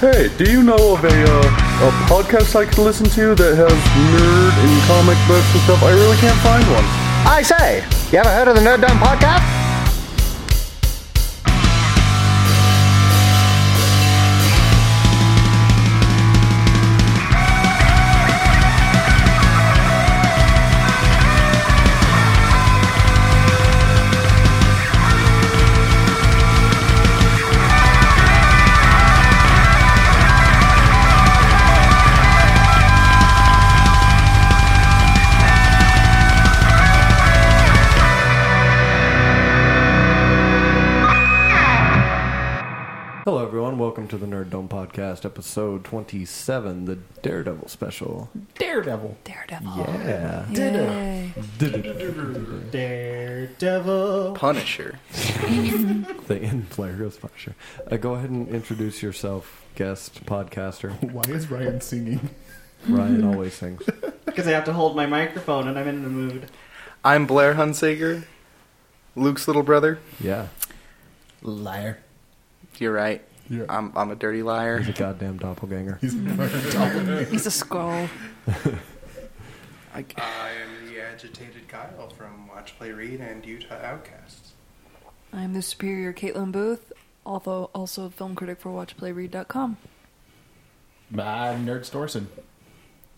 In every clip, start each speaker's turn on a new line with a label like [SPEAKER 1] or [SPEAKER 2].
[SPEAKER 1] Hey, do you know of a uh, a podcast I could listen to that has nerd and comic books and stuff? I really can't find one.
[SPEAKER 2] I say, you ever heard of the Nerd Dumb podcast?
[SPEAKER 3] Hello, everyone. Welcome to the Nerd Dome Podcast, episode 27, the Daredevil special.
[SPEAKER 4] Daredevil.
[SPEAKER 5] Daredevil.
[SPEAKER 3] Yeah.
[SPEAKER 5] Yay.
[SPEAKER 4] Daredevil.
[SPEAKER 2] Punisher.
[SPEAKER 3] the end player is Punisher. Uh, go ahead and introduce yourself, guest podcaster.
[SPEAKER 6] Why is Ryan singing?
[SPEAKER 3] Ryan always sings.
[SPEAKER 4] Because I have to hold my microphone and I'm in the mood.
[SPEAKER 2] I'm Blair Hunsaker, Luke's little brother.
[SPEAKER 3] Yeah.
[SPEAKER 4] Liar.
[SPEAKER 2] You're right.
[SPEAKER 6] Yeah.
[SPEAKER 2] I'm, I'm a dirty liar.
[SPEAKER 3] He's a goddamn doppelganger.
[SPEAKER 6] He's fucking doppelganger.
[SPEAKER 5] He's a scroll.
[SPEAKER 2] I,
[SPEAKER 7] I am the agitated Kyle from Watch Play Read and Utah Outcasts.
[SPEAKER 5] I'm the superior Caitlin Booth, although also a film critic for WatchPlayRead.com.
[SPEAKER 8] I'm Nerd Storson.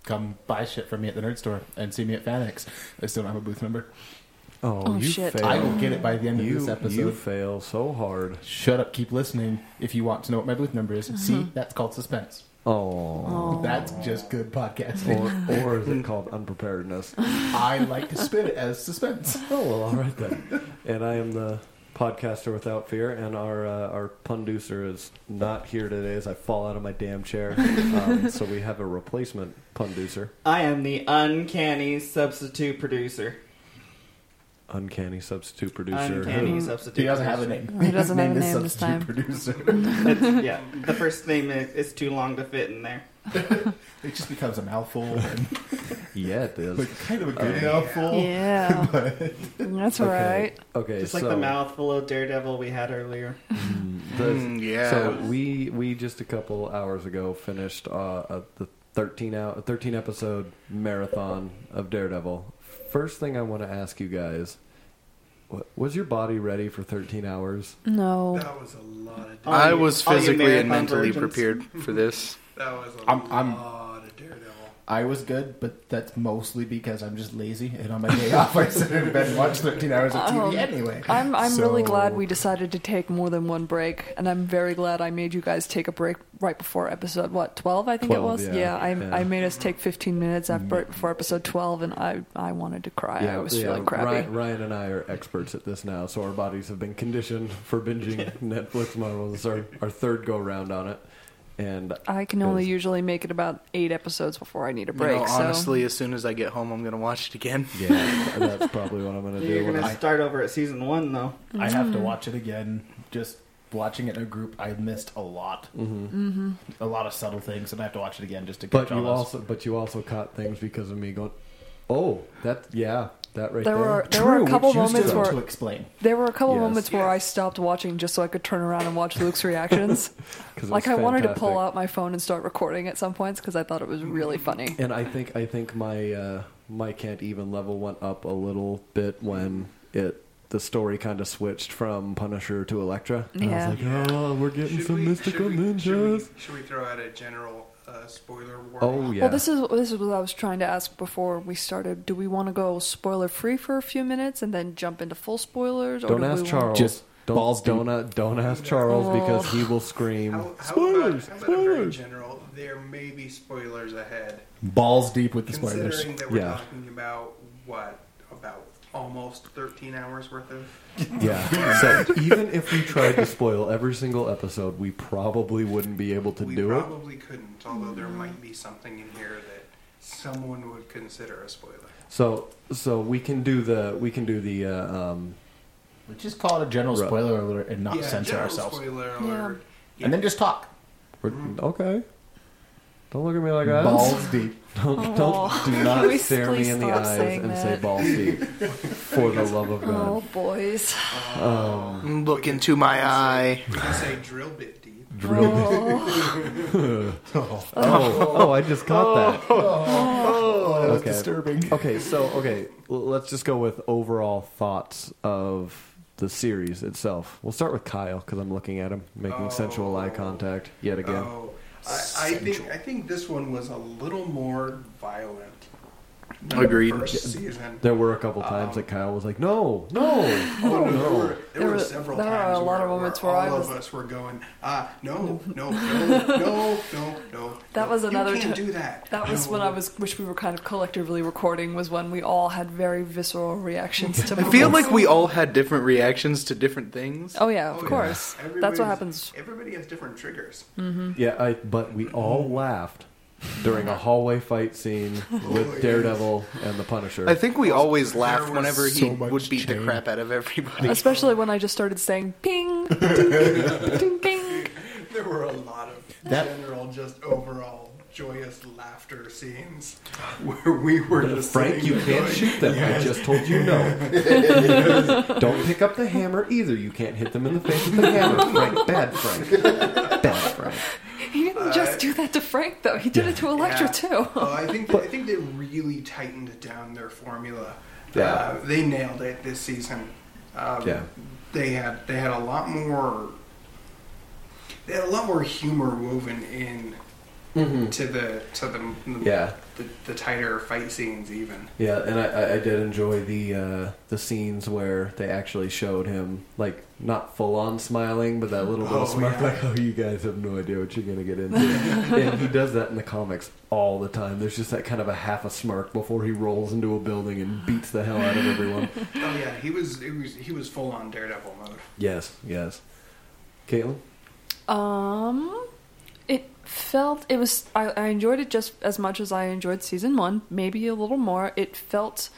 [SPEAKER 8] Come buy shit from me at the Nerd Store and see me at FanX. I still don't have a booth number.
[SPEAKER 3] Oh,
[SPEAKER 5] Oh,
[SPEAKER 3] you
[SPEAKER 5] shit.
[SPEAKER 3] fail.
[SPEAKER 8] I will get it by the end of
[SPEAKER 3] you,
[SPEAKER 8] this episode.
[SPEAKER 3] you fail so hard.
[SPEAKER 8] Shut up, keep listening if you want to know what my booth number is.
[SPEAKER 5] Uh-huh.
[SPEAKER 8] See, that's called suspense.
[SPEAKER 3] Oh.
[SPEAKER 8] That's just good podcasting.
[SPEAKER 3] Or, or is it called unpreparedness?
[SPEAKER 8] I like to spin it as suspense.
[SPEAKER 3] Oh well, all right then. And I am the podcaster without fear, and our uh, our punducer is not here today as I fall out of my damn chair. Um, so we have a replacement punducer,
[SPEAKER 4] I am the uncanny substitute producer.
[SPEAKER 3] uncanny substitute producer.
[SPEAKER 4] Uncanny
[SPEAKER 3] who-
[SPEAKER 4] substitute
[SPEAKER 8] He doesn't have a
[SPEAKER 4] producer.
[SPEAKER 8] name.
[SPEAKER 5] He doesn't have a
[SPEAKER 8] is
[SPEAKER 5] name this
[SPEAKER 8] substitute
[SPEAKER 5] time.
[SPEAKER 8] Producer.
[SPEAKER 4] It's- yeah, the first name is, is too long to fit in there.
[SPEAKER 8] It just becomes a mouthful. And
[SPEAKER 3] yeah, it is.
[SPEAKER 8] like, kind of a good mouthful.
[SPEAKER 5] Yeah. That's right.
[SPEAKER 3] Okay,
[SPEAKER 4] Just
[SPEAKER 3] so,
[SPEAKER 4] like the mouthful of Daredevil we had earlier.
[SPEAKER 3] the-
[SPEAKER 2] Mm, yeah.
[SPEAKER 3] So we we just a couple hours ago finished uh, uh, the thirteen out thirteen episode marathon of Daredevil. First thing I want to ask you guys. wa- Was your body ready for 13 hours?
[SPEAKER 5] No.
[SPEAKER 7] That was a lot of.
[SPEAKER 4] All
[SPEAKER 2] I
[SPEAKER 4] you-
[SPEAKER 2] was
[SPEAKER 4] all you
[SPEAKER 2] physically and
[SPEAKER 4] marathon
[SPEAKER 2] mentally
[SPEAKER 4] virgins.
[SPEAKER 2] prepared for this.
[SPEAKER 7] That was a
[SPEAKER 8] I'm- I'm-
[SPEAKER 7] lot of Daredevil.
[SPEAKER 8] I was good, but that's mostly because I'm just lazy. And on my day off, I sit in bed and watch 13 hours of TV
[SPEAKER 5] Oh.
[SPEAKER 8] anyway.
[SPEAKER 5] I'm I'm really
[SPEAKER 8] So-
[SPEAKER 5] glad we decided to take more than one break, and I'm very glad I made you guys take a break right before episode what twelve I think
[SPEAKER 3] 12,
[SPEAKER 5] it was.
[SPEAKER 3] yeah.
[SPEAKER 5] I,
[SPEAKER 3] Yeah.
[SPEAKER 5] I made us take fifteen minutes after right before episode twelve, and I I wanted to cry. I was feeling crappy.
[SPEAKER 3] Ryan, Ryan and I are experts at this now, so our bodies have been conditioned for binging Netflix Marvel. This is our, our third go round on it, and
[SPEAKER 5] I can only
[SPEAKER 3] Yes.
[SPEAKER 5] usually make it about eight episodes before I need a
[SPEAKER 2] You
[SPEAKER 5] break.
[SPEAKER 2] know,
[SPEAKER 5] so
[SPEAKER 2] honestly, as soon as I get home, I'm going to watch it again.
[SPEAKER 3] yeah, that's probably what I'm going to do.
[SPEAKER 4] You're
[SPEAKER 3] when
[SPEAKER 4] going to
[SPEAKER 3] I,
[SPEAKER 4] start over at season one, though.
[SPEAKER 8] I have to
[SPEAKER 5] Mm-hmm.
[SPEAKER 8] watch it again. Just watching it in a group, I missed a lot, mm-hmm. a lot of subtle things, and I have to watch it again just to
[SPEAKER 3] but
[SPEAKER 8] catch all
[SPEAKER 3] you
[SPEAKER 8] those.
[SPEAKER 3] also, but you also caught things because of me going. Oh, that yeah, that right there.
[SPEAKER 5] there were there were a couple
[SPEAKER 8] which you
[SPEAKER 5] moments
[SPEAKER 8] still have
[SPEAKER 5] where
[SPEAKER 8] to explain.
[SPEAKER 5] there were a couple
[SPEAKER 3] Yes.
[SPEAKER 5] moments where I stopped watching just so I could turn around and watch Luke's reactions.
[SPEAKER 3] 'Cause it
[SPEAKER 5] like I
[SPEAKER 3] was
[SPEAKER 5] wanted to pull
[SPEAKER 3] fantastic.
[SPEAKER 5] out my phone and start recording at some points because I thought it was really funny.
[SPEAKER 3] And I think I think my uh, my can't even level went up a little bit when it the story kind of switched from Punisher to Elektra. And
[SPEAKER 5] Yeah.
[SPEAKER 3] I was like, oh, we're getting
[SPEAKER 7] Should
[SPEAKER 3] some
[SPEAKER 7] we-
[SPEAKER 3] mystical
[SPEAKER 7] should we-
[SPEAKER 3] ninjas.
[SPEAKER 7] should we- Should we throw out a general uh, spoiler warning?
[SPEAKER 3] Oh yeah.
[SPEAKER 5] Well, this is this is what I was trying to ask before we started. Do we want to go spoiler free for a few minutes and then jump into full spoilers? Or
[SPEAKER 3] Don't
[SPEAKER 5] do
[SPEAKER 3] ask
[SPEAKER 5] we
[SPEAKER 3] Charles.
[SPEAKER 8] Just
[SPEAKER 3] don't,
[SPEAKER 8] balls deep.
[SPEAKER 3] don't, uh, don't ask Charles
[SPEAKER 5] Oh.
[SPEAKER 3] because he will scream.
[SPEAKER 7] How, how
[SPEAKER 3] spoilers!
[SPEAKER 7] about, how about a very
[SPEAKER 3] spoilers!
[SPEAKER 7] general? There may be spoilers ahead.
[SPEAKER 8] Balls deep with the spoilers.
[SPEAKER 7] Considering that we're
[SPEAKER 3] Yeah.
[SPEAKER 7] talking about what about almost 13 hours worth of.
[SPEAKER 3] Yeah. So even if we tried to spoil every single episode, we probably wouldn't be able to
[SPEAKER 7] we
[SPEAKER 3] do it.
[SPEAKER 7] probably couldn't, although there might be something in here that someone would consider a spoiler.
[SPEAKER 3] So so we can do the we can do the uh, um,
[SPEAKER 8] Let's just call it a general
[SPEAKER 3] Right.
[SPEAKER 8] spoiler alert and not
[SPEAKER 7] yeah,
[SPEAKER 8] censor
[SPEAKER 7] general
[SPEAKER 8] ourselves,
[SPEAKER 7] Spoiler alert.
[SPEAKER 8] and then just talk.
[SPEAKER 3] we're- okay. Don't look at me like that.
[SPEAKER 8] Mm-hmm. Balls deep.
[SPEAKER 3] Don't,
[SPEAKER 5] Aw.
[SPEAKER 3] don't do not
[SPEAKER 5] Oh. Please-
[SPEAKER 3] stare me
[SPEAKER 5] please
[SPEAKER 3] in the
[SPEAKER 5] stop
[SPEAKER 3] eyes
[SPEAKER 5] saying
[SPEAKER 3] and say
[SPEAKER 5] that.
[SPEAKER 3] balls deep. For the love of
[SPEAKER 5] Oh
[SPEAKER 3] God.
[SPEAKER 5] boys,
[SPEAKER 2] Look into my eye.
[SPEAKER 7] We can say drill bit deep.
[SPEAKER 3] drilled.
[SPEAKER 5] Oh,
[SPEAKER 3] Oh, oh, I just caught that.
[SPEAKER 8] Oh, that was
[SPEAKER 3] Okay.
[SPEAKER 8] disturbing.
[SPEAKER 3] Okay, so okay, l- let's just go with overall thoughts of the series itself. We'll start with Kyle because I'm looking at him, making sensual eye contact yet again.
[SPEAKER 7] Oh, I, I think I think this one was a little more violent. than the
[SPEAKER 2] Agreed.
[SPEAKER 7] First season.
[SPEAKER 3] There were a couple times that Kyle was like, "No, no,
[SPEAKER 7] Oh,
[SPEAKER 3] no,
[SPEAKER 7] no, there were,
[SPEAKER 3] no."
[SPEAKER 7] there
[SPEAKER 5] There
[SPEAKER 7] were
[SPEAKER 5] were-
[SPEAKER 7] several
[SPEAKER 5] there are
[SPEAKER 7] times
[SPEAKER 5] a lot
[SPEAKER 7] where,
[SPEAKER 5] of moments
[SPEAKER 7] where
[SPEAKER 5] where I
[SPEAKER 7] all
[SPEAKER 5] was-
[SPEAKER 7] of us were going, ah, no, no, no, no, no, no.
[SPEAKER 5] That was
[SPEAKER 7] You
[SPEAKER 5] another
[SPEAKER 7] can't
[SPEAKER 5] ti-
[SPEAKER 7] do that.
[SPEAKER 5] that was
[SPEAKER 7] No.
[SPEAKER 5] when I was, which we were kind of collectively recording, was when we all had very visceral reactions to.
[SPEAKER 2] I feel
[SPEAKER 5] moments.
[SPEAKER 2] like we all had different reactions to different things.
[SPEAKER 5] Oh yeah, of
[SPEAKER 7] Oh, yeah.
[SPEAKER 5] course. That's what
[SPEAKER 7] Everybody's-
[SPEAKER 5] happens. Hmm.
[SPEAKER 7] Everybody has different triggers.
[SPEAKER 3] Yeah, I, but we all laughed during a hallway fight scene
[SPEAKER 7] yes.
[SPEAKER 3] with Daredevil and the Punisher.
[SPEAKER 2] I think we always laugh
[SPEAKER 7] was
[SPEAKER 2] whenever he
[SPEAKER 6] so much
[SPEAKER 2] would beat the
[SPEAKER 6] shame.
[SPEAKER 2] crap out of everybody.
[SPEAKER 5] Especially when I just started saying ping, ding, ding, ding.
[SPEAKER 7] There were a lot of
[SPEAKER 8] That-
[SPEAKER 7] general, just overall joyous laughter scenes where we were just
[SPEAKER 3] Frank,
[SPEAKER 7] sitting
[SPEAKER 3] you
[SPEAKER 7] there
[SPEAKER 3] can't
[SPEAKER 7] going,
[SPEAKER 3] shoot them. I just told you no. Don't pick up the hammer either. You can't hit them in the face with the hammer. Frank, bad Frank. Bad Frank.
[SPEAKER 5] He didn't just do that to Frank though. He did it to Electra
[SPEAKER 7] Uh, Yeah.
[SPEAKER 5] too.
[SPEAKER 7] Oh, I think I think they really tightened down their formula.
[SPEAKER 3] Yeah.
[SPEAKER 7] Uh, they nailed it this season. Um,
[SPEAKER 3] Yeah.
[SPEAKER 7] They had they had a lot more. They had a lot more humor woven in to the to the
[SPEAKER 3] Yeah.
[SPEAKER 7] the, the tighter fight scenes even.
[SPEAKER 3] Yeah, and I, I- I did enjoy the uh, the scenes where they actually showed him like not full on smiling, but that little bit
[SPEAKER 7] Oh,
[SPEAKER 3] of smirk,
[SPEAKER 7] yeah.
[SPEAKER 3] like, "Oh, you guys have no idea what you're gonna get into." and he does that in the comics all the time. There's just that kind of a half a smirk before he rolls into a building and beats the hell out of everyone.
[SPEAKER 7] Oh yeah, he was he was he was full on daredevil mode.
[SPEAKER 3] yes, yes. Caitlin,
[SPEAKER 5] Um, it felt it was. I, I enjoyed it just as much as I enjoyed season one, maybe a little more. It felt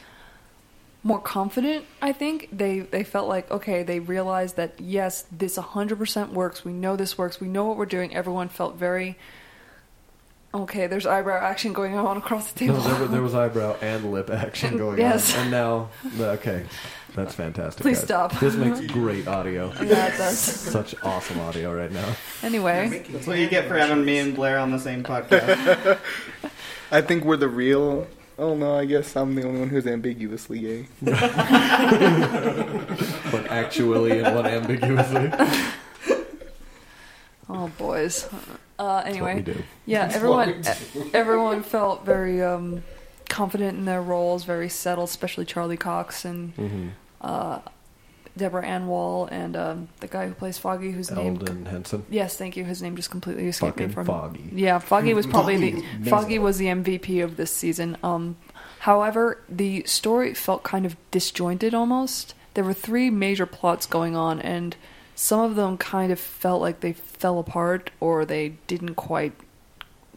[SPEAKER 5] more confident. I think they they felt like okay, they realized that yes, this hundred percent works. We know this works. We know what we're doing. Everyone felt very. Okay, there's eyebrow action going on across the table.
[SPEAKER 3] no, there, wa- there was eyebrow and lip action going
[SPEAKER 5] Yes.
[SPEAKER 3] on, and now okay, that's fantastic.
[SPEAKER 5] Please
[SPEAKER 3] guys.
[SPEAKER 5] stop.
[SPEAKER 3] This makes great audio.
[SPEAKER 5] yeah, it does.
[SPEAKER 3] Such awesome audio right now.
[SPEAKER 5] Anyway,
[SPEAKER 7] Making
[SPEAKER 4] That's what you get for having me and Blair on the same podcast.
[SPEAKER 2] I think we're the real. Oh no, I guess I'm the only one who's ambiguously gay.
[SPEAKER 3] One actually and one ambiguously.
[SPEAKER 5] oh boys. Uh, anyway,
[SPEAKER 3] That's what we do.
[SPEAKER 5] Yeah, everyone e- everyone felt very um, confident in their roles, very settled, especially Charlie Cox and
[SPEAKER 3] Mm-hmm.
[SPEAKER 5] uh, Deborah Ann Wall and um, the guy who plays Foggy, whose name.
[SPEAKER 3] Eldon Henson.
[SPEAKER 5] Yes, thank you. His name just completely escaped me
[SPEAKER 3] Fucking
[SPEAKER 5] from.
[SPEAKER 3] Foggy.
[SPEAKER 5] Yeah, Foggy was probably
[SPEAKER 8] Foggy
[SPEAKER 5] the
[SPEAKER 8] is amazing.
[SPEAKER 5] Foggy was the MVP of this season. Um, however, the story felt kind of disjointed almost. There were three major plots going on, and some of them kind of felt like they fell apart or they didn't quite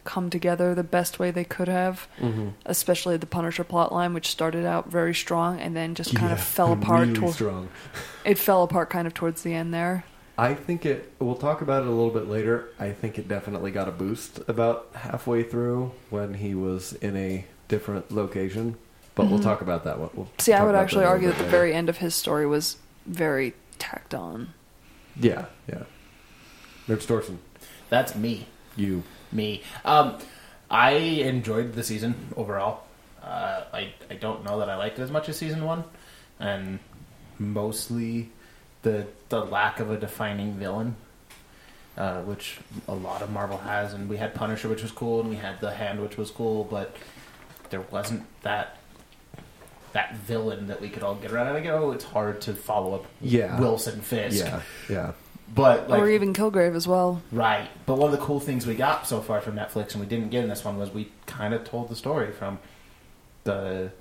[SPEAKER 5] come together the best way they could have.
[SPEAKER 3] Mm-hmm.
[SPEAKER 5] Especially the Punisher plot line, which started out very strong and then just kind of
[SPEAKER 3] Yeah,
[SPEAKER 5] fell apart.
[SPEAKER 3] Really
[SPEAKER 5] toward-
[SPEAKER 3] strong.
[SPEAKER 5] it fell apart kind of towards the end there.
[SPEAKER 3] I think it. We'll talk about it a little bit later. I think it definitely got a boost about halfway through when he was in a different location. But we'll talk about that one. We'll
[SPEAKER 5] Mm-hmm. See, I
[SPEAKER 3] talk
[SPEAKER 5] would
[SPEAKER 3] about
[SPEAKER 5] actually
[SPEAKER 3] that a little
[SPEAKER 5] argue
[SPEAKER 3] bit
[SPEAKER 5] that the
[SPEAKER 3] later.
[SPEAKER 5] very end of his story was very tacked on.
[SPEAKER 3] Yeah, yeah. Nerd Storson,
[SPEAKER 8] That's me.
[SPEAKER 3] you.
[SPEAKER 8] me. Um, I enjoyed the season overall. Uh, I I don't know that I liked it as much as season one, and mostly the the lack of a defining villain, uh, which a lot of Marvel has. And we had Punisher, which was cool, and we had the Hand, which was cool, but there wasn't that. That villain that we could all get around, and I go, Oh, it's hard to follow up
[SPEAKER 3] Yeah.
[SPEAKER 8] Wilson Fisk,
[SPEAKER 3] Yeah, yeah.
[SPEAKER 8] but like,
[SPEAKER 5] or even Kilgrave as well.
[SPEAKER 8] Right. But one of the cool things we got so far from Netflix and we didn't get in this one was we kind of told the story from the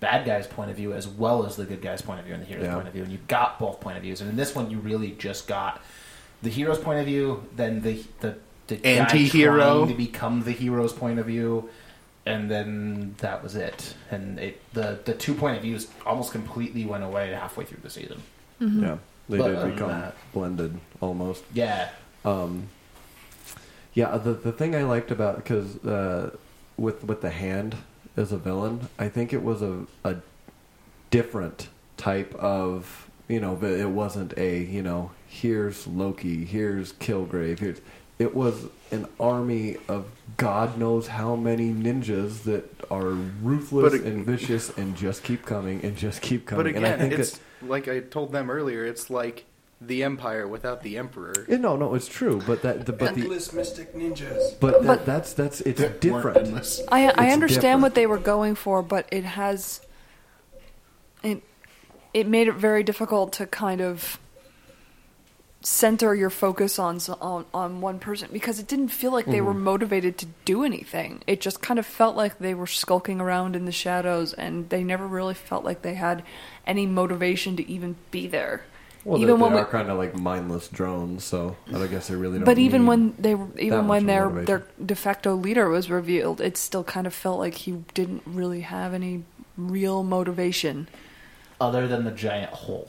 [SPEAKER 8] bad guy's point of view as well as the good guy's point of view and the hero's
[SPEAKER 3] Yeah.
[SPEAKER 8] point of view. And you got both point of views. And in this one, you really just got the hero's point of view, then the the, the guy
[SPEAKER 2] Anti-hero.
[SPEAKER 8] trying to become the hero's point of view, and then that was it. And it the the two point of views almost completely went away halfway through the season.
[SPEAKER 5] Mm-hmm.
[SPEAKER 3] Yeah. They
[SPEAKER 8] But other
[SPEAKER 3] did
[SPEAKER 8] than
[SPEAKER 3] become
[SPEAKER 8] that-
[SPEAKER 3] blended almost.
[SPEAKER 8] Yeah,
[SPEAKER 3] Um, yeah, the the thing I liked about because uh, with with the hand as a villain, I think it was a a different type of you know, but it wasn't a you know here's Loki, here's Kilgrave, here's it was an army of God knows how many ninjas that are ruthless
[SPEAKER 2] But it-
[SPEAKER 3] and vicious and just keep coming and just keep coming.
[SPEAKER 2] But
[SPEAKER 3] and I
[SPEAKER 2] again,
[SPEAKER 3] think
[SPEAKER 2] it's
[SPEAKER 3] that,
[SPEAKER 2] like I told them earlier. It's like the Empire without the Emperor.
[SPEAKER 3] Yeah, no, no, it's true. But that, the, but the,
[SPEAKER 7] Endless mystic ninjas.
[SPEAKER 3] but, that,
[SPEAKER 5] But-
[SPEAKER 3] that's that's it's
[SPEAKER 6] That weren't
[SPEAKER 3] different.
[SPEAKER 6] endless.
[SPEAKER 5] I I
[SPEAKER 3] It's
[SPEAKER 5] understand
[SPEAKER 3] different.
[SPEAKER 5] what they were going for, but it has it it made it very difficult to kind of center your focus on s- on on one person because it didn't feel like they
[SPEAKER 3] Mm-hmm.
[SPEAKER 5] were motivated to do anything. It just kind of felt like they were skulking around in the shadows and they never really felt like they had any motivation to even be there.
[SPEAKER 3] Well,
[SPEAKER 5] even
[SPEAKER 3] they,
[SPEAKER 5] when
[SPEAKER 3] they
[SPEAKER 5] we-
[SPEAKER 3] are kind of like mindless drones, so I don't guess they really don't.
[SPEAKER 5] but even
[SPEAKER 3] need-
[SPEAKER 5] when they even
[SPEAKER 3] much
[SPEAKER 5] when
[SPEAKER 3] of
[SPEAKER 5] their
[SPEAKER 3] motivation.
[SPEAKER 5] their de facto leader was revealed, it still kind of felt like he didn't really have any real motivation.
[SPEAKER 8] Other than the giant hole,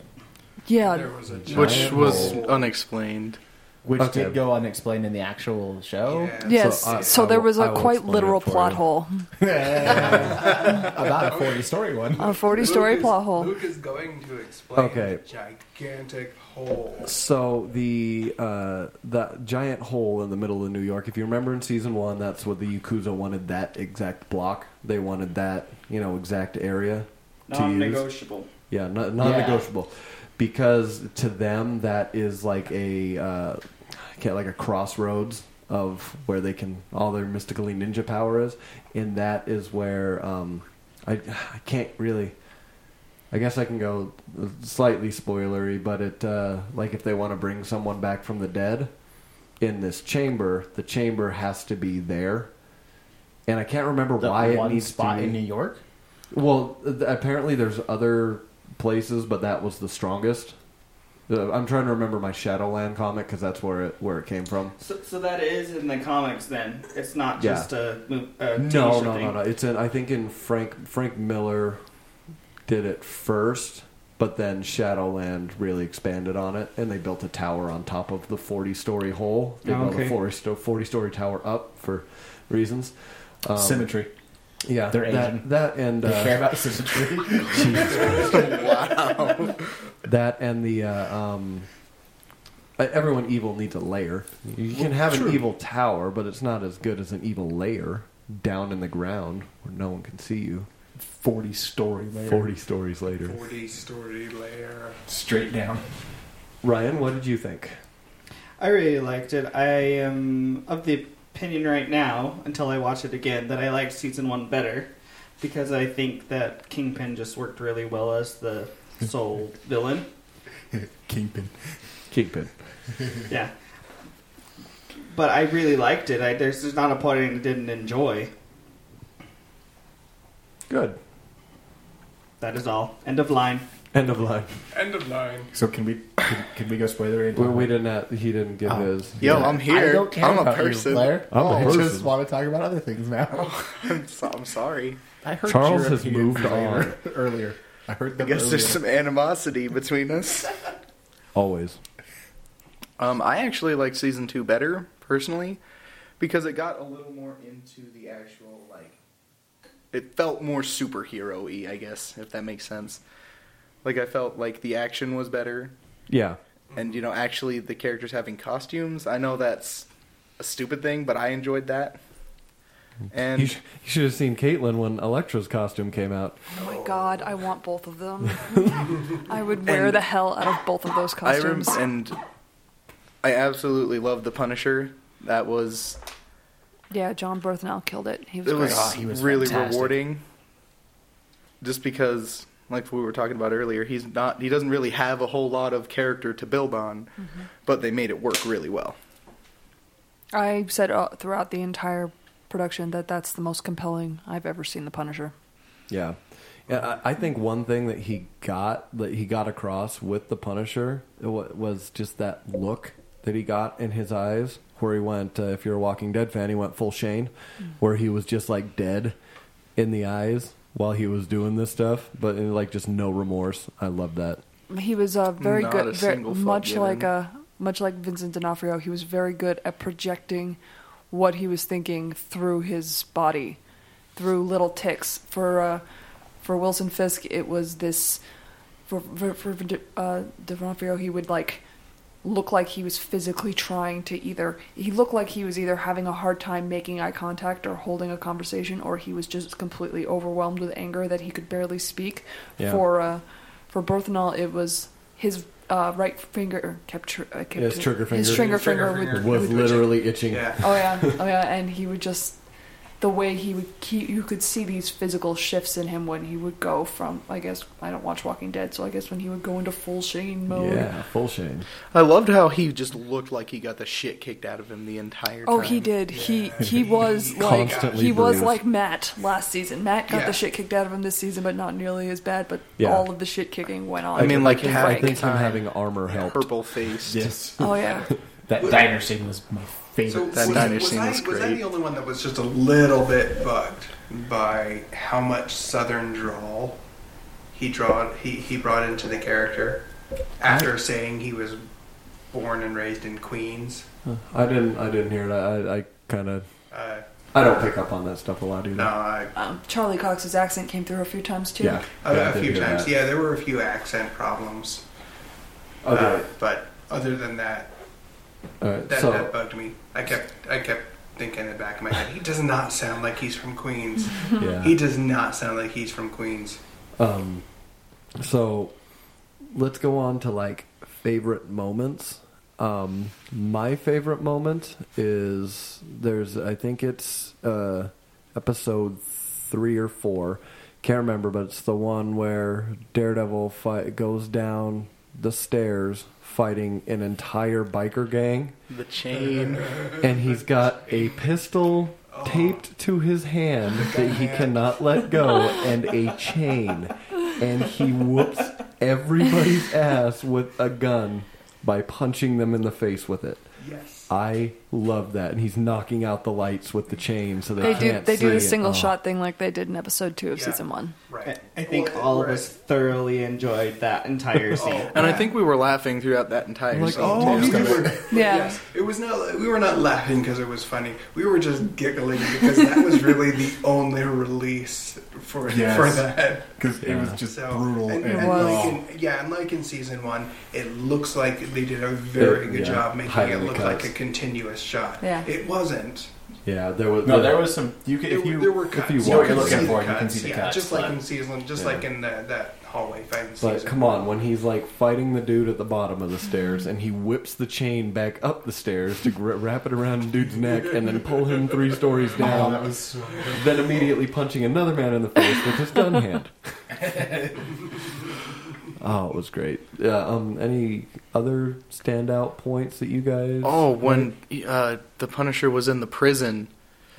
[SPEAKER 5] Yeah,
[SPEAKER 7] There was a giant
[SPEAKER 2] Which was uh,
[SPEAKER 7] hole.
[SPEAKER 2] unexplained.
[SPEAKER 8] which
[SPEAKER 3] Okay.
[SPEAKER 8] did go unexplained in the actual show.
[SPEAKER 7] Yeah.
[SPEAKER 5] yes.
[SPEAKER 3] So
[SPEAKER 5] So,
[SPEAKER 3] I- I
[SPEAKER 5] there
[SPEAKER 3] will-
[SPEAKER 5] was
[SPEAKER 3] I
[SPEAKER 5] a
[SPEAKER 3] will
[SPEAKER 5] quite
[SPEAKER 3] explain it
[SPEAKER 5] literal
[SPEAKER 3] for
[SPEAKER 5] plot
[SPEAKER 3] you.
[SPEAKER 5] hole,
[SPEAKER 8] About a forty-story one.
[SPEAKER 3] Uh,
[SPEAKER 5] a forty-story
[SPEAKER 7] Luke is-
[SPEAKER 5] plot hole.
[SPEAKER 7] Luke is going to explain
[SPEAKER 3] Okay.
[SPEAKER 7] the gigantic hole.
[SPEAKER 3] So the uh, the giant hole in the middle of New York. If you remember in season one, that's what the Yakuza wanted. That exact block. They wanted that you know exact area to use.
[SPEAKER 4] Non-negotiable.
[SPEAKER 3] Yeah, not non-negotiable, because to them that is like a uh, I can't- like a crossroads of where they can all their mystically ninja power is, and that is where um, I I can't really. I guess I can go slightly spoilery, but it uh, like if they want to bring someone back from the dead in this chamber, the chamber has to be there, and I can't remember
[SPEAKER 8] The
[SPEAKER 3] why
[SPEAKER 8] one
[SPEAKER 3] it needs
[SPEAKER 8] spot
[SPEAKER 3] to
[SPEAKER 8] in New York.
[SPEAKER 3] well, th- apparently there's other places, but that was the strongest. Uh, I'm trying to remember my Shadowland comic because that's where it where it came from.
[SPEAKER 4] So, so that is in the comics then. It's not
[SPEAKER 3] Yeah.
[SPEAKER 4] just a, mov- a TV
[SPEAKER 3] No,
[SPEAKER 4] show
[SPEAKER 3] no,
[SPEAKER 4] thing.
[SPEAKER 3] no, no. It's in. I think in Frank Frank Miller did it first, but then Shadowland really expanded on it, and they built a tower on top of the 40 story hole. They
[SPEAKER 8] Ah,
[SPEAKER 4] Oh,
[SPEAKER 3] built
[SPEAKER 4] okay.
[SPEAKER 3] a 40 sto- 40 story tower up for reasons. Um,
[SPEAKER 8] symmetry.
[SPEAKER 3] Yeah,
[SPEAKER 8] They're Asian.
[SPEAKER 3] that, that and
[SPEAKER 8] They
[SPEAKER 3] uh,
[SPEAKER 8] care about symmetry.
[SPEAKER 3] That and the uh, um, uh, everyone evil needs a layer. You can have an evil tower, but it's not as good as an evil layer down in the ground where no one can see you.
[SPEAKER 8] Forty-story layer.
[SPEAKER 3] Forty stories later,
[SPEAKER 7] 40 story layer.
[SPEAKER 8] Straight down.
[SPEAKER 3] Ryan, what did you think?
[SPEAKER 4] I really liked it. I am of the opinion right now, until I watch it again, that I liked season one better because I think that Kingpin just worked really well as the sole villain.
[SPEAKER 6] Kingpin.
[SPEAKER 3] Kingpin.
[SPEAKER 4] Yeah. But I really liked it. I, there's, there's not a part I didn't enjoy.
[SPEAKER 3] Good.
[SPEAKER 4] That is all. End of line.
[SPEAKER 3] End of line.
[SPEAKER 7] End of line.
[SPEAKER 6] So can we can, can we go spoiler?
[SPEAKER 3] We, we didn't. Have, he didn't give
[SPEAKER 6] Oh.
[SPEAKER 3] his.
[SPEAKER 2] Yo, I'm here.
[SPEAKER 6] I don't care
[SPEAKER 2] I'm a
[SPEAKER 6] about you,
[SPEAKER 2] person.
[SPEAKER 6] Blair.
[SPEAKER 3] I'm a
[SPEAKER 6] I
[SPEAKER 3] person.
[SPEAKER 6] just want to talk about other things now.
[SPEAKER 2] I'm, so, I'm sorry.
[SPEAKER 6] I heard
[SPEAKER 3] Charles
[SPEAKER 6] your
[SPEAKER 3] has
[SPEAKER 6] opinion
[SPEAKER 3] moved
[SPEAKER 6] earlier- earlier. I heard
[SPEAKER 2] I
[SPEAKER 6] them
[SPEAKER 2] guess
[SPEAKER 6] earlier.
[SPEAKER 2] there's some animosity between us.
[SPEAKER 3] Always.
[SPEAKER 2] Um, I actually like season two better personally because it got a little more into the actual like. It felt more superhero-y, I guess, if that makes sense. Like I felt like the action was better,
[SPEAKER 3] Yeah.
[SPEAKER 2] and you know, actually the characters having costumes. I know that's a stupid thing, but I enjoyed that. And
[SPEAKER 3] You, sh- you should have seen Caitlyn when Elektra's costume came out.
[SPEAKER 5] Oh my god, I want both of them. I would wear the hell out of both of those
[SPEAKER 2] I rem-
[SPEAKER 5] costumes.
[SPEAKER 2] and I absolutely love the Punisher. That was
[SPEAKER 5] yeah, John Berthnell killed it. He was,
[SPEAKER 2] it Oh, was,
[SPEAKER 5] great.
[SPEAKER 8] Ah, he was
[SPEAKER 2] really
[SPEAKER 8] fantastic.
[SPEAKER 2] rewarding just because like we were talking about earlier he's not he doesn't really have a whole lot of character to build on
[SPEAKER 5] Mm-hmm.
[SPEAKER 2] but they made it work really well
[SPEAKER 5] I said uh, throughout the entire production that that's the most compelling I've ever seen the Punisher.
[SPEAKER 3] Yeah. Yeah, I I think one thing that he got that he got across with the Punisher wa- was just that look that he got in his eyes, where he went. Uh, if you're a Walking Dead fan, he went full Shane, where he was just like dead in the eyes while he was doing this stuff, but in, like just no remorse. I love that.
[SPEAKER 5] He was uh, very
[SPEAKER 2] Not a
[SPEAKER 5] good, very,
[SPEAKER 2] single fuck
[SPEAKER 5] much
[SPEAKER 2] given.
[SPEAKER 5] like uh, much like Vincent D'Onofrio. He was very good at projecting what he was thinking through his body, through little ticks. For uh, for Wilson Fisk, it was this. For for, for D- uh, D'Onofrio, he would like look like he was physically trying to either he looked like he was either having a hard time making eye contact or holding a conversation or he was just completely overwhelmed with anger that he could barely speak
[SPEAKER 3] Yeah.
[SPEAKER 5] for uh for Berthenol it was his uh, right finger kept, tr- uh, kept
[SPEAKER 3] His trigger
[SPEAKER 5] his
[SPEAKER 3] finger.
[SPEAKER 5] trigger
[SPEAKER 7] His trigger
[SPEAKER 5] finger would
[SPEAKER 7] finger.
[SPEAKER 3] was literally itching.
[SPEAKER 7] Yeah.
[SPEAKER 5] Oh yeah, oh yeah, and he would just the way he would he, you could see these physical shifts in him when he would go from I guess I don't watch Walking Dead, so I guess when he would go into full Shane mode.
[SPEAKER 3] Yeah, full shame.
[SPEAKER 2] I loved how he just looked like he got the shit kicked out of him the entire time.
[SPEAKER 5] Oh, he did. He he was like
[SPEAKER 3] Constantly
[SPEAKER 5] he was
[SPEAKER 3] bruised.
[SPEAKER 5] like Matt last season. Matt got
[SPEAKER 7] Yeah.
[SPEAKER 5] the shit kicked out of him this season, but not nearly as bad. But
[SPEAKER 3] Yeah.
[SPEAKER 5] all of the shit kicking went on.
[SPEAKER 2] I mean, like,
[SPEAKER 5] with
[SPEAKER 3] I
[SPEAKER 2] half
[SPEAKER 5] Frank.
[SPEAKER 3] think him
[SPEAKER 2] time.
[SPEAKER 3] having armor helped.
[SPEAKER 2] Purple face.
[SPEAKER 6] Yes.
[SPEAKER 5] Oh yeah,
[SPEAKER 8] That diner scene was my
[SPEAKER 7] So
[SPEAKER 8] favorite.
[SPEAKER 2] That
[SPEAKER 7] was,
[SPEAKER 2] diner
[SPEAKER 7] was
[SPEAKER 2] scene
[SPEAKER 7] I,
[SPEAKER 2] was
[SPEAKER 7] was I
[SPEAKER 2] great.
[SPEAKER 7] the only one that was just a little bit bugged by how much Southern drawl he drawn he, he brought into the character after saying he was born and raised in Queens?
[SPEAKER 3] I didn't. I didn't hear it. I, I, I kind of.
[SPEAKER 7] Uh,
[SPEAKER 3] I don't pick up on that stuff a lot either.
[SPEAKER 7] no, I,
[SPEAKER 5] um, Charlie Cox's accent came through a few times too.
[SPEAKER 3] Yeah.
[SPEAKER 7] a,
[SPEAKER 3] yeah, I
[SPEAKER 7] a
[SPEAKER 3] did
[SPEAKER 7] few
[SPEAKER 3] hear
[SPEAKER 7] times.
[SPEAKER 3] that.
[SPEAKER 7] Yeah, there were a few accent problems, uh,
[SPEAKER 3] Okay.
[SPEAKER 7] but other than that,
[SPEAKER 3] All right.
[SPEAKER 7] that,
[SPEAKER 3] so
[SPEAKER 7] that bugged me. I kept I kept thinking in the back of my head, he does not sound like he's from Queens.
[SPEAKER 3] yeah.
[SPEAKER 7] He does not sound like he's from Queens.
[SPEAKER 3] Um, so let's go on to like favorite moments. Um, my favorite moment is there's I think it's uh, episode three or four, can't remember, but it's the one where Daredevil fight goes down the stairs fighting an entire biker gang
[SPEAKER 2] The chain.
[SPEAKER 3] and he's got a pistol taped to his hand that he cannot let go and a chain and he whoops everybody's ass with a gun by punching them in the face with it
[SPEAKER 7] Yes.
[SPEAKER 3] i love that and he's knocking out the lights with the chain so they,
[SPEAKER 5] They do
[SPEAKER 3] can't
[SPEAKER 5] they do
[SPEAKER 3] see
[SPEAKER 5] the
[SPEAKER 3] it.
[SPEAKER 5] single
[SPEAKER 3] Oh,
[SPEAKER 5] shot thing like they did in episode two of
[SPEAKER 7] Yeah.
[SPEAKER 5] season one.
[SPEAKER 7] Right.
[SPEAKER 4] I, I think
[SPEAKER 7] Well,
[SPEAKER 4] all of
[SPEAKER 7] right.
[SPEAKER 4] us thoroughly enjoyed that entire scene.
[SPEAKER 2] And I think we were laughing throughout that entire
[SPEAKER 3] Like,
[SPEAKER 2] scene.
[SPEAKER 3] oh,
[SPEAKER 2] too.
[SPEAKER 7] We were-
[SPEAKER 5] Yeah.
[SPEAKER 7] yes. It was not. We were not laughing because it was funny. We were just giggling because that was really the only release for
[SPEAKER 6] Yes.
[SPEAKER 7] for that.
[SPEAKER 6] Because it was just
[SPEAKER 7] So
[SPEAKER 6] brutal.
[SPEAKER 7] And,
[SPEAKER 6] And,
[SPEAKER 7] and
[SPEAKER 5] was.
[SPEAKER 7] like in, yeah, and like in season one, it looks like they did a very
[SPEAKER 3] It-
[SPEAKER 7] good
[SPEAKER 3] yeah,
[SPEAKER 7] job making it
[SPEAKER 3] highly
[SPEAKER 7] look
[SPEAKER 3] cuts.
[SPEAKER 7] like a continuous shot.
[SPEAKER 5] Yeah.
[SPEAKER 7] It wasn't.
[SPEAKER 3] yeah there was
[SPEAKER 8] No, there was some. You could,
[SPEAKER 7] There,
[SPEAKER 8] if
[SPEAKER 7] were-
[SPEAKER 8] you
[SPEAKER 7] there were
[SPEAKER 3] if
[SPEAKER 7] cuts.
[SPEAKER 3] you
[SPEAKER 7] You
[SPEAKER 3] know what you're
[SPEAKER 7] could
[SPEAKER 3] looking
[SPEAKER 7] see
[SPEAKER 8] for,
[SPEAKER 7] the
[SPEAKER 8] you can
[SPEAKER 7] cuts,
[SPEAKER 8] see the
[SPEAKER 7] yeah,
[SPEAKER 8] cuts,
[SPEAKER 7] Just like
[SPEAKER 8] but-
[SPEAKER 7] in season, just
[SPEAKER 3] Yeah.
[SPEAKER 7] like in the, that hallway fight. In
[SPEAKER 3] But
[SPEAKER 7] season
[SPEAKER 3] come
[SPEAKER 7] one.
[SPEAKER 3] on, when he's like fighting the dude at the bottom of the stairs, and he whips the chain back up the stairs to gra- wrap it around the dude's neck, and then pull him three stories
[SPEAKER 6] oh,
[SPEAKER 3] down,
[SPEAKER 6] that was so
[SPEAKER 3] then immediately punching another man in the face with his gun hand. oh, it was great. Yeah. Um. Any other standout points that you guys?
[SPEAKER 2] Oh, when uh, the Punisher was in the prison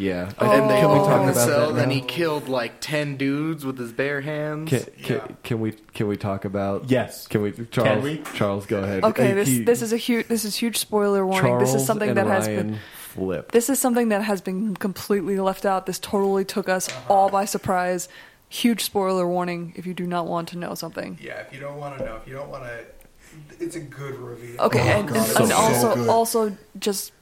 [SPEAKER 3] yeah.
[SPEAKER 2] Oh, and they
[SPEAKER 5] Can we
[SPEAKER 2] locked
[SPEAKER 5] talk
[SPEAKER 2] him in the
[SPEAKER 3] about
[SPEAKER 2] cell,
[SPEAKER 3] that
[SPEAKER 2] then
[SPEAKER 3] now?
[SPEAKER 2] he killed like ten dudes with his bare hands.
[SPEAKER 3] Can, can,
[SPEAKER 7] Yeah.
[SPEAKER 3] can we can we talk about?
[SPEAKER 8] Yes.
[SPEAKER 3] Can we? Charles.
[SPEAKER 8] we?
[SPEAKER 3] Charles, go ahead.
[SPEAKER 5] Okay,
[SPEAKER 3] He-
[SPEAKER 5] this
[SPEAKER 3] he-
[SPEAKER 5] this is a huge this is huge spoiler warning.
[SPEAKER 3] Charles
[SPEAKER 5] this is something
[SPEAKER 3] and
[SPEAKER 5] that
[SPEAKER 3] Ryan
[SPEAKER 5] has been
[SPEAKER 3] flipped.
[SPEAKER 5] This is something that has been completely left out. This totally took us all by surprise. Huge spoiler warning if you do not want to know something.
[SPEAKER 7] Yeah, if you don't want to know, if you don't want to, it's a good reveal.
[SPEAKER 5] Okay,
[SPEAKER 6] Oh,
[SPEAKER 5] and,
[SPEAKER 6] God,
[SPEAKER 5] and,
[SPEAKER 6] so
[SPEAKER 5] and
[SPEAKER 6] good.
[SPEAKER 5] also
[SPEAKER 6] So good.
[SPEAKER 5] also just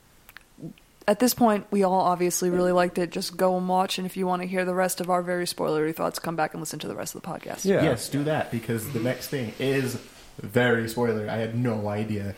[SPEAKER 5] at this point we all obviously really liked it. Just go and watch and if you want to hear the rest of our very spoilery thoughts, come back and listen to the rest of the podcast.
[SPEAKER 3] yeah.
[SPEAKER 6] Yes, do that because
[SPEAKER 7] Mhm.
[SPEAKER 6] the next thing is very spoiler. I had no idea.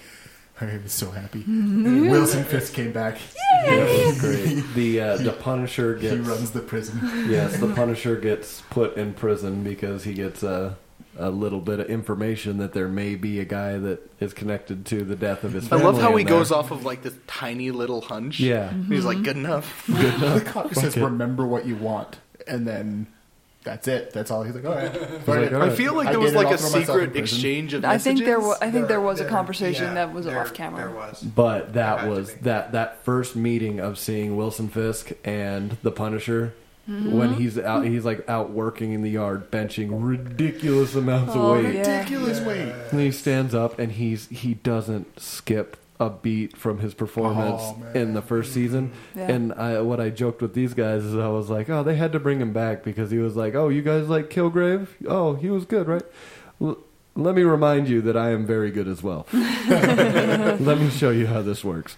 [SPEAKER 6] I was so happy. Wilson Fisk came back.
[SPEAKER 3] That was great. The uh, the Punisher
[SPEAKER 6] He
[SPEAKER 3] gets
[SPEAKER 6] runs the prison.
[SPEAKER 3] yes, the Punisher gets put in prison because he gets a a little bit of information that there may be a guy that is connected to the death of his.
[SPEAKER 2] I
[SPEAKER 3] Family
[SPEAKER 2] love how
[SPEAKER 3] in
[SPEAKER 2] he
[SPEAKER 3] there.
[SPEAKER 2] goes off of like this tiny little hunch.
[SPEAKER 3] Yeah.
[SPEAKER 2] he's like good enough.
[SPEAKER 6] the cop says,
[SPEAKER 3] it.
[SPEAKER 6] "Remember what you want," and then that's it. That's all. He's like, "All right."
[SPEAKER 3] like, all
[SPEAKER 2] I
[SPEAKER 3] right.
[SPEAKER 2] feel like
[SPEAKER 6] I
[SPEAKER 2] there was
[SPEAKER 6] did it
[SPEAKER 2] like
[SPEAKER 6] all
[SPEAKER 2] a
[SPEAKER 6] for myself in
[SPEAKER 2] secret
[SPEAKER 6] prison.
[SPEAKER 2] exchange of
[SPEAKER 5] I think there was
[SPEAKER 2] messages.
[SPEAKER 5] I think there was a
[SPEAKER 7] There-
[SPEAKER 5] conversation
[SPEAKER 7] yeah,
[SPEAKER 5] that was
[SPEAKER 7] there-
[SPEAKER 5] off camera.
[SPEAKER 7] There was.
[SPEAKER 8] Mm.
[SPEAKER 3] But
[SPEAKER 7] Had
[SPEAKER 3] that
[SPEAKER 7] to
[SPEAKER 3] was
[SPEAKER 7] be.
[SPEAKER 3] that that first meeting of seeing Wilson Fisk and the Punisher
[SPEAKER 5] Mm-hmm.
[SPEAKER 3] when he's out he's like out working in the yard benching ridiculous amounts
[SPEAKER 5] Oh,
[SPEAKER 3] of weight.
[SPEAKER 5] yeah.
[SPEAKER 6] Ridiculous weight.
[SPEAKER 3] And he stands up and he's he doesn't skip a beat from his performance
[SPEAKER 6] Oh, man.
[SPEAKER 3] in the first season.
[SPEAKER 5] Yeah.
[SPEAKER 3] And I, what I joked with these guys is I was like, oh, they had to bring him back because he was like, oh, you guys like Kilgrave? Oh, he was good, right? L- let me remind you that I am very good as well. let me show you how this works.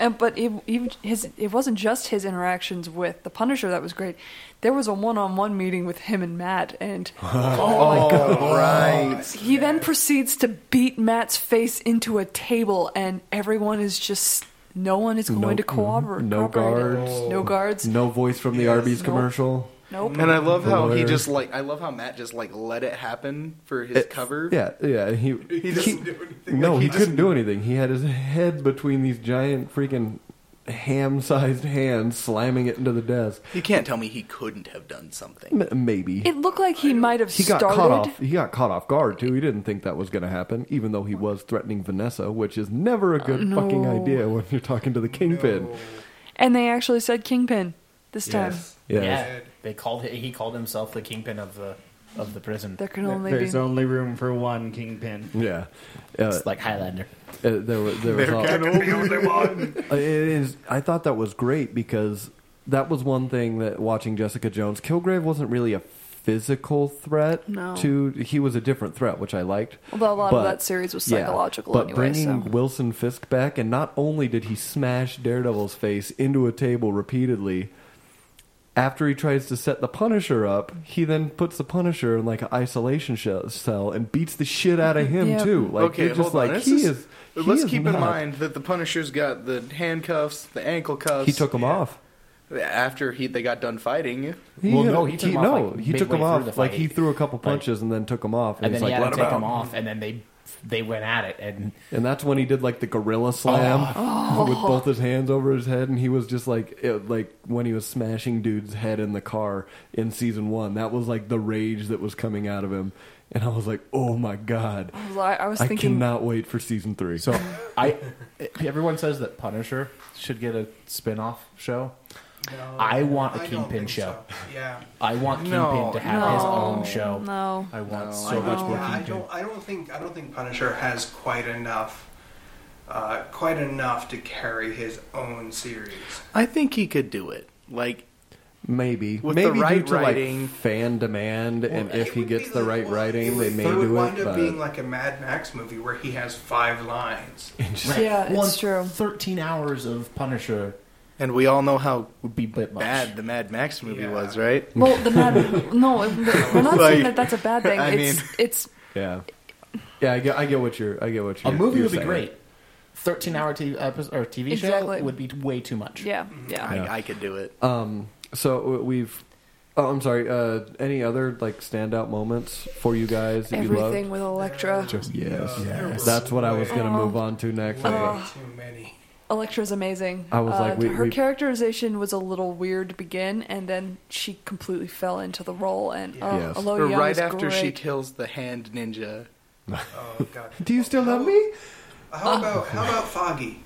[SPEAKER 5] And but it, even his it wasn't just his interactions with the Punisher that was great. There was a one-on-one meeting with him and Matt, and
[SPEAKER 2] right.
[SPEAKER 5] he then proceeds to beat Matt's face into a table, and everyone is just no one is going
[SPEAKER 3] No- mm-hmm.
[SPEAKER 5] to cooperate.
[SPEAKER 3] no
[SPEAKER 5] cooperate.
[SPEAKER 6] Oh.
[SPEAKER 3] guards.
[SPEAKER 7] Oh.
[SPEAKER 5] no guards,
[SPEAKER 3] No voice from the Arby's
[SPEAKER 5] Nope.
[SPEAKER 3] commercial.
[SPEAKER 5] nope.
[SPEAKER 2] And I love
[SPEAKER 3] The
[SPEAKER 2] how he
[SPEAKER 3] lawyer.
[SPEAKER 2] just like I love how Matt just like let it happen for his
[SPEAKER 3] It-
[SPEAKER 2] cover.
[SPEAKER 3] Yeah, yeah. He,
[SPEAKER 2] He doesn't do anything.
[SPEAKER 3] No,
[SPEAKER 2] Like,
[SPEAKER 3] he,
[SPEAKER 2] he just-
[SPEAKER 3] couldn't do anything. He had his head between these giant freaking ham-sized hands, slamming it into the desk.
[SPEAKER 2] You can't tell me he couldn't have done something.
[SPEAKER 3] M- maybe
[SPEAKER 5] It looked like he might have
[SPEAKER 3] he got
[SPEAKER 5] started.
[SPEAKER 3] caught off. He got caught off guard too. He didn't think that was going to happen, even though he was threatening Vanessa, which is never a good
[SPEAKER 5] Uh, no.
[SPEAKER 3] fucking idea when you're talking to the kingpin.
[SPEAKER 5] And they actually said Kingpin this time.
[SPEAKER 3] Yes.
[SPEAKER 8] Yeah, they called it, he called himself the kingpin of the of the prison.
[SPEAKER 5] There can only
[SPEAKER 4] There's
[SPEAKER 5] be.
[SPEAKER 4] only room for one kingpin.
[SPEAKER 3] Yeah. Uh,
[SPEAKER 8] It's like Highlander.
[SPEAKER 3] uh, there was, there was all- Uh, It is. I thought that was great because that was one thing that watching Jessica Jones, Kilgrave wasn't really a physical threat.
[SPEAKER 5] No.
[SPEAKER 3] To he was a different threat, which I liked.
[SPEAKER 5] Although a lot of that series was
[SPEAKER 3] yeah,
[SPEAKER 5] psychological
[SPEAKER 3] but
[SPEAKER 5] anyway,
[SPEAKER 3] bringing
[SPEAKER 5] so-
[SPEAKER 3] Wilson Fisk back, and not only did he smash Daredevil's face into a table repeatedly. After he tries to set the Punisher up, he then puts the Punisher in like an isolation shell- cell and beats the shit out of him
[SPEAKER 5] Yeah.
[SPEAKER 3] too. Like
[SPEAKER 2] okay,
[SPEAKER 3] you're just
[SPEAKER 2] hold on.
[SPEAKER 3] like
[SPEAKER 2] This
[SPEAKER 3] he
[SPEAKER 2] is-
[SPEAKER 3] is. he
[SPEAKER 2] let's
[SPEAKER 3] is
[SPEAKER 2] keep in
[SPEAKER 3] not-
[SPEAKER 2] mind that the Punisher's got the handcuffs, the ankle cuffs.
[SPEAKER 3] he took him off.
[SPEAKER 2] after he they got done fighting.
[SPEAKER 3] He,
[SPEAKER 8] Well, no, he took him off,
[SPEAKER 3] no,
[SPEAKER 8] like,
[SPEAKER 3] he took him
[SPEAKER 8] midway through
[SPEAKER 3] off.
[SPEAKER 8] the
[SPEAKER 3] Like
[SPEAKER 8] fight.
[SPEAKER 3] he threw a couple punches and then took him off, and,
[SPEAKER 8] And then
[SPEAKER 3] he's
[SPEAKER 8] he
[SPEAKER 3] like,
[SPEAKER 8] had
[SPEAKER 3] "Let
[SPEAKER 8] to
[SPEAKER 3] him
[SPEAKER 8] take him
[SPEAKER 3] out."
[SPEAKER 8] off, and then they they went at it, and
[SPEAKER 3] And that's when he did like the
[SPEAKER 8] Oh.
[SPEAKER 3] gorilla slam with both his hands over his head, and he was just like, it, like when he was smashing dude's head in the car in season one. That was like the rage that was coming out of him, and I was like, "Oh my god,
[SPEAKER 5] I was, I was
[SPEAKER 3] I
[SPEAKER 5] thinking.
[SPEAKER 3] cannot wait for season three.
[SPEAKER 8] so I. Everyone says that Punisher should get a spin-off show. Oh, I want a
[SPEAKER 7] I don't
[SPEAKER 8] kingpin
[SPEAKER 7] think
[SPEAKER 8] show.
[SPEAKER 7] so. Yeah.
[SPEAKER 8] I want Kingpin
[SPEAKER 2] No,
[SPEAKER 8] to have
[SPEAKER 5] no,
[SPEAKER 8] his own show.
[SPEAKER 5] No.
[SPEAKER 8] I want
[SPEAKER 2] No,
[SPEAKER 8] so
[SPEAKER 7] I
[SPEAKER 8] much
[SPEAKER 7] don't-
[SPEAKER 8] more
[SPEAKER 7] yeah, I
[SPEAKER 8] Kingpin.
[SPEAKER 7] don't. I don't think. I don't think Punisher has quite enough. Uh, quite enough to carry his own series.
[SPEAKER 2] I think he could do it. Like
[SPEAKER 3] maybe,
[SPEAKER 2] With
[SPEAKER 3] maybe
[SPEAKER 2] the right
[SPEAKER 3] due to
[SPEAKER 2] writing-
[SPEAKER 3] like fan demand, and
[SPEAKER 7] It
[SPEAKER 3] if he
[SPEAKER 7] would be
[SPEAKER 3] gets the
[SPEAKER 7] like-
[SPEAKER 3] right
[SPEAKER 7] well,
[SPEAKER 3] writing,
[SPEAKER 7] would-
[SPEAKER 3] they may
[SPEAKER 7] it would
[SPEAKER 3] do
[SPEAKER 7] wind
[SPEAKER 3] it.
[SPEAKER 7] up
[SPEAKER 3] But
[SPEAKER 7] being like a Mad Max movie where he has five lines.
[SPEAKER 5] Yeah, it's
[SPEAKER 8] Well,
[SPEAKER 5] true.
[SPEAKER 8] Thirteen hours of Punisher
[SPEAKER 2] and we all know how
[SPEAKER 8] would be bit much.
[SPEAKER 2] bad the Mad Max movie
[SPEAKER 7] Yeah.
[SPEAKER 2] was, right?
[SPEAKER 5] Well, the mad. no, it- we're not saying that
[SPEAKER 2] Like,
[SPEAKER 5] that's a bad thing.
[SPEAKER 2] I
[SPEAKER 5] It's
[SPEAKER 2] mean-
[SPEAKER 5] it's
[SPEAKER 3] yeah, yeah, I get, I get what you're. I get what
[SPEAKER 8] A
[SPEAKER 3] you're.
[SPEAKER 8] movie
[SPEAKER 3] you're
[SPEAKER 8] would be
[SPEAKER 3] saying.
[SPEAKER 8] great. Thirteen hour TV episode or TV
[SPEAKER 5] Exactly.
[SPEAKER 8] show would be way too much.
[SPEAKER 5] yeah, yeah.
[SPEAKER 2] I, I could do it.
[SPEAKER 3] Um, so we've. Oh, I'm sorry. Uh, any other like standout moments for you guys that
[SPEAKER 5] Everything
[SPEAKER 3] you
[SPEAKER 5] with Electra.
[SPEAKER 3] loved? Yes.
[SPEAKER 7] Yeah.
[SPEAKER 3] yes. That's what I was gonna move on to next.
[SPEAKER 7] Way
[SPEAKER 3] Uh,
[SPEAKER 7] too many.
[SPEAKER 5] Electra's amazing.
[SPEAKER 3] I was
[SPEAKER 5] Uh,
[SPEAKER 3] like, we-
[SPEAKER 5] her
[SPEAKER 3] we-
[SPEAKER 5] characterization was a little weird to begin, and then she completely fell into the role. And oh,
[SPEAKER 3] Yes.
[SPEAKER 5] Aloy
[SPEAKER 2] Or
[SPEAKER 5] Young
[SPEAKER 2] right
[SPEAKER 5] is
[SPEAKER 2] after she
[SPEAKER 5] great.
[SPEAKER 2] kills the hand ninja.
[SPEAKER 7] Oh God.
[SPEAKER 3] Do you still love me?
[SPEAKER 7] How about how about Foggy?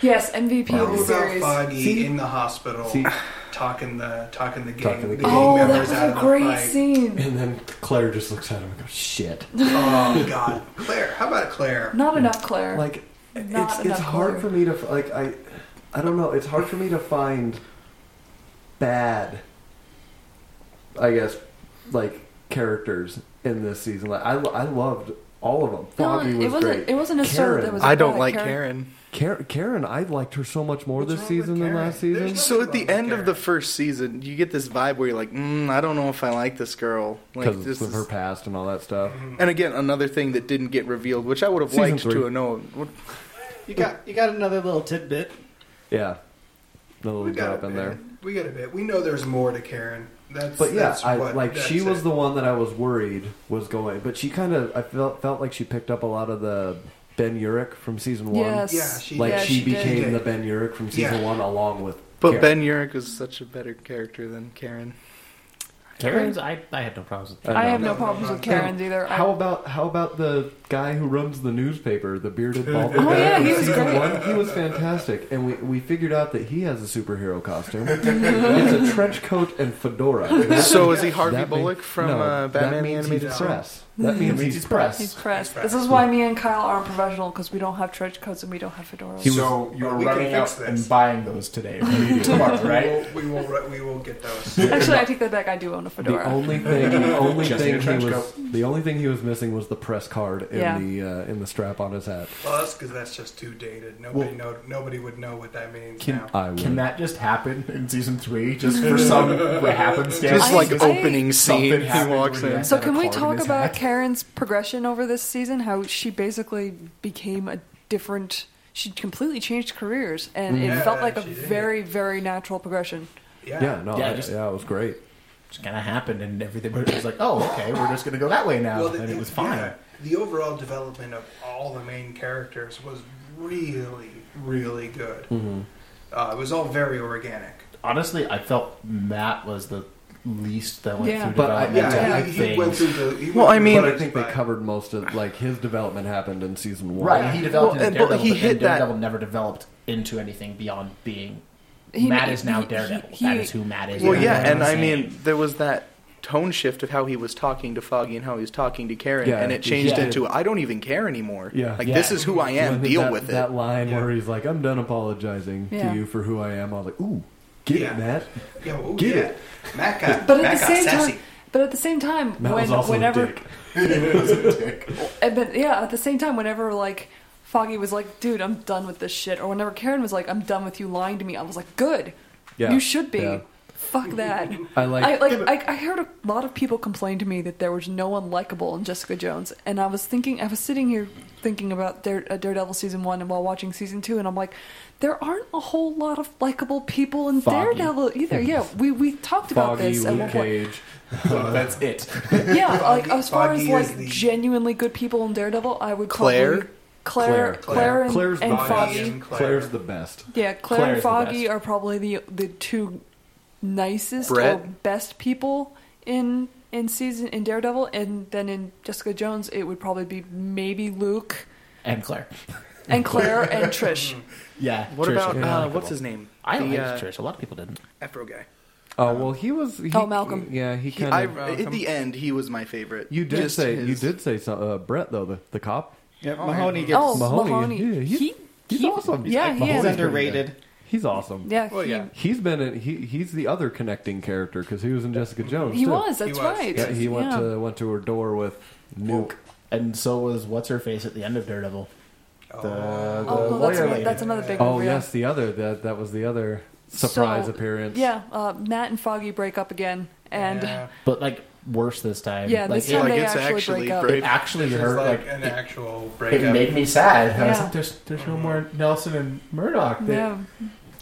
[SPEAKER 5] yes, MVP
[SPEAKER 7] How
[SPEAKER 5] of the
[SPEAKER 7] about
[SPEAKER 5] series.
[SPEAKER 7] Foggy
[SPEAKER 3] See?
[SPEAKER 7] in the hospital
[SPEAKER 3] See?
[SPEAKER 7] talking the talking the gang,
[SPEAKER 3] Talking the
[SPEAKER 7] the
[SPEAKER 3] gang.
[SPEAKER 7] gang
[SPEAKER 5] Oh, that
[SPEAKER 7] members
[SPEAKER 5] was
[SPEAKER 7] out
[SPEAKER 5] a
[SPEAKER 7] of the
[SPEAKER 5] great
[SPEAKER 7] fight.
[SPEAKER 5] scene.
[SPEAKER 3] And then Claire just looks at him and goes, "Shit!"
[SPEAKER 7] Oh God, Claire. How about Claire?
[SPEAKER 5] Not enough, Claire.
[SPEAKER 3] Like,
[SPEAKER 5] Not
[SPEAKER 3] it's it's
[SPEAKER 5] enough
[SPEAKER 3] hard
[SPEAKER 5] Claire.
[SPEAKER 3] for me to f- like I, I don't know. It's hard for me to find bad. I guess, like characters in this season. Like I, I loved all of them. Foggy
[SPEAKER 5] it
[SPEAKER 3] was
[SPEAKER 5] wasn't.
[SPEAKER 3] great.
[SPEAKER 5] It wasn't necessarily
[SPEAKER 3] Karen.
[SPEAKER 5] that was. a
[SPEAKER 2] I don't
[SPEAKER 5] bad
[SPEAKER 2] like
[SPEAKER 5] character.
[SPEAKER 2] Karen.
[SPEAKER 3] Karen, Karen, I liked her so much more
[SPEAKER 7] What's
[SPEAKER 3] this
[SPEAKER 7] wrong with
[SPEAKER 3] season than
[SPEAKER 7] Karen?
[SPEAKER 3] last season.
[SPEAKER 7] There's
[SPEAKER 2] So at
[SPEAKER 7] wrong
[SPEAKER 2] the
[SPEAKER 7] with
[SPEAKER 2] end of
[SPEAKER 7] Karen.
[SPEAKER 2] the first season, you get this vibe where you're like, mm, I don't know if I like this girl. Like
[SPEAKER 3] Because
[SPEAKER 2] this
[SPEAKER 3] of her
[SPEAKER 2] is...
[SPEAKER 3] past and all that stuff.
[SPEAKER 7] Mm-hmm.
[SPEAKER 2] And again, another thing that didn't get revealed, which I would have
[SPEAKER 3] Season
[SPEAKER 2] liked
[SPEAKER 3] three.
[SPEAKER 2] to have known. What-
[SPEAKER 4] You got you got another little tidbit.
[SPEAKER 3] Yeah, a little drop
[SPEAKER 7] a
[SPEAKER 3] in
[SPEAKER 7] bit.
[SPEAKER 3] there.
[SPEAKER 7] We got a bit. We know there's more to Karen. That's
[SPEAKER 3] But yeah,
[SPEAKER 7] that's
[SPEAKER 3] I,
[SPEAKER 7] what-
[SPEAKER 3] like she
[SPEAKER 7] that's
[SPEAKER 3] was
[SPEAKER 7] it.
[SPEAKER 3] the one that I was worried was going. But she kind of, I felt felt like she picked up a lot of the Ben Urich from season one.
[SPEAKER 5] Yes.
[SPEAKER 7] Yeah, she
[SPEAKER 3] like
[SPEAKER 5] Yeah,
[SPEAKER 3] she,
[SPEAKER 5] she did.
[SPEAKER 3] became the Ben Urich from season
[SPEAKER 7] Yeah.
[SPEAKER 3] one along with. Karen.
[SPEAKER 2] But Ben Urich was such a better character than Karen.
[SPEAKER 8] Karen's I, I had no problems with that.
[SPEAKER 5] I have no
[SPEAKER 7] No, no,
[SPEAKER 5] problems
[SPEAKER 7] no.
[SPEAKER 5] with Karen's either. I-
[SPEAKER 3] How about how about the guy who runs the newspaper, the bearded
[SPEAKER 2] Uh,
[SPEAKER 3] bald
[SPEAKER 5] Oh,
[SPEAKER 3] guy
[SPEAKER 5] yeah,
[SPEAKER 3] from
[SPEAKER 5] he was
[SPEAKER 3] season
[SPEAKER 5] great.
[SPEAKER 3] One, he was fantastic, and we, we figured out that he has a superhero costume. it's a trench coat and fedora. That-
[SPEAKER 2] So is he Harvey
[SPEAKER 3] that mean-
[SPEAKER 2] Bullock from
[SPEAKER 3] no,
[SPEAKER 2] uh,
[SPEAKER 3] that
[SPEAKER 2] Batman
[SPEAKER 3] means
[SPEAKER 2] the
[SPEAKER 3] he's
[SPEAKER 2] Animated Series?
[SPEAKER 3] press. That means
[SPEAKER 8] Means
[SPEAKER 3] he's
[SPEAKER 8] he's press.
[SPEAKER 5] He's
[SPEAKER 3] press.
[SPEAKER 5] pressed.
[SPEAKER 7] pressed.
[SPEAKER 5] This is why me and Kyle aren't professional because we don't have trench coats and we don't have fedoras.
[SPEAKER 8] so you're
[SPEAKER 7] But we can
[SPEAKER 8] running out
[SPEAKER 7] fix this.
[SPEAKER 8] and buying those today, right? tomorrow,
[SPEAKER 7] We
[SPEAKER 8] right?
[SPEAKER 7] will, we will. re- We will get those.
[SPEAKER 5] Actually, I take that back. I do own a fedora.
[SPEAKER 3] The only thing, the only
[SPEAKER 6] Just
[SPEAKER 3] thing
[SPEAKER 6] need a
[SPEAKER 3] he
[SPEAKER 6] trench
[SPEAKER 3] was, the only thing he was missing was the press card in
[SPEAKER 5] Yeah.
[SPEAKER 3] the uh, in the strap on his hat.
[SPEAKER 7] Well, that's because that's just too dated. Nobody know, nobody would know what that means
[SPEAKER 6] Can-
[SPEAKER 7] now.
[SPEAKER 3] I would.
[SPEAKER 6] Can that just happen in season three? Just for some happenstance?
[SPEAKER 2] Just
[SPEAKER 5] I-
[SPEAKER 2] like
[SPEAKER 5] I-
[SPEAKER 2] opening scene,
[SPEAKER 6] something
[SPEAKER 2] he
[SPEAKER 6] happened
[SPEAKER 2] walks
[SPEAKER 6] where
[SPEAKER 2] in.
[SPEAKER 6] he
[SPEAKER 5] so
[SPEAKER 6] had a
[SPEAKER 5] can we
[SPEAKER 6] card in
[SPEAKER 5] talk
[SPEAKER 6] his
[SPEAKER 5] about
[SPEAKER 6] hat.
[SPEAKER 5] Karen's progression over this season? How she basically became a different. She completely changed careers, and it
[SPEAKER 7] Yeah,
[SPEAKER 5] felt like a
[SPEAKER 7] she did.
[SPEAKER 5] very, very natural progression.
[SPEAKER 7] Yeah.
[SPEAKER 3] yeah, no,
[SPEAKER 8] Yeah,
[SPEAKER 3] I-
[SPEAKER 8] just-
[SPEAKER 3] yeah, it was great.
[SPEAKER 8] just kind of happened and everything. But it was like, oh, okay, we're just gonna go that way now,
[SPEAKER 7] Well,
[SPEAKER 8] and
[SPEAKER 7] the-
[SPEAKER 8] it was fine.
[SPEAKER 7] yeah, the overall development of all the main characters was really, really good. Uh, it was all very organic.
[SPEAKER 8] Honestly, I felt Matt was the least that went
[SPEAKER 5] Yeah.
[SPEAKER 8] through
[SPEAKER 3] But I-
[SPEAKER 8] development.
[SPEAKER 3] Yeah,
[SPEAKER 8] to
[SPEAKER 7] Yeah,
[SPEAKER 8] like
[SPEAKER 7] he, he
[SPEAKER 8] things.
[SPEAKER 7] went through the. he
[SPEAKER 2] Well,
[SPEAKER 7] went
[SPEAKER 2] I
[SPEAKER 7] through
[SPEAKER 2] mean-
[SPEAKER 7] the
[SPEAKER 3] I think they
[SPEAKER 7] but-
[SPEAKER 3] covered most of like his development happened in season one.
[SPEAKER 8] Right, he developed
[SPEAKER 2] Well,
[SPEAKER 8] into
[SPEAKER 2] and- but
[SPEAKER 8] Daredevil,
[SPEAKER 2] he
[SPEAKER 8] but then
[SPEAKER 2] hit that-
[SPEAKER 8] Daredevil never developed into anything beyond being. Matt is now
[SPEAKER 5] he-
[SPEAKER 8] Daredevil.
[SPEAKER 5] he-
[SPEAKER 8] that is who Matt is.
[SPEAKER 2] Well,
[SPEAKER 8] now.
[SPEAKER 2] yeah,
[SPEAKER 8] That's
[SPEAKER 2] and
[SPEAKER 8] what
[SPEAKER 2] I
[SPEAKER 8] I'm saying.
[SPEAKER 2] mean, there was that tone shift of how he was talking to Foggy and how he was talking to Karen,
[SPEAKER 3] Yeah,
[SPEAKER 2] and it changed
[SPEAKER 8] yeah.
[SPEAKER 2] into I don't even care anymore.
[SPEAKER 3] Yeah.
[SPEAKER 2] like
[SPEAKER 8] Yeah.
[SPEAKER 2] this is who I am.
[SPEAKER 3] When
[SPEAKER 2] Deal
[SPEAKER 3] that,
[SPEAKER 2] with it.
[SPEAKER 3] That line where he's like, "I'm done apologizing
[SPEAKER 5] Yeah.
[SPEAKER 3] to you for who I am." I was like, "Ooh, get
[SPEAKER 7] Yeah.
[SPEAKER 3] it, Matt."
[SPEAKER 7] Yeah, oh,
[SPEAKER 3] Get
[SPEAKER 7] yeah.
[SPEAKER 3] it.
[SPEAKER 7] Matt got,
[SPEAKER 5] But at
[SPEAKER 7] Matt
[SPEAKER 5] the
[SPEAKER 7] got
[SPEAKER 5] same
[SPEAKER 7] sassy.
[SPEAKER 5] time, but at the same time,
[SPEAKER 3] Matt
[SPEAKER 5] when,
[SPEAKER 3] was also
[SPEAKER 5] whenever
[SPEAKER 3] a dick.
[SPEAKER 5] And Uh, but yeah, at the same time, whenever like Foggy was like, "Dude, I'm done with this shit," or whenever Karen was like, "I'm done with you lying to me," I was like, "Good,
[SPEAKER 3] Yeah,
[SPEAKER 5] you should be."
[SPEAKER 3] yeah.
[SPEAKER 5] Fuck that.
[SPEAKER 3] I like-
[SPEAKER 5] I, like I, I heard a lot of people complain to me that there was no one likable in Jessica Jones, and I was thinking, I was sitting here thinking about Dare, uh, Daredevil season one and while watching season two, and I'm like, there aren't a whole lot of likable people in
[SPEAKER 8] Foggy.
[SPEAKER 5] Daredevil either. Yeah, we we talked about
[SPEAKER 3] Foggy,
[SPEAKER 5] this at one
[SPEAKER 3] Luke
[SPEAKER 5] point.
[SPEAKER 3] Cage.
[SPEAKER 6] Oh, that's it.
[SPEAKER 5] Yeah, like as far as
[SPEAKER 7] Foggy is
[SPEAKER 5] like
[SPEAKER 7] the-
[SPEAKER 5] genuinely good people in Daredevil, I would call
[SPEAKER 2] Claire?
[SPEAKER 5] Luke- Claire, Claire,
[SPEAKER 3] Claire.
[SPEAKER 5] and,
[SPEAKER 3] Claire's
[SPEAKER 5] and
[SPEAKER 3] the best.
[SPEAKER 5] Foggy.
[SPEAKER 7] Claire.
[SPEAKER 3] Claire's the best.
[SPEAKER 5] Yeah, Claire
[SPEAKER 8] Claire's
[SPEAKER 5] and
[SPEAKER 8] the
[SPEAKER 5] Foggy
[SPEAKER 8] best.
[SPEAKER 5] are probably the the two nicest or
[SPEAKER 2] Brett?
[SPEAKER 5] best people in in season in Daredevil, and then in Jessica Jones, it would probably be maybe Luke
[SPEAKER 8] and Claire.
[SPEAKER 5] and Claire and Trish.
[SPEAKER 8] Yeah.
[SPEAKER 2] what
[SPEAKER 8] Trish
[SPEAKER 2] about
[SPEAKER 8] was
[SPEAKER 2] uh,
[SPEAKER 8] likable.
[SPEAKER 2] what's his name?
[SPEAKER 8] I
[SPEAKER 2] The,
[SPEAKER 8] liked
[SPEAKER 2] uh,
[SPEAKER 8] Trish. A lot of people didn't.
[SPEAKER 2] Afro guy.
[SPEAKER 3] Oh well, he was. He,
[SPEAKER 5] Oh, Malcolm.
[SPEAKER 3] Yeah, he
[SPEAKER 2] He,
[SPEAKER 3] kind
[SPEAKER 2] I,
[SPEAKER 3] of.
[SPEAKER 2] at the end, he was my favorite.
[SPEAKER 3] you did
[SPEAKER 2] Just
[SPEAKER 3] say you
[SPEAKER 2] his-
[SPEAKER 3] did say so, uh, Brett though the, the cop.
[SPEAKER 4] Yep, Mahoney gets
[SPEAKER 5] Oh,
[SPEAKER 3] Mahoney,
[SPEAKER 5] Mahoney.
[SPEAKER 3] yeah, he-
[SPEAKER 5] he,
[SPEAKER 3] he's
[SPEAKER 5] he-
[SPEAKER 3] awesome.
[SPEAKER 5] Yeah, he
[SPEAKER 4] he's
[SPEAKER 5] is.
[SPEAKER 4] underrated.
[SPEAKER 3] He's awesome.
[SPEAKER 5] Yeah, he,
[SPEAKER 2] yeah.
[SPEAKER 3] He's been in, he he's the other connecting character because he was in Jessica Jones.
[SPEAKER 5] he
[SPEAKER 3] too.
[SPEAKER 5] was. That's
[SPEAKER 7] was,
[SPEAKER 5] right.
[SPEAKER 3] Yeah, he went
[SPEAKER 5] Yeah.
[SPEAKER 3] to went to her door with Nuke.
[SPEAKER 8] And so was what's her face at the end of Daredevil. The, the
[SPEAKER 5] Oh, no, that's,
[SPEAKER 8] lawyer
[SPEAKER 5] another,
[SPEAKER 8] lady.
[SPEAKER 5] that's another big
[SPEAKER 3] Oh
[SPEAKER 5] one. yeah.
[SPEAKER 3] yes, the other that that was the other surprise
[SPEAKER 5] So,
[SPEAKER 3] appearance.
[SPEAKER 5] Yeah, uh, Matt and Foggy break up again, and
[SPEAKER 7] Yeah.
[SPEAKER 5] yeah,
[SPEAKER 8] but like worse this time. like,
[SPEAKER 5] this
[SPEAKER 8] it,
[SPEAKER 5] time
[SPEAKER 2] like,
[SPEAKER 5] they
[SPEAKER 2] it's
[SPEAKER 5] actually,
[SPEAKER 2] actually
[SPEAKER 5] break up.
[SPEAKER 2] break-
[SPEAKER 8] it actually
[SPEAKER 7] It was
[SPEAKER 8] hurt.
[SPEAKER 7] like,
[SPEAKER 8] Like,
[SPEAKER 7] an
[SPEAKER 8] it,
[SPEAKER 7] actual
[SPEAKER 8] it
[SPEAKER 7] breakup.
[SPEAKER 8] made me sad. I was
[SPEAKER 5] Yeah.
[SPEAKER 8] like, there's, there's no more Nelson and Murdoch. That,
[SPEAKER 5] Yeah,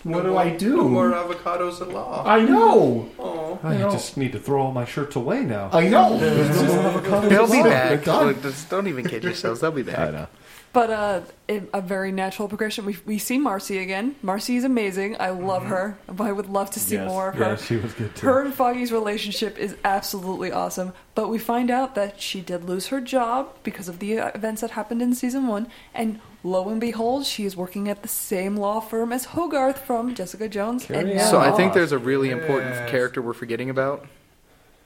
[SPEAKER 8] What do I do?
[SPEAKER 7] No more avocados at law.
[SPEAKER 8] I know.
[SPEAKER 7] Oh,
[SPEAKER 3] I
[SPEAKER 8] You know-
[SPEAKER 3] just need to throw all my shirts away now.
[SPEAKER 4] Oh.
[SPEAKER 8] I know.
[SPEAKER 2] They'll be
[SPEAKER 8] They're
[SPEAKER 2] back.
[SPEAKER 8] done.
[SPEAKER 2] Look, just don't even kid yourselves. They'll be back.
[SPEAKER 3] know.
[SPEAKER 5] but uh, it, a very natural progression. We we see Marcy again. Marcy is amazing. I love her. I would love to see
[SPEAKER 3] yes,
[SPEAKER 5] more of
[SPEAKER 3] yeah,
[SPEAKER 5] her.
[SPEAKER 3] she was good too.
[SPEAKER 5] Her and Foggy's relationship is absolutely awesome, but we find out that she did lose her job because of the uh, events that happened in season one, and lo and behold, she is working at the same law firm as Hogarth from Jessica Jones.
[SPEAKER 3] Carry
[SPEAKER 5] and
[SPEAKER 3] on.
[SPEAKER 5] now
[SPEAKER 2] So I think
[SPEAKER 3] Oh.
[SPEAKER 2] there's a really important
[SPEAKER 7] Yes.
[SPEAKER 2] character we're forgetting about.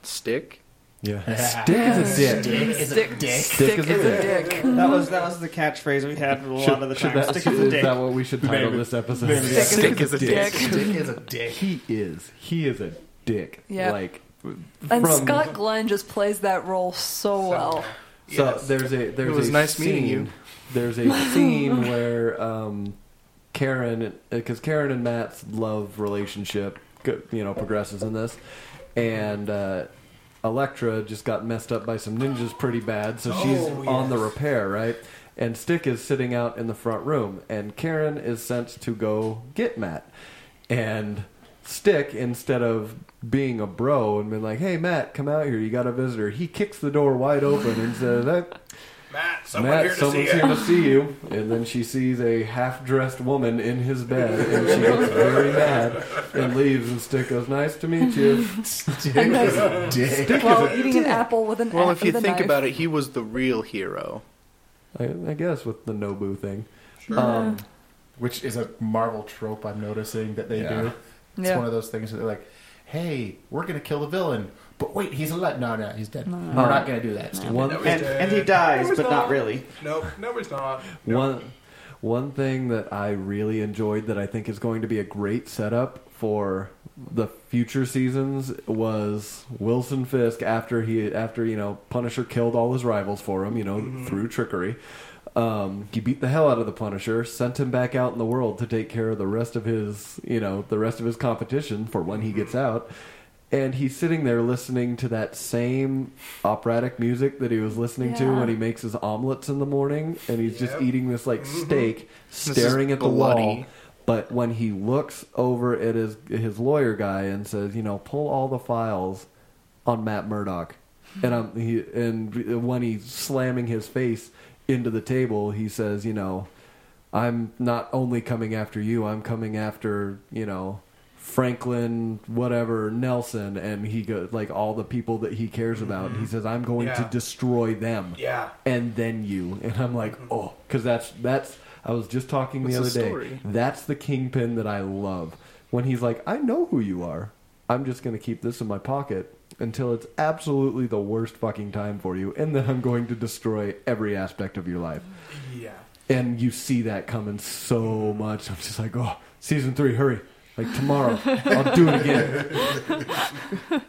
[SPEAKER 2] Stick.
[SPEAKER 3] yeah. Stick is a dick.
[SPEAKER 8] Dick is a dick.
[SPEAKER 3] Stick is a
[SPEAKER 5] is a
[SPEAKER 3] dick.
[SPEAKER 5] dick.
[SPEAKER 4] That was that was the catchphrase we had a lot of the
[SPEAKER 3] Should
[SPEAKER 4] time.
[SPEAKER 3] that,
[SPEAKER 4] Stick is a
[SPEAKER 3] is
[SPEAKER 4] dick.
[SPEAKER 3] that what we should title this episode?
[SPEAKER 2] Stick is a dick.
[SPEAKER 8] Dick is a dick.
[SPEAKER 3] He is. He is a dick.
[SPEAKER 5] Yeah.
[SPEAKER 3] Like
[SPEAKER 5] And
[SPEAKER 3] from-
[SPEAKER 5] Scott Glenn just plays that role so well.
[SPEAKER 3] So
[SPEAKER 7] Yes.
[SPEAKER 3] there's a there's
[SPEAKER 2] was
[SPEAKER 3] a
[SPEAKER 2] nice meeting you.
[SPEAKER 3] scene- There's a scene where um, Karen, because Karen and Matt's love relationship, go- you know, progresses in this, and uh, Elektra just got messed up by some ninjas pretty bad, so she's
[SPEAKER 7] Oh,
[SPEAKER 3] on the
[SPEAKER 7] yes.
[SPEAKER 3] repair, right? And Stick is sitting out in the front room, and Karen is sent to go get Matt, and. Stick instead of being a bro and being like, "Hey Matt, come out here. You got a visitor." He kicks the door wide open and says, "That
[SPEAKER 7] Matt, someone
[SPEAKER 3] Matt,
[SPEAKER 7] here to see
[SPEAKER 3] someone's
[SPEAKER 7] you.
[SPEAKER 3] here to see you. And then she sees a half dressed woman in his bed, and she gets very mad and leaves. And Stick goes, Nice to meet you.
[SPEAKER 5] And then,
[SPEAKER 6] Dick.
[SPEAKER 5] while eating an apple with an
[SPEAKER 2] Well,
[SPEAKER 5] a-
[SPEAKER 2] if you
[SPEAKER 5] with a
[SPEAKER 2] think
[SPEAKER 5] Uh, knife.
[SPEAKER 2] about it, he was the real hero.
[SPEAKER 3] I, I guess with the Nobu thing.
[SPEAKER 6] Um,
[SPEAKER 8] Which is a Marvel trope I'm noticing that they
[SPEAKER 3] Yeah.
[SPEAKER 8] do. It's
[SPEAKER 5] Yeah.
[SPEAKER 8] one of those things that they're like, hey, we're going to kill the villain. But wait, he's alive. No, no, he's dead. We're not going to do that. It's stupid.
[SPEAKER 3] One,
[SPEAKER 7] No, he's
[SPEAKER 4] and,
[SPEAKER 7] dead.
[SPEAKER 4] and he dies, but not really.
[SPEAKER 7] Nope, no, he's not.
[SPEAKER 3] one, one thing that I really enjoyed that I think is going to be a great setup for the future seasons was Wilson Fisk after he after you know Punisher killed all his rivals for him, you know, through trickery. Um, he beat the hell out of the Punisher, sent him back out in the world to take care of the rest of his, you know, the rest of his competition for when he gets out. And he's sitting there listening to that same operatic music that he was listening to
[SPEAKER 5] Yeah.
[SPEAKER 3] when he makes his omelets in the morning, and he's just
[SPEAKER 7] Yep. Mm-hmm.
[SPEAKER 3] eating this like steak,
[SPEAKER 2] is
[SPEAKER 3] staring at the wall.
[SPEAKER 2] bloody.
[SPEAKER 3] But when he looks over at his his lawyer guy and says, you know, pull all the files on Matt Murdock, and I'm he, and when he's slamming his face into the table, he says, you know, I'm not only coming after you, I'm coming after you know. Franklin, whatever Nelson, and he goes like all the people that he cares about. He says, "I'm going to
[SPEAKER 7] Mm-hmm. Yeah.
[SPEAKER 3] destroy them."
[SPEAKER 7] Yeah.
[SPEAKER 3] and then you and i'm like oh because that's that's i was just talking the
[SPEAKER 2] What's
[SPEAKER 3] other
[SPEAKER 2] the
[SPEAKER 3] day
[SPEAKER 2] story?
[SPEAKER 3] that's the kingpin that i love when he's like i know who you are i'm just going to keep this in my pocket until it's absolutely the worst fucking time for you and then i'm going to destroy every aspect of your life
[SPEAKER 7] Yeah.
[SPEAKER 3] and you see that coming so much i'm just like oh season three hurry like tomorrow i'll do it again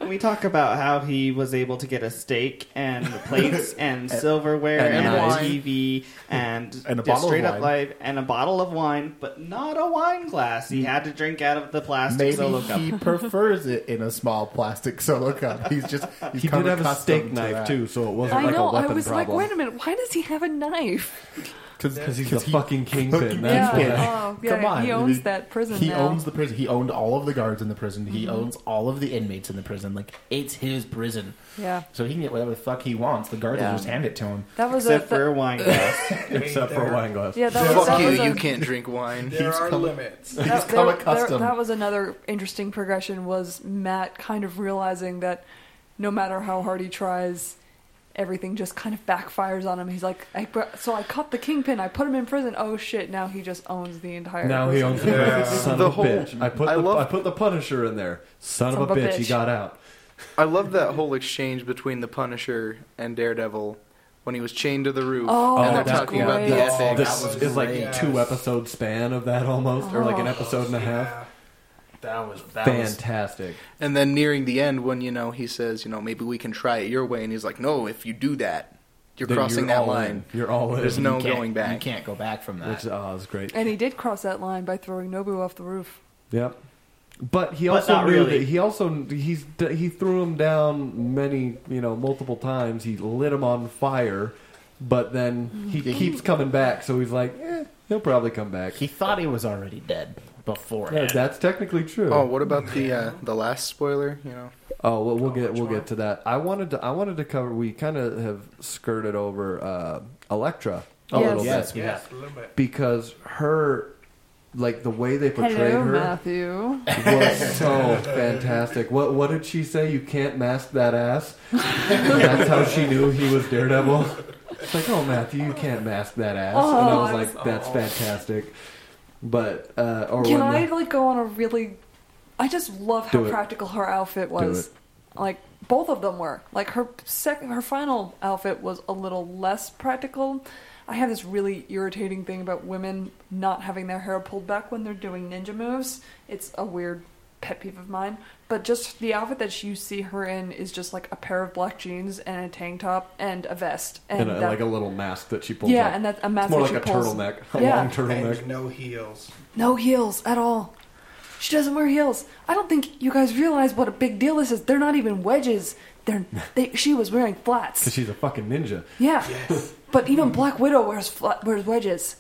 [SPEAKER 4] We talk about how he was able to get a steak and plates and silverware
[SPEAKER 3] and
[SPEAKER 4] and,
[SPEAKER 3] wine.
[SPEAKER 4] TV and,
[SPEAKER 6] And a
[SPEAKER 4] just
[SPEAKER 6] bottle of
[SPEAKER 4] straight up
[SPEAKER 6] wine.
[SPEAKER 4] live and a bottle of wine, but not a wine glass. He had to drink out of the plastic
[SPEAKER 6] Maybe
[SPEAKER 4] solo cup.
[SPEAKER 6] he prefers it in a small plastic solo cup. He's just he's
[SPEAKER 3] he
[SPEAKER 6] come
[SPEAKER 3] did have a
[SPEAKER 6] accustomed
[SPEAKER 3] steak
[SPEAKER 6] to
[SPEAKER 3] knife
[SPEAKER 6] that.
[SPEAKER 3] too so it wasn't
[SPEAKER 5] I
[SPEAKER 3] like
[SPEAKER 5] know.
[SPEAKER 3] a weapon
[SPEAKER 5] I was
[SPEAKER 3] problem
[SPEAKER 5] like, wait a minute. Why does he have a knife?
[SPEAKER 3] because he's the fucking kingpin.
[SPEAKER 6] Fucking
[SPEAKER 3] That's
[SPEAKER 5] yeah.
[SPEAKER 3] why.
[SPEAKER 5] Oh, yeah.
[SPEAKER 6] Come on,
[SPEAKER 5] he owns
[SPEAKER 6] dude.
[SPEAKER 5] that prison
[SPEAKER 6] He
[SPEAKER 5] now.
[SPEAKER 6] owns
[SPEAKER 5] Owns
[SPEAKER 6] the prison. He owned all of the guards in the prison.
[SPEAKER 8] He owns all of the inmates in the prison. Like it's his prison,
[SPEAKER 5] yeah.
[SPEAKER 8] so he can get whatever the fuck he wants. The guards
[SPEAKER 3] Yeah.
[SPEAKER 8] will just hand it to him.
[SPEAKER 5] That was
[SPEAKER 4] Except
[SPEAKER 5] a.
[SPEAKER 4] for
[SPEAKER 5] That,
[SPEAKER 4] a wine glass.
[SPEAKER 3] except for a wine glass.
[SPEAKER 5] yeah. That was,
[SPEAKER 2] Fuck
[SPEAKER 5] that
[SPEAKER 2] you,
[SPEAKER 5] was a,
[SPEAKER 2] you can't drink wine.
[SPEAKER 7] There are limits.
[SPEAKER 5] that,
[SPEAKER 6] He's come
[SPEAKER 5] there-
[SPEAKER 6] accustomed.
[SPEAKER 5] that was another interesting progression. Was Matt kind of realizing that no matter how hard he tries, everything just kind of backfires on him. He's like, I, so I caught the kingpin. I put him in prison. Oh shit! Now he just owns the entire.
[SPEAKER 3] Now he
[SPEAKER 5] prison.
[SPEAKER 3] owns the
[SPEAKER 7] Yeah.
[SPEAKER 3] son
[SPEAKER 2] The
[SPEAKER 3] of a
[SPEAKER 2] whole-
[SPEAKER 3] bitch. I put
[SPEAKER 2] I
[SPEAKER 3] the,
[SPEAKER 2] love-
[SPEAKER 3] I put the Punisher in there. Son, of, a, bitch, he got out.
[SPEAKER 2] I love that whole exchange between the Punisher and Daredevil when he was chained to the roof.
[SPEAKER 5] Oh,
[SPEAKER 2] and
[SPEAKER 5] that
[SPEAKER 2] they're
[SPEAKER 5] was
[SPEAKER 2] talking
[SPEAKER 5] great.
[SPEAKER 2] about the
[SPEAKER 5] Yeah.
[SPEAKER 7] Oh,
[SPEAKER 2] ethics.
[SPEAKER 7] that
[SPEAKER 3] This
[SPEAKER 7] was
[SPEAKER 3] is like
[SPEAKER 7] great.
[SPEAKER 3] two episode span of that almost, or like an
[SPEAKER 5] Oh.
[SPEAKER 3] episode and a half.
[SPEAKER 7] Yeah.
[SPEAKER 8] That was that
[SPEAKER 3] Fantastic.
[SPEAKER 2] And then nearing the end, when you know he says, you know, maybe we can try it your way, and he's like, no, if you do that, you're
[SPEAKER 3] Then
[SPEAKER 2] crossing
[SPEAKER 3] you're
[SPEAKER 2] that
[SPEAKER 3] all
[SPEAKER 2] line.
[SPEAKER 3] in. You're all in.
[SPEAKER 2] There's no
[SPEAKER 8] You can't-
[SPEAKER 2] going back.
[SPEAKER 8] You can't go back from that.
[SPEAKER 3] Which oh, was great.
[SPEAKER 5] And he did cross that line by throwing Nobu off the roof.
[SPEAKER 3] Yep. But he
[SPEAKER 4] But
[SPEAKER 3] also
[SPEAKER 4] not
[SPEAKER 3] knew
[SPEAKER 4] really.
[SPEAKER 3] that he also he's he threw him down many you know multiple times. He lit him on fire, but then he keeps coming back. So he's like, eh, he'll probably come back.
[SPEAKER 8] he thought he was already dead before.
[SPEAKER 3] Yeah, that's technically true.
[SPEAKER 2] Oh, what about the uh, the last spoiler? You know,
[SPEAKER 3] Oh, well, we'll get
[SPEAKER 7] which
[SPEAKER 3] we'll
[SPEAKER 7] one?
[SPEAKER 3] get to that. I wanted to I wanted to cover. We kind of have skirted over uh, Elektra a
[SPEAKER 5] Yes.
[SPEAKER 3] little
[SPEAKER 8] yes,
[SPEAKER 3] bit
[SPEAKER 8] we have.
[SPEAKER 7] Yes, a little bit.
[SPEAKER 3] because her, like the way they portrayed
[SPEAKER 5] Hello,
[SPEAKER 3] her
[SPEAKER 5] Matthew.
[SPEAKER 3] was so fantastic. What what did she say? You can't mask that ass. That's how she knew he was Daredevil. It's like, oh Matthew, you can't mask that ass, and I
[SPEAKER 5] Oh,
[SPEAKER 3] was
[SPEAKER 5] I
[SPEAKER 3] like, that's fantastic. But uh, or
[SPEAKER 5] Can
[SPEAKER 3] when the-
[SPEAKER 5] I like go on a really? I just love
[SPEAKER 3] Do
[SPEAKER 5] how
[SPEAKER 3] it.
[SPEAKER 5] practical her outfit was.
[SPEAKER 3] it.
[SPEAKER 5] Like both of them were. Like her second, her final outfit was a little less practical. I have this really irritating thing about women not having their hair pulled back when they're doing ninja moves. It's a weird pet peeve of mine. But just the outfit that you see her in is just like a pair of black jeans and a tank top and a vest
[SPEAKER 3] and
[SPEAKER 5] and,
[SPEAKER 3] a,
[SPEAKER 5] that-
[SPEAKER 3] like a little mask that she pulls.
[SPEAKER 5] yeah,
[SPEAKER 3] up.
[SPEAKER 5] and that's a
[SPEAKER 3] It's
[SPEAKER 5] mask
[SPEAKER 3] more
[SPEAKER 5] that
[SPEAKER 3] like
[SPEAKER 5] she
[SPEAKER 3] a
[SPEAKER 5] pulls.
[SPEAKER 3] turtleneck, a
[SPEAKER 5] Yeah.
[SPEAKER 3] long turtleneck.
[SPEAKER 7] And no heels.
[SPEAKER 5] No heels at all. She doesn't wear heels. I don't think you guys realize what a big deal this is. They're not even wedges. They're they, she was wearing
[SPEAKER 3] Because
[SPEAKER 5] flats.
[SPEAKER 3] she's a fucking ninja.
[SPEAKER 5] Yeah. But even Black Widow wears flat, wears wedges.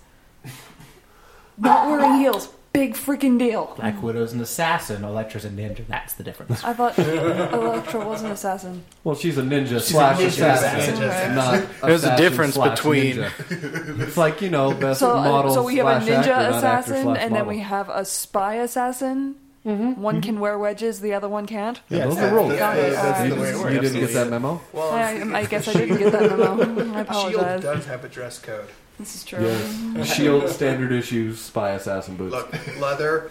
[SPEAKER 5] Not wearing heels. Big freaking deal.
[SPEAKER 8] Black Widow's an assassin. Electra's a ninja. That's the difference.
[SPEAKER 5] I thought Electra was an assassin.
[SPEAKER 3] Well, she's a ninja slash assassin.
[SPEAKER 5] assassin. Okay.
[SPEAKER 3] Not
[SPEAKER 2] There's a
[SPEAKER 3] assassin
[SPEAKER 2] difference
[SPEAKER 3] slash
[SPEAKER 2] between-
[SPEAKER 3] ninja. it's like you know, best
[SPEAKER 5] So, uh,
[SPEAKER 3] model.
[SPEAKER 5] so we have
[SPEAKER 3] slash
[SPEAKER 5] a ninja
[SPEAKER 3] actor, not actor
[SPEAKER 5] assassin,
[SPEAKER 3] slash
[SPEAKER 5] and then
[SPEAKER 3] model. Mm-hmm.
[SPEAKER 5] we have a spy assassin. One can wear wedges, the other one can't.
[SPEAKER 3] Yeah,
[SPEAKER 6] Yes,
[SPEAKER 3] those are
[SPEAKER 6] that's-
[SPEAKER 3] rules.
[SPEAKER 7] yeah, yeah, that's
[SPEAKER 3] you
[SPEAKER 7] the way it
[SPEAKER 3] you
[SPEAKER 7] works.
[SPEAKER 3] didn't get that memo.
[SPEAKER 7] Well,
[SPEAKER 5] I, I guess I didn't get that memo. I
[SPEAKER 7] Shield
[SPEAKER 5] apologize.
[SPEAKER 7] does have a dress code.
[SPEAKER 5] This is true.
[SPEAKER 3] Yes. Shield standard issues spy assassin boots.
[SPEAKER 7] Look, leather,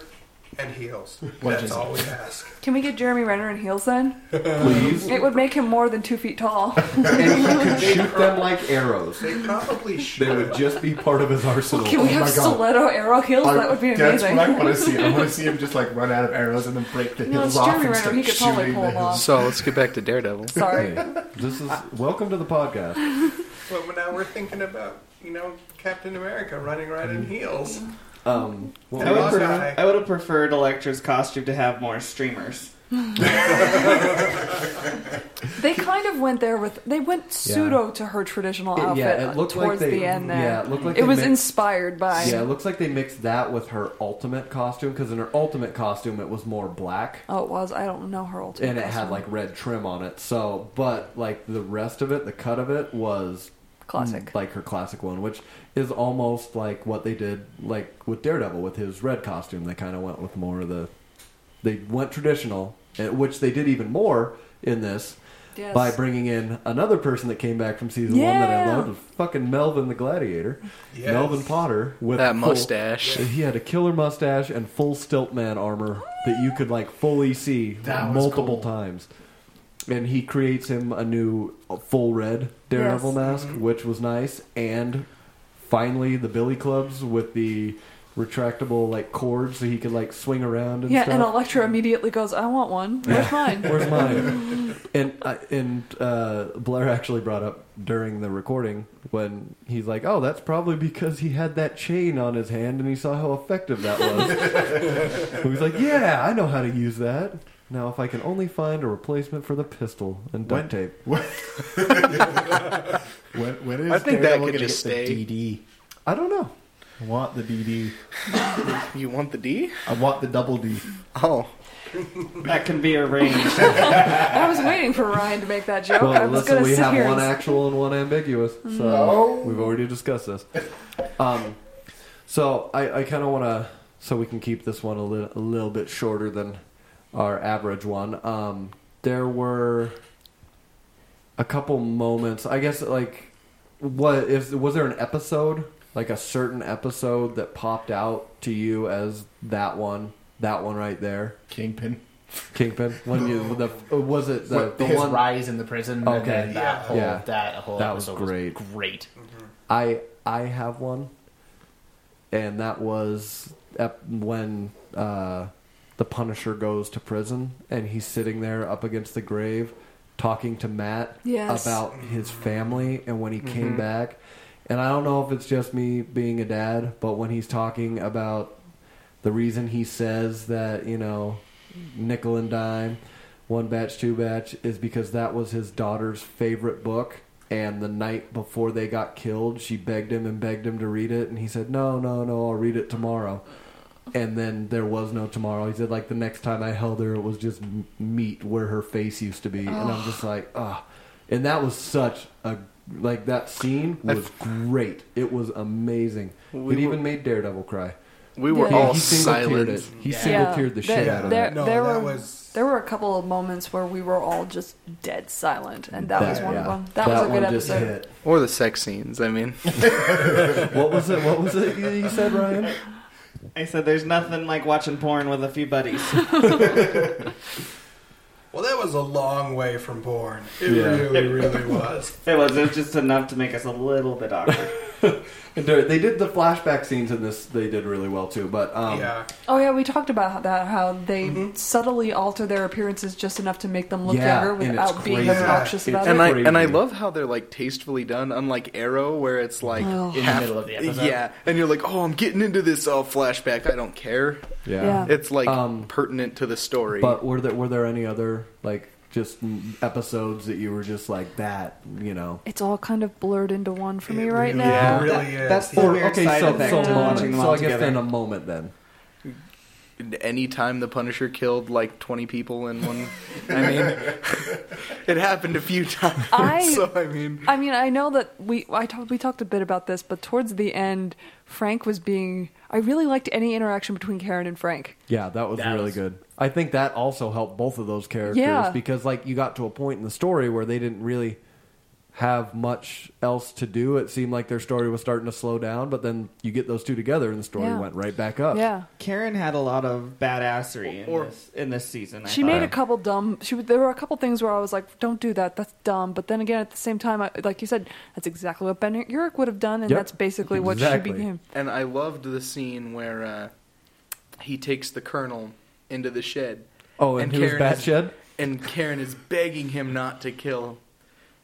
[SPEAKER 7] and heels.
[SPEAKER 8] is
[SPEAKER 7] That's
[SPEAKER 8] it?
[SPEAKER 7] all we ask.
[SPEAKER 5] Can we get Jeremy Renner in heels then?
[SPEAKER 3] Please
[SPEAKER 5] It would make him more than two feet tall.
[SPEAKER 3] Oh, shoot them like arrows.
[SPEAKER 7] They probably
[SPEAKER 3] They
[SPEAKER 7] should.
[SPEAKER 3] would just be part of his arsenal.
[SPEAKER 5] Can we
[SPEAKER 6] my
[SPEAKER 5] have
[SPEAKER 6] God.
[SPEAKER 5] stiletto arrow heels? Oh, that would be
[SPEAKER 6] That's
[SPEAKER 5] amazing.
[SPEAKER 6] what I want to see. I want to see him just like run out of arrows and then break the
[SPEAKER 5] No,
[SPEAKER 6] heels
[SPEAKER 5] it's
[SPEAKER 6] off
[SPEAKER 5] Jeremy
[SPEAKER 6] and
[SPEAKER 5] Renner.
[SPEAKER 6] start
[SPEAKER 5] He could probably
[SPEAKER 6] shooting
[SPEAKER 5] pull
[SPEAKER 6] the
[SPEAKER 5] them off.
[SPEAKER 6] heels.
[SPEAKER 2] So let's get back to Daredevil.
[SPEAKER 5] Sorry.
[SPEAKER 3] Hey, this is welcome to the podcast.
[SPEAKER 7] But now we're thinking about you know Captain America running right in heels.
[SPEAKER 3] Um, what
[SPEAKER 4] I would,
[SPEAKER 7] would have
[SPEAKER 4] prefer-
[SPEAKER 7] prefer-
[SPEAKER 4] I would have preferred Electra's costume to have more streamers.
[SPEAKER 5] They kind of went there with they went pseudo to her traditional
[SPEAKER 3] It-
[SPEAKER 5] outfit
[SPEAKER 3] yeah, it looked like
[SPEAKER 5] uh, towards
[SPEAKER 3] they-
[SPEAKER 5] the end there.
[SPEAKER 3] yeah, it looked like they
[SPEAKER 5] was
[SPEAKER 3] mixed-
[SPEAKER 5] inspired by.
[SPEAKER 3] yeah, it looks like they mixed that with her ultimate costume because in her ultimate costume it was more black
[SPEAKER 5] Oh, it was. I don't know her ultimate.
[SPEAKER 3] and it had
[SPEAKER 5] costume.
[SPEAKER 3] like red trim on it. So, but like the rest of it, the cut of it was
[SPEAKER 5] classic.
[SPEAKER 3] like her classic one, which is almost like what they did like with Daredevil with his red costume. They kind of went with more of the they went traditional, eh, which they did even more in this.
[SPEAKER 5] Yes.
[SPEAKER 3] By bringing in another person that came back from season one that I
[SPEAKER 5] Yeah.
[SPEAKER 3] loved, fucking Melvin the Gladiator,
[SPEAKER 7] Yes.
[SPEAKER 3] Melvin Potter with
[SPEAKER 2] That
[SPEAKER 3] full-
[SPEAKER 2] mustache.
[SPEAKER 3] He had a killer mustache and full stilt man armor that you could like fully see
[SPEAKER 6] That was
[SPEAKER 3] multiple
[SPEAKER 6] cool.
[SPEAKER 3] times. And he creates him a new uh, full red Daredevil
[SPEAKER 5] Yes.
[SPEAKER 3] mask,
[SPEAKER 6] Mm-hmm.
[SPEAKER 3] which was nice. And finally, the Billy clubs with the retractable like cords so he could like swing around and
[SPEAKER 5] yeah,
[SPEAKER 3] stuff.
[SPEAKER 5] and Electra immediately goes, "I want one. Where's mine?"
[SPEAKER 3] Where's mine? and I and uh, Blair actually brought up during the recording when he's like, "Oh, that's probably because he had that chain on his hand and he saw how effective that was." he was like, "Yeah, I know how to use that." Now, if I can only find a replacement for the pistol and duct tape,
[SPEAKER 6] What? when, when is
[SPEAKER 2] I think that
[SPEAKER 6] Daredevil
[SPEAKER 2] could
[SPEAKER 6] gonna
[SPEAKER 2] just
[SPEAKER 6] get
[SPEAKER 2] stay.
[SPEAKER 6] the DD?
[SPEAKER 3] I don't know.
[SPEAKER 6] I want the DD.
[SPEAKER 2] You want the D?
[SPEAKER 6] I want the double D.
[SPEAKER 2] Oh,
[SPEAKER 4] That can be arranged.
[SPEAKER 5] I was waiting for Ryan to make that joke. I
[SPEAKER 3] Well,
[SPEAKER 5] was
[SPEAKER 3] listen,
[SPEAKER 5] going to
[SPEAKER 3] we
[SPEAKER 5] sit
[SPEAKER 3] have
[SPEAKER 5] here.
[SPEAKER 3] one
[SPEAKER 5] and- Oh,
[SPEAKER 3] actual and one ambiguous, so we've already discussed this. Um, so I, I kind of want to, so we can keep this one a, li- a little bit shorter than our average one. Um, there were a couple moments, I guess, like, what is was there an episode, like a certain episode that popped out to you as that one, that one right there,
[SPEAKER 6] Kingpin.
[SPEAKER 3] Kingpin? When you the was it the,
[SPEAKER 8] With
[SPEAKER 3] the
[SPEAKER 8] his
[SPEAKER 3] one
[SPEAKER 8] rise in the prison.
[SPEAKER 3] Okay.
[SPEAKER 8] And then that
[SPEAKER 7] Yeah.
[SPEAKER 8] whole,
[SPEAKER 3] Yeah.
[SPEAKER 8] that whole
[SPEAKER 3] That was
[SPEAKER 8] episode
[SPEAKER 3] great.
[SPEAKER 8] great.
[SPEAKER 7] Mm-hmm.
[SPEAKER 3] I I have one, and that was ep- when uh, the Punisher goes to prison and he's sitting there up against the grave, talking to Matt
[SPEAKER 5] Yes.
[SPEAKER 3] about his family and when he came back. And I don't know if it's just me being a dad, but when he's talking about the reason he says that you know nickel and dime one batch two batch is because that was his daughter's favorite book and the night before they got killed she begged him and begged him to read it and he said no no no i'll read it tomorrow and then there was no tomorrow he said like the next time i held her it was just m- meat where her face used to be and i'm just like ah and that was such a like that scene was great it was amazing
[SPEAKER 2] We
[SPEAKER 3] it
[SPEAKER 2] were-
[SPEAKER 3] even made daredevil cry
[SPEAKER 2] we were
[SPEAKER 5] Yeah.
[SPEAKER 2] all
[SPEAKER 3] he single-tiered
[SPEAKER 2] silent.
[SPEAKER 3] it. He
[SPEAKER 5] Yeah,
[SPEAKER 3] single-tiered the
[SPEAKER 5] there-
[SPEAKER 3] shit out of
[SPEAKER 5] there,
[SPEAKER 3] that.
[SPEAKER 7] No,
[SPEAKER 5] there
[SPEAKER 7] that
[SPEAKER 5] were
[SPEAKER 7] was-
[SPEAKER 5] there were a couple of moments where we were all just dead silent, and that, was one
[SPEAKER 3] yeah.
[SPEAKER 5] of them. That, was a good
[SPEAKER 3] one just
[SPEAKER 5] episode.
[SPEAKER 2] Or the sex scenes. I mean,
[SPEAKER 3] hit. What was it? What was it you you said, Ryan?
[SPEAKER 4] I said there's nothing like watching porn with a few buddies.
[SPEAKER 7] Well, that was a long way from born. It
[SPEAKER 3] Yeah.
[SPEAKER 7] really, really was.
[SPEAKER 4] It was, it was just enough to make us a little bit awkward.
[SPEAKER 3] And there- They did the flashback scenes in this. They did really well too. But um,
[SPEAKER 7] yeah.
[SPEAKER 5] Oh yeah, we talked about how- that how they
[SPEAKER 2] Mm-hmm.
[SPEAKER 5] subtly alter their appearances just enough to make them look
[SPEAKER 3] Yeah,
[SPEAKER 5] younger
[SPEAKER 3] and it's
[SPEAKER 5] without being
[SPEAKER 3] crazy.
[SPEAKER 5] obnoxious
[SPEAKER 3] Yeah.
[SPEAKER 5] about
[SPEAKER 2] and
[SPEAKER 5] it.
[SPEAKER 2] I and I
[SPEAKER 3] Crazy.
[SPEAKER 2] love how they're like tastefully done, unlike Arrow, where it's like
[SPEAKER 5] Oh.
[SPEAKER 8] In the middle of the episode.
[SPEAKER 2] Yeah, and you're like, oh, I'm getting into this uh, flashback. I don't care.
[SPEAKER 5] Yeah.
[SPEAKER 2] It's like
[SPEAKER 3] Um,
[SPEAKER 2] pertinent to the story.
[SPEAKER 3] But were there were there any other like just m- episodes that you were just like that? You know.
[SPEAKER 5] it's all kind of blurred into one for me
[SPEAKER 7] It
[SPEAKER 5] right
[SPEAKER 7] really-
[SPEAKER 5] now.
[SPEAKER 7] It really is.
[SPEAKER 4] that's the
[SPEAKER 7] Yeah.
[SPEAKER 4] weird side
[SPEAKER 3] so,
[SPEAKER 4] effect
[SPEAKER 3] so,
[SPEAKER 4] of watching
[SPEAKER 3] moment.
[SPEAKER 4] them
[SPEAKER 3] so
[SPEAKER 4] all
[SPEAKER 3] I guess
[SPEAKER 4] together.
[SPEAKER 3] in a moment then.
[SPEAKER 2] Anytime the Punisher killed like 20 people in one, I mean, it happened a few times.
[SPEAKER 5] I-
[SPEAKER 2] so I mean,
[SPEAKER 5] I mean, I know that we I talked we talked a bit about this, but towards the end, Frank was being. I really liked any interaction between Karen and Frank.
[SPEAKER 3] Yeah, that was
[SPEAKER 8] That
[SPEAKER 3] really
[SPEAKER 8] was-
[SPEAKER 3] good. I think that also helped both of those characters
[SPEAKER 5] Yeah.
[SPEAKER 3] because like you got to a point in the story where they didn't really have much else to do. It seemed like their story was starting to slow down, but then you get those two together, and the story
[SPEAKER 5] Yeah.
[SPEAKER 3] went right back up.
[SPEAKER 5] Yeah.
[SPEAKER 4] Karen had a lot of badassery in,
[SPEAKER 2] Or-
[SPEAKER 4] this, in this season. I
[SPEAKER 5] She
[SPEAKER 4] thought.
[SPEAKER 5] made a couple dumb. She there were a couple things where I was like, "Don't do that. That's dumb." But then again, at the same time, I, like you said, that's exactly what Ben Urich would have done, and
[SPEAKER 3] Yep.
[SPEAKER 5] that's basically what
[SPEAKER 3] Exactly.
[SPEAKER 5] she became.
[SPEAKER 2] And I loved the scene where uh, he takes the colonel into the shed,
[SPEAKER 3] Oh, and,
[SPEAKER 2] And
[SPEAKER 3] who was
[SPEAKER 2] Karen
[SPEAKER 3] Bat
[SPEAKER 2] is-
[SPEAKER 3] Shed?
[SPEAKER 2] and Karen is begging him not to kill,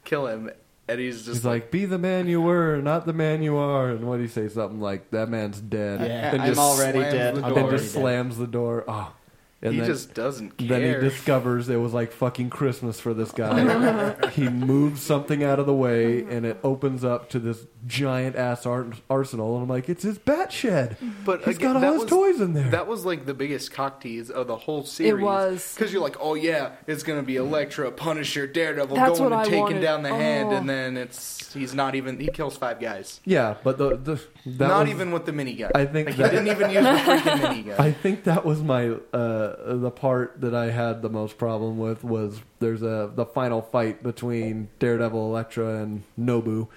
[SPEAKER 2] kill him, and he's just
[SPEAKER 3] He's like, "Be the man you were, not the man you are." And what do you say? Something like, "That man's dead."
[SPEAKER 8] Yeah.
[SPEAKER 3] and
[SPEAKER 4] I'm
[SPEAKER 3] just
[SPEAKER 4] already
[SPEAKER 2] slams
[SPEAKER 4] dead.
[SPEAKER 2] the
[SPEAKER 3] and
[SPEAKER 2] door.
[SPEAKER 3] then just slams the door. Oh, and
[SPEAKER 2] he
[SPEAKER 3] then,
[SPEAKER 2] just doesn't care.
[SPEAKER 3] then he discovers it was like fucking Christmas for this guy. he moves something out of the way, and it opens up to this giant ass ar- arsenal. And I'm like, "It's his bat shed.
[SPEAKER 2] But
[SPEAKER 3] He's got
[SPEAKER 2] again,
[SPEAKER 3] all
[SPEAKER 2] that
[SPEAKER 3] his
[SPEAKER 2] was-
[SPEAKER 3] toys in there."
[SPEAKER 2] That was like the biggest cock tease of the whole series.
[SPEAKER 5] was.
[SPEAKER 2] because you're like, oh yeah, it's gonna be Elektra, Punisher, Daredevil
[SPEAKER 5] That's
[SPEAKER 2] going
[SPEAKER 5] what
[SPEAKER 2] and
[SPEAKER 5] I
[SPEAKER 2] taking
[SPEAKER 5] wanted.
[SPEAKER 2] down the hand,
[SPEAKER 5] Oh.
[SPEAKER 2] and then it's he's not even he kills five guys.
[SPEAKER 3] yeah, but the, the that
[SPEAKER 2] not
[SPEAKER 3] was-
[SPEAKER 2] even with the minigun.
[SPEAKER 3] I think
[SPEAKER 2] like,
[SPEAKER 3] that-
[SPEAKER 2] he didn't even use the freaking minigun.
[SPEAKER 3] I think that was my uh, the part that I had the most problem with was there's a the final fight between Daredevil, Elektra, and Nobu,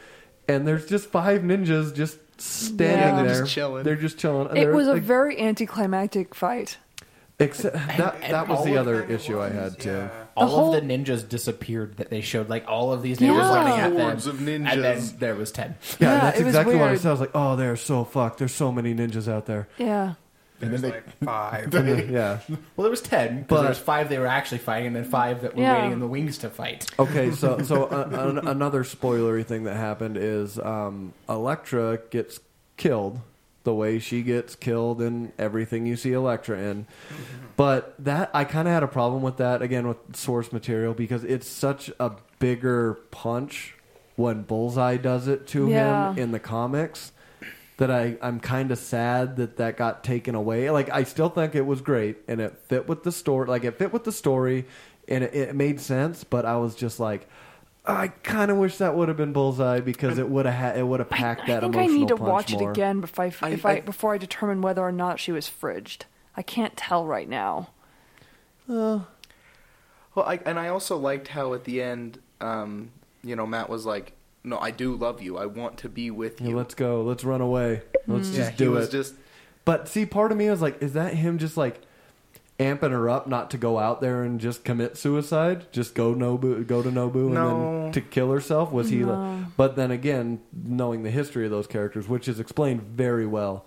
[SPEAKER 3] and there's just five ninjas just
[SPEAKER 5] Yeah.
[SPEAKER 3] standing
[SPEAKER 5] They're
[SPEAKER 3] there.
[SPEAKER 2] just chilling.
[SPEAKER 3] They're just chilling. And
[SPEAKER 5] It
[SPEAKER 3] they're,
[SPEAKER 5] was a
[SPEAKER 3] like,
[SPEAKER 5] very anticlimactic fight.
[SPEAKER 3] except that
[SPEAKER 8] and
[SPEAKER 3] that was
[SPEAKER 8] all
[SPEAKER 3] the
[SPEAKER 8] of
[SPEAKER 3] other
[SPEAKER 7] them
[SPEAKER 3] issue I
[SPEAKER 7] was,
[SPEAKER 3] had too.
[SPEAKER 7] yeah.
[SPEAKER 8] all
[SPEAKER 5] whole-
[SPEAKER 8] of the ninjas disappeared that they showed. Like all of these
[SPEAKER 5] Yeah.
[SPEAKER 8] ninjas running at
[SPEAKER 2] Hordes
[SPEAKER 8] them,
[SPEAKER 2] of
[SPEAKER 8] and then
[SPEAKER 2] ninjas.
[SPEAKER 8] there was ten.
[SPEAKER 3] Yeah,
[SPEAKER 5] Yeah,
[SPEAKER 3] that's
[SPEAKER 5] it was
[SPEAKER 3] exactly what I
[SPEAKER 5] weird.
[SPEAKER 3] said. I was like, oh, they're so fucked. There's so many ninjas out there.
[SPEAKER 5] Yeah.
[SPEAKER 7] There's
[SPEAKER 6] then they-
[SPEAKER 7] like five.
[SPEAKER 3] Yeah.
[SPEAKER 8] Well, there was ten,
[SPEAKER 3] But-
[SPEAKER 8] but there was five they were actually fighting, and then five that were
[SPEAKER 5] Yeah.
[SPEAKER 8] waiting in the wings to fight.
[SPEAKER 3] Okay, so so uh, an, another spoilery thing that happened is um, Elektra gets killed the way she gets killed in everything you see Elektra in. But that I kind of had a problem with that again with source material because it's such a bigger punch when Bullseye does it to
[SPEAKER 5] Yeah.
[SPEAKER 3] him in the comics that I I'm kind of sad that that got taken away. Like I still think it was great and it fit with the story. Like it fit with the story and it, it made sense. But I was just like, I kind of wish that would have been Bullseye because it would have ha- it would have packed
[SPEAKER 5] I
[SPEAKER 3] that
[SPEAKER 5] think I
[SPEAKER 3] emotional
[SPEAKER 5] need to
[SPEAKER 3] punch
[SPEAKER 5] watch
[SPEAKER 3] more.
[SPEAKER 5] it again before I, f-
[SPEAKER 2] I-
[SPEAKER 5] if I,
[SPEAKER 2] I-
[SPEAKER 5] before I determine whether or not she was fridged. I can't tell right now.
[SPEAKER 2] Well, I, and I also liked how at the end, um, you know, Matt was like, "No, I do love you. I want to be with
[SPEAKER 3] Yeah,
[SPEAKER 2] you."
[SPEAKER 3] let's go. Let's run away. Let's just
[SPEAKER 2] Mm. yeah, he
[SPEAKER 3] do
[SPEAKER 2] was
[SPEAKER 3] it.
[SPEAKER 2] just
[SPEAKER 3] But see, part of me was like, is that him just like amping her up not to go out there and just commit suicide? Just go Nobu, go to Nobu, and
[SPEAKER 2] No.
[SPEAKER 3] then to kill herself? Was he?
[SPEAKER 5] No.
[SPEAKER 3] Like, but then again, knowing the history of those characters, which is explained very well,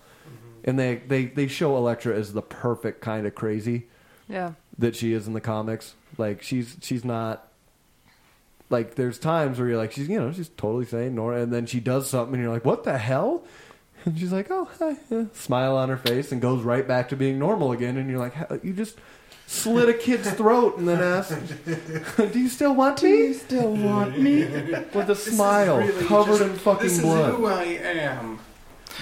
[SPEAKER 3] and they they they show Elektra as the perfect kind of crazy
[SPEAKER 5] Yeah.
[SPEAKER 3] that she is in the comics. Like she's she's not like there's times where you're like she's you know she's totally sane, nor and then she does something and you're like what the hell? And she's like oh hi, yeah," smile on her face and goes right back to being normal again, and you're like "How- you just slit a kid's throat and then asked do you still want me? Do you still want me? With a smile
[SPEAKER 7] This is really
[SPEAKER 3] covered
[SPEAKER 7] just-
[SPEAKER 3] in fucking
[SPEAKER 7] this
[SPEAKER 3] blood.
[SPEAKER 7] Is who I am.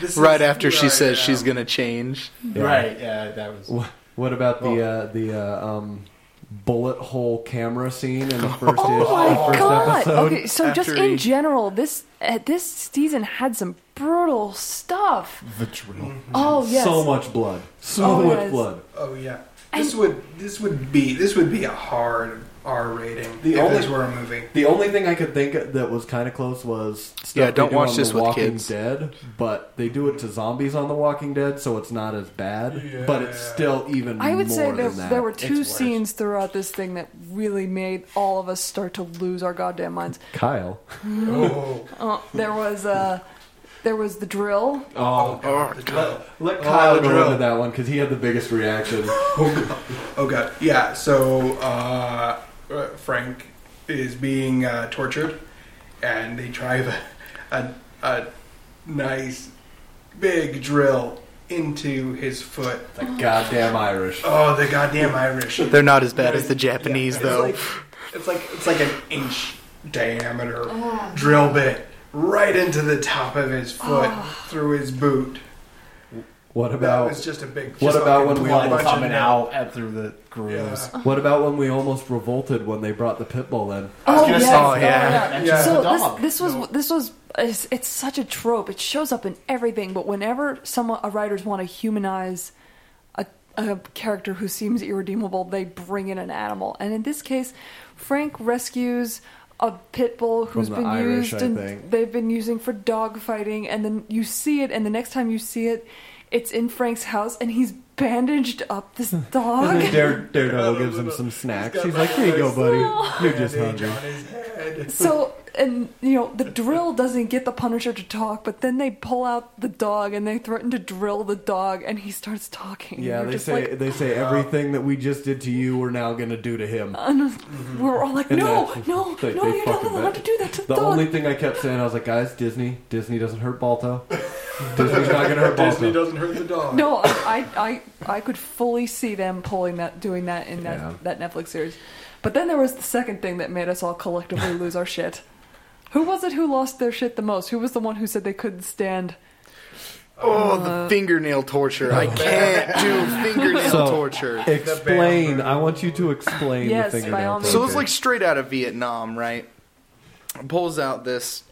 [SPEAKER 7] This
[SPEAKER 2] right
[SPEAKER 7] is
[SPEAKER 2] after
[SPEAKER 7] who
[SPEAKER 2] she
[SPEAKER 7] I
[SPEAKER 2] says
[SPEAKER 7] am.
[SPEAKER 2] she's gonna change.
[SPEAKER 3] Yeah.
[SPEAKER 8] Right? Yeah, that was.
[SPEAKER 3] Wha- What about the
[SPEAKER 5] Oh.
[SPEAKER 3] uh, the uh, um, bullet hole camera scene in the first, issue,
[SPEAKER 5] Oh my
[SPEAKER 3] first
[SPEAKER 5] god!
[SPEAKER 3] episode?
[SPEAKER 5] Okay, so just
[SPEAKER 2] after he-
[SPEAKER 5] in general, this uh, this season had some brutal stuff.
[SPEAKER 6] The drill.
[SPEAKER 5] Oh yes,
[SPEAKER 3] So much blood. So
[SPEAKER 5] Oh,
[SPEAKER 3] much
[SPEAKER 5] yes.
[SPEAKER 3] blood.
[SPEAKER 7] Oh yeah. This would this would be this would be a hard R rating. The if
[SPEAKER 3] only-
[SPEAKER 7] this were a movie.
[SPEAKER 3] The only thing I could think of that was kind of close was stuff
[SPEAKER 2] Yeah,
[SPEAKER 3] they
[SPEAKER 2] don't
[SPEAKER 3] do
[SPEAKER 2] watch
[SPEAKER 3] on
[SPEAKER 2] this
[SPEAKER 3] the
[SPEAKER 2] with
[SPEAKER 3] Walking
[SPEAKER 2] kids.
[SPEAKER 3] Dead, but they do it to zombies on The Walking Dead, so it's not as bad. But it's
[SPEAKER 7] Yeah.
[SPEAKER 3] still even.
[SPEAKER 5] I would say
[SPEAKER 3] more
[SPEAKER 5] there
[SPEAKER 3] than that.
[SPEAKER 5] there were
[SPEAKER 8] It's
[SPEAKER 5] two
[SPEAKER 8] worse.
[SPEAKER 5] scenes throughout this thing that really made all of us start to lose our goddamn minds.
[SPEAKER 3] Kyle.
[SPEAKER 7] Oh,
[SPEAKER 5] Uh, there was uh, there was the drill.
[SPEAKER 3] Oh,
[SPEAKER 7] God, the drill.
[SPEAKER 3] let
[SPEAKER 7] the
[SPEAKER 3] Kyle Oh, go
[SPEAKER 7] drill.
[SPEAKER 3] into that one because he had the biggest reaction.
[SPEAKER 7] Oh god, yeah. So uh, uh, Frank is being uh, tortured, and they drive a, a, a nice big drill into his foot.
[SPEAKER 3] the goddamn Irish.
[SPEAKER 7] Oh, the goddamn Irish!
[SPEAKER 2] They're not as bad as the Japanese,
[SPEAKER 7] Yeah,
[SPEAKER 2] though.
[SPEAKER 7] It's like, it's like it's like an inch diameter
[SPEAKER 5] Ah.
[SPEAKER 7] drill bit right into the top of his foot
[SPEAKER 5] Ah.
[SPEAKER 7] through his boot.
[SPEAKER 3] What
[SPEAKER 7] That
[SPEAKER 3] about
[SPEAKER 7] was just a big.
[SPEAKER 3] What
[SPEAKER 7] just
[SPEAKER 3] about
[SPEAKER 7] like a
[SPEAKER 3] when we
[SPEAKER 7] bunch
[SPEAKER 3] all
[SPEAKER 7] of
[SPEAKER 8] coming
[SPEAKER 7] nails.
[SPEAKER 8] out at- through the grooves.
[SPEAKER 7] Yeah.
[SPEAKER 3] What about when we almost revolted when they brought the pit bull in?
[SPEAKER 5] Oh,
[SPEAKER 8] gonna
[SPEAKER 5] yes.
[SPEAKER 8] say,
[SPEAKER 2] oh, yeah.
[SPEAKER 8] yeah.
[SPEAKER 7] Yeah.
[SPEAKER 5] So
[SPEAKER 8] The
[SPEAKER 5] this,
[SPEAKER 8] dog.
[SPEAKER 5] this was this was it's, it's such a trope. It shows up in everything. But whenever some a writers want to humanize a, a character who seems irredeemable, they bring in an animal. And in this case, Frank rescues a pit bull who's
[SPEAKER 3] the
[SPEAKER 5] been
[SPEAKER 3] Irish,
[SPEAKER 5] used
[SPEAKER 3] I
[SPEAKER 5] and
[SPEAKER 3] think.
[SPEAKER 5] they've been using for dog fighting, and then you see it, and the next time you see it, it's in Frank's house, and he's bandaged up this
[SPEAKER 3] And then
[SPEAKER 5] dog.
[SPEAKER 3] Dare, Daredevil gives him some snacks. He's like, "Here you go, buddy. You're just hungry."
[SPEAKER 7] on his head.
[SPEAKER 5] so, and you know, the drill doesn't get the Punisher to talk, but then they pull out the dog and they threaten to drill the dog, and he starts talking.
[SPEAKER 3] Yeah,
[SPEAKER 5] You're
[SPEAKER 3] they
[SPEAKER 5] just
[SPEAKER 3] say
[SPEAKER 5] like,
[SPEAKER 3] they say everything that we just did to you, we're now gonna do to him.
[SPEAKER 5] we're all like,
[SPEAKER 3] Mm-hmm. And
[SPEAKER 5] no,
[SPEAKER 3] that-
[SPEAKER 5] no,
[SPEAKER 3] they-
[SPEAKER 5] no,
[SPEAKER 3] they
[SPEAKER 5] you're not
[SPEAKER 3] fucking bet.
[SPEAKER 5] allowed to do that to the,
[SPEAKER 3] The
[SPEAKER 5] dog.
[SPEAKER 3] only thing I kept saying, I was like, "Guys, Disney, Disney doesn't hurt Balto. Disney's not gonna hurt
[SPEAKER 7] Disney
[SPEAKER 3] Balto."
[SPEAKER 7] doesn't hurt the dog.
[SPEAKER 5] No, I, I, I, I could fully see them pulling that, doing that in that,
[SPEAKER 3] Yeah.
[SPEAKER 5] that Netflix series. But then there was the second thing that made us all collectively lose our shit. Who was it who lost their shit the most? Who was the one who said they couldn't stand?
[SPEAKER 2] Oh, the fingernail torture. I can't do fingernail
[SPEAKER 3] Oh. So-
[SPEAKER 2] torture.
[SPEAKER 3] Explain. I want you to explain
[SPEAKER 5] Yes,
[SPEAKER 3] the
[SPEAKER 5] by
[SPEAKER 3] fingernail.
[SPEAKER 5] all means.
[SPEAKER 2] So
[SPEAKER 3] torture.
[SPEAKER 2] it's like straight out of Vietnam, right? Pulls out this.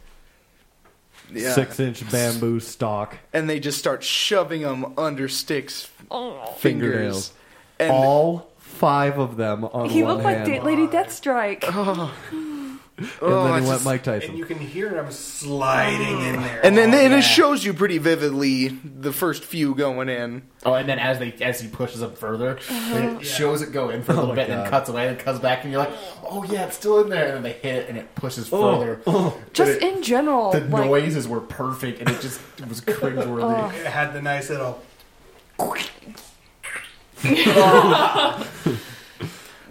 [SPEAKER 2] Yeah.
[SPEAKER 3] six-inch bamboo stalk.
[SPEAKER 2] And they just start shoving them under sticks'
[SPEAKER 5] Oh,
[SPEAKER 2] fingers.
[SPEAKER 3] Fingernails.
[SPEAKER 2] And
[SPEAKER 3] All five of them on
[SPEAKER 5] he
[SPEAKER 3] one
[SPEAKER 5] looked like
[SPEAKER 3] hand,
[SPEAKER 5] Da- Lady Deathstrike.
[SPEAKER 2] Oh,
[SPEAKER 3] and
[SPEAKER 2] I
[SPEAKER 3] then he went
[SPEAKER 2] just-
[SPEAKER 3] Mike
[SPEAKER 7] And
[SPEAKER 3] Tyson.
[SPEAKER 7] you can hear him sliding
[SPEAKER 5] Mm.
[SPEAKER 7] in there.
[SPEAKER 2] And
[SPEAKER 3] "Oh,
[SPEAKER 2] then and it shows you pretty vividly the first few going in.
[SPEAKER 8] Oh, and then as they as he pushes up further,
[SPEAKER 5] Uh-huh.
[SPEAKER 8] it shows it go in for a little
[SPEAKER 3] Oh my
[SPEAKER 8] bit, and
[SPEAKER 3] God.
[SPEAKER 8] then cuts away and cuts back, and you're like, "Oh yeah, it's still in there." And then they hit it, and it pushes
[SPEAKER 3] Oh.
[SPEAKER 8] further.
[SPEAKER 5] Just
[SPEAKER 8] But it-
[SPEAKER 5] in general,
[SPEAKER 8] the
[SPEAKER 5] like,
[SPEAKER 8] noises were perfect, and it just it was
[SPEAKER 5] Oh.
[SPEAKER 8] cringeworthy.
[SPEAKER 7] It had the nice little.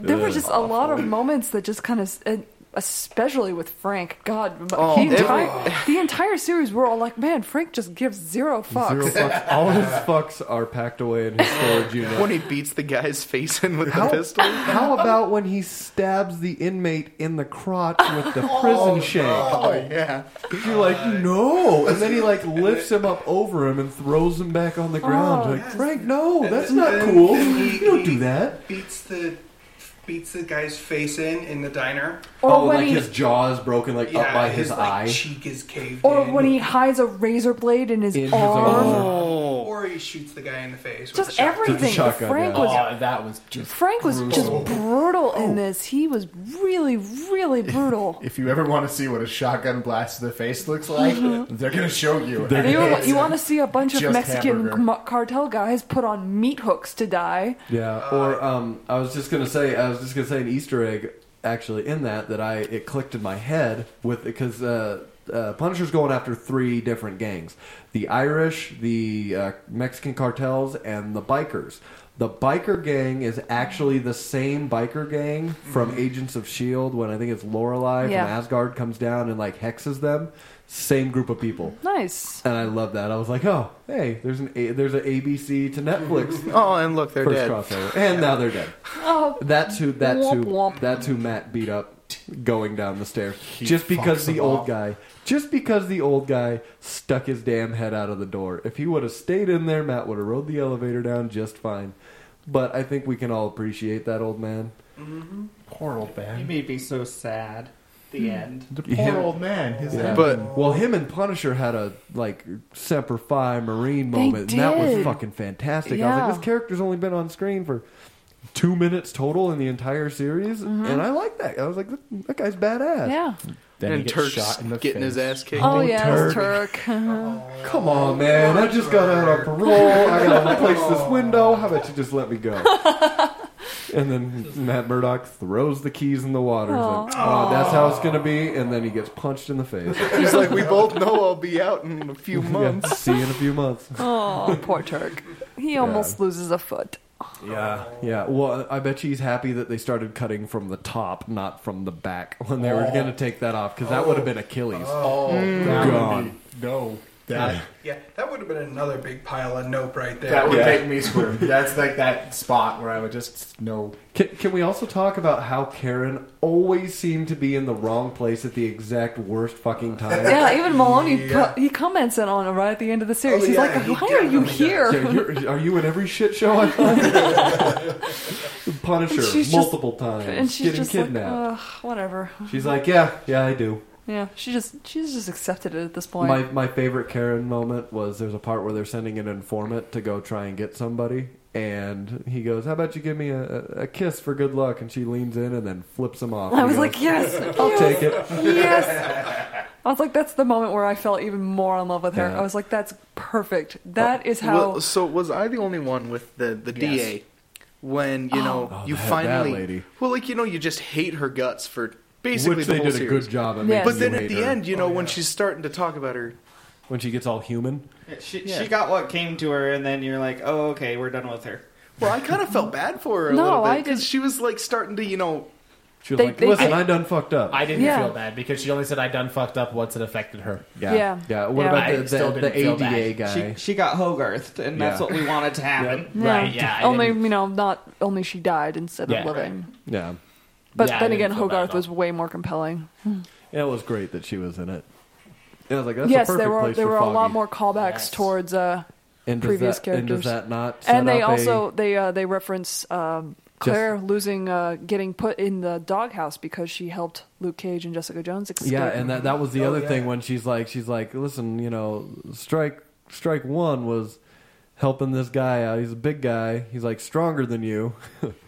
[SPEAKER 5] there were just a lot of moments that just kind of. And, Especially with Frank, God,
[SPEAKER 2] Oh,
[SPEAKER 5] the
[SPEAKER 2] every-
[SPEAKER 5] entire the entire series, we're all like, man, Frank just gives zero fucks.
[SPEAKER 3] Zero fucks. All his fucks are packed away in his storage unit.
[SPEAKER 2] When he beats the guy's face in with
[SPEAKER 3] How,
[SPEAKER 2] the pistol.
[SPEAKER 3] how about when he stabs the inmate in the crotch with the prison shank?
[SPEAKER 2] Oh, yeah.
[SPEAKER 3] You're like, no. And then he like lifts him up over him and throws him back on the ground.
[SPEAKER 5] Oh.
[SPEAKER 3] like, Frank, no, that's
[SPEAKER 7] And
[SPEAKER 3] not
[SPEAKER 7] then-
[SPEAKER 3] cool.
[SPEAKER 7] then he-
[SPEAKER 3] You don't do
[SPEAKER 7] he
[SPEAKER 3] that.
[SPEAKER 7] Beats the beats the guy's face in in the diner.
[SPEAKER 5] Or
[SPEAKER 3] oh,
[SPEAKER 5] when
[SPEAKER 3] like
[SPEAKER 5] he
[SPEAKER 3] his jaw is broken like up by his,
[SPEAKER 7] like,
[SPEAKER 3] eye.
[SPEAKER 7] cheek is caved
[SPEAKER 5] Or
[SPEAKER 7] in.
[SPEAKER 5] when he hides a razor blade in his,
[SPEAKER 3] In his
[SPEAKER 5] arm.
[SPEAKER 3] arm.
[SPEAKER 2] Oh.
[SPEAKER 7] or he shoots the guy in the face. with
[SPEAKER 5] Just
[SPEAKER 7] a shotgun.
[SPEAKER 5] everything.
[SPEAKER 3] shotgun,
[SPEAKER 5] Frank
[SPEAKER 3] yeah.
[SPEAKER 5] was
[SPEAKER 8] Oh, that was just
[SPEAKER 5] Frank was just brutal in this. He was really, really brutal.
[SPEAKER 6] If you ever want to see what a shotgun blast to the face looks like, they're going to show you.
[SPEAKER 5] Mm-hmm. And you you want to see a bunch of
[SPEAKER 6] Just
[SPEAKER 5] Mexican
[SPEAKER 6] hamburger.
[SPEAKER 5] m- cartel guys put on meat hooks to die?
[SPEAKER 3] Yeah, or um, I was just gonna say, I was just gonna say an Easter egg actually in that that I it clicked in my head with because uh, uh, Punisher's going after three different gangs: the Irish, the uh, Mexican cartels, and the bikers. The biker gang is actually the same biker gang from Agents of Shield when I think it's Lorelei
[SPEAKER 5] Yeah.
[SPEAKER 3] from Asgard comes down and like hexes them. Same group of people.
[SPEAKER 5] Nice.
[SPEAKER 3] And I love that. I was like, oh, hey, there's an a- there's an ABC to Netflix
[SPEAKER 2] Oh, and look, they're
[SPEAKER 3] first
[SPEAKER 2] dead.
[SPEAKER 3] crossover, and now they're dead.
[SPEAKER 5] Oh,
[SPEAKER 3] That's who. That's
[SPEAKER 5] Womp
[SPEAKER 3] who.
[SPEAKER 5] womp.
[SPEAKER 3] That's who Matt beat up going down the stairs. just because the old guy. Just because the old guy stuck his damn head out of the door. If he would have stayed in there, Matt would have rode the elevator down just fine. But I think we can all appreciate that old man.
[SPEAKER 6] Poor old
[SPEAKER 4] You
[SPEAKER 6] man.
[SPEAKER 4] made me so sad. The end.
[SPEAKER 6] The poor
[SPEAKER 3] Yeah.
[SPEAKER 6] old man. His
[SPEAKER 3] Yeah.
[SPEAKER 2] But-
[SPEAKER 3] well, him and Punisher had a like Semper Fi Marine
[SPEAKER 5] They
[SPEAKER 3] moment, and that was
[SPEAKER 5] did.
[SPEAKER 3] fucking fantastic. I was
[SPEAKER 5] Yeah.
[SPEAKER 3] like, this character's only been on screen for two minutes total in the entire series, and I like that. I was like, that, that guy's badass.
[SPEAKER 5] Mm-hmm. yeah.
[SPEAKER 8] Then
[SPEAKER 2] and
[SPEAKER 8] he gets
[SPEAKER 2] Turk's
[SPEAKER 8] shot in the
[SPEAKER 2] getting
[SPEAKER 8] face.
[SPEAKER 2] his ass kicked.
[SPEAKER 5] Oh, yeah, it was Turk.
[SPEAKER 3] Come on, man! I just got out on parole. I gotta replace this window. How about you just let me go? And then Matt Murdock throws the keys in the water. He's like, oh, that's how it's gonna be. And then he gets punched in the face.
[SPEAKER 2] He's like, we both know I'll be out in a few
[SPEAKER 3] Yeah,
[SPEAKER 2] months.
[SPEAKER 3] see you in a few months.
[SPEAKER 5] oh, poor Turk. He almost loses a foot.
[SPEAKER 3] Yeah,
[SPEAKER 6] Oh.
[SPEAKER 3] yeah. Well, I bet you he's happy that they started cutting from the top, not from the back, when they were going to take that off because that would have been Achilles.
[SPEAKER 6] Oh, that would be- no. That,
[SPEAKER 7] Yeah, that would have been another big pile of nope right there.
[SPEAKER 6] that would
[SPEAKER 3] Yeah.
[SPEAKER 6] make me squirm. That's like that spot where I would just know.
[SPEAKER 3] Can, can we also talk about how Karen always seemed to be in the wrong place at the exact worst fucking time?
[SPEAKER 5] Yeah, even Maloney pu- he comments it on it right at the end of the series.
[SPEAKER 7] Oh,
[SPEAKER 5] He's
[SPEAKER 7] yeah,
[SPEAKER 5] like,
[SPEAKER 7] he
[SPEAKER 5] "Why are you
[SPEAKER 7] definitely does.
[SPEAKER 5] here?"
[SPEAKER 3] Yeah, you're, are you in every shit show I find? Punisher
[SPEAKER 5] And she's just-
[SPEAKER 3] multiple times,
[SPEAKER 5] and she's
[SPEAKER 3] getting
[SPEAKER 5] just
[SPEAKER 3] kidnapped.
[SPEAKER 5] like, uh, Ugh, whatever.
[SPEAKER 3] she's like, yeah, yeah, I do.
[SPEAKER 5] Yeah, she just she's just accepted it at this point.
[SPEAKER 3] My my favorite Karen moment was there's a part where they're sending an informant to go try and get somebody, and he goes, "How about you give me a, a a kiss for good luck?" And she leans in and then flips him off.
[SPEAKER 5] I
[SPEAKER 3] He
[SPEAKER 5] was
[SPEAKER 3] goes,
[SPEAKER 5] like, yes,
[SPEAKER 3] "I'll
[SPEAKER 5] yes,
[SPEAKER 3] take it."
[SPEAKER 5] Yes. I was like, that's the moment where I fell even more in love with her.
[SPEAKER 3] Yeah.
[SPEAKER 5] I was like, that's perfect. That is how.
[SPEAKER 2] Well, so was I the only one with the the DA when you know
[SPEAKER 3] Oh,
[SPEAKER 2] you
[SPEAKER 3] that- that
[SPEAKER 2] finally
[SPEAKER 3] lady.
[SPEAKER 2] well like you know you just hate her guts for basically
[SPEAKER 3] Which
[SPEAKER 2] the
[SPEAKER 3] they
[SPEAKER 2] whole
[SPEAKER 3] did a
[SPEAKER 2] series.
[SPEAKER 3] good job at. making
[SPEAKER 5] Yeah.
[SPEAKER 2] But then
[SPEAKER 3] you
[SPEAKER 2] at
[SPEAKER 3] hate
[SPEAKER 2] the
[SPEAKER 3] her. Oh,
[SPEAKER 2] end, you know, when she's starting to talk about her,
[SPEAKER 3] when she gets all human,
[SPEAKER 4] She,
[SPEAKER 2] Yeah.
[SPEAKER 4] she got what came to her, and then you're like, oh, okay, we're done with her.
[SPEAKER 2] well, I kind of felt bad for her a
[SPEAKER 5] No,
[SPEAKER 2] little
[SPEAKER 5] I
[SPEAKER 2] bit because
[SPEAKER 5] didn't-
[SPEAKER 2] she was like starting to, you know,
[SPEAKER 3] she was
[SPEAKER 5] They-
[SPEAKER 3] like,
[SPEAKER 5] they-
[SPEAKER 3] "Listen,
[SPEAKER 5] I-
[SPEAKER 3] I, done fucked up."
[SPEAKER 8] I didn't
[SPEAKER 5] Yeah.
[SPEAKER 8] feel bad because she only said I done fucked up once it affected her.
[SPEAKER 3] yeah,
[SPEAKER 5] Yeah.
[SPEAKER 3] yeah. What
[SPEAKER 5] Yeah.
[SPEAKER 3] about
[SPEAKER 8] I
[SPEAKER 3] the,
[SPEAKER 8] still
[SPEAKER 3] the,
[SPEAKER 8] didn't
[SPEAKER 3] the
[SPEAKER 8] feel
[SPEAKER 3] ADA
[SPEAKER 8] bad.
[SPEAKER 3] guy?
[SPEAKER 4] She she got hogarthed, and that's
[SPEAKER 3] Yeah.
[SPEAKER 4] what we wanted to happen.
[SPEAKER 5] No.
[SPEAKER 8] Right, yeah, I
[SPEAKER 5] only
[SPEAKER 8] didn't-
[SPEAKER 5] you know, not only she died instead
[SPEAKER 8] Yeah.
[SPEAKER 5] of living.
[SPEAKER 3] yeah,
[SPEAKER 5] But
[SPEAKER 8] Yeah, I
[SPEAKER 5] then
[SPEAKER 8] didn't
[SPEAKER 5] again,
[SPEAKER 8] feel bad at
[SPEAKER 5] Hogarth
[SPEAKER 8] all.
[SPEAKER 5] was way more compelling.
[SPEAKER 3] it was great that she was in it. And I was like, "That's
[SPEAKER 5] yes,
[SPEAKER 3] a perfect
[SPEAKER 5] there were
[SPEAKER 3] place
[SPEAKER 5] there
[SPEAKER 3] for
[SPEAKER 5] were a lot
[SPEAKER 3] Foggy.
[SPEAKER 5] more callbacks
[SPEAKER 8] Yes.
[SPEAKER 5] towards. Uh,
[SPEAKER 3] and does
[SPEAKER 5] previous
[SPEAKER 3] that, And
[SPEAKER 5] characters.
[SPEAKER 3] does that not? set
[SPEAKER 5] and they
[SPEAKER 3] up
[SPEAKER 5] also
[SPEAKER 3] a,
[SPEAKER 5] they uh, they reference um, Claire losing uh, getting put in the doghouse because she helped Luke Cage and Jessica Jones escape.
[SPEAKER 3] Yeah, and that that was the
[SPEAKER 7] Oh,
[SPEAKER 3] other
[SPEAKER 7] yeah.
[SPEAKER 3] thing when she's like, she's like, listen, you know, strike strike one was helping this guy out. He's a big guy. He's like stronger than you.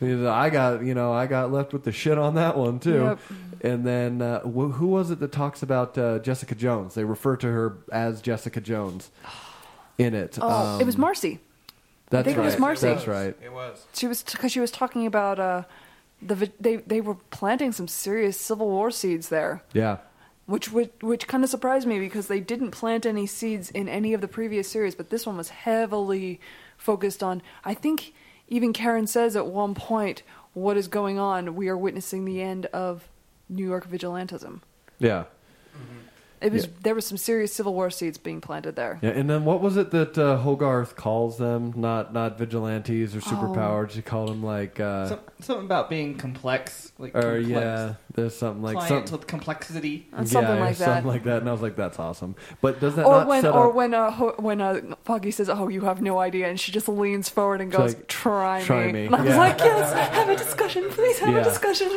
[SPEAKER 3] He's like, I got you know I got left with the shit on that one too.
[SPEAKER 5] Yep.
[SPEAKER 3] And then uh, wh- who was it that talks about uh, Jessica Jones? They refer to her as Jessica Jones in it.
[SPEAKER 5] oh,
[SPEAKER 3] Um,
[SPEAKER 5] it was Marcy.
[SPEAKER 3] That's
[SPEAKER 5] think it
[SPEAKER 3] right.
[SPEAKER 5] was Marcy.
[SPEAKER 3] That's right.
[SPEAKER 7] It was.
[SPEAKER 5] She was because she was talking about uh, the vi- they they were planting some serious Civil War seeds there,
[SPEAKER 3] Yeah.
[SPEAKER 5] which would, which kind of surprised me because they didn't plant any seeds in any of the previous series, but this one was heavily focused on. I think even Karen says at one point, "What is going on? We are witnessing the end of New York vigilantism."
[SPEAKER 3] Yeah.
[SPEAKER 5] It was
[SPEAKER 3] Yeah.
[SPEAKER 5] there was some serious Civil War seeds being planted there.
[SPEAKER 3] Yeah, and then what was it that uh, Hogarth calls them? Not not vigilantes
[SPEAKER 5] Oh.
[SPEAKER 3] or superpowered. She called them like, uh,
[SPEAKER 4] Some, something about being complex, like
[SPEAKER 3] or
[SPEAKER 4] complex.
[SPEAKER 3] yeah, there's something like
[SPEAKER 4] clients
[SPEAKER 3] something,
[SPEAKER 4] with complexity.
[SPEAKER 5] Uh, something
[SPEAKER 3] yeah,
[SPEAKER 5] like that.
[SPEAKER 3] something like that. And I was like, that's awesome. But does that
[SPEAKER 5] or
[SPEAKER 3] not
[SPEAKER 5] when,
[SPEAKER 3] set
[SPEAKER 5] or
[SPEAKER 3] up
[SPEAKER 5] when, uh, ho- when uh, Foggy says, "Oh, you have no idea," and she just leans forward and goes,
[SPEAKER 3] like,
[SPEAKER 5] "Try,
[SPEAKER 3] "Try
[SPEAKER 5] me."
[SPEAKER 3] me.
[SPEAKER 5] And I was
[SPEAKER 3] Yeah.
[SPEAKER 5] like, "Yes, have a discussion, please have
[SPEAKER 3] Yeah.
[SPEAKER 5] a discussion."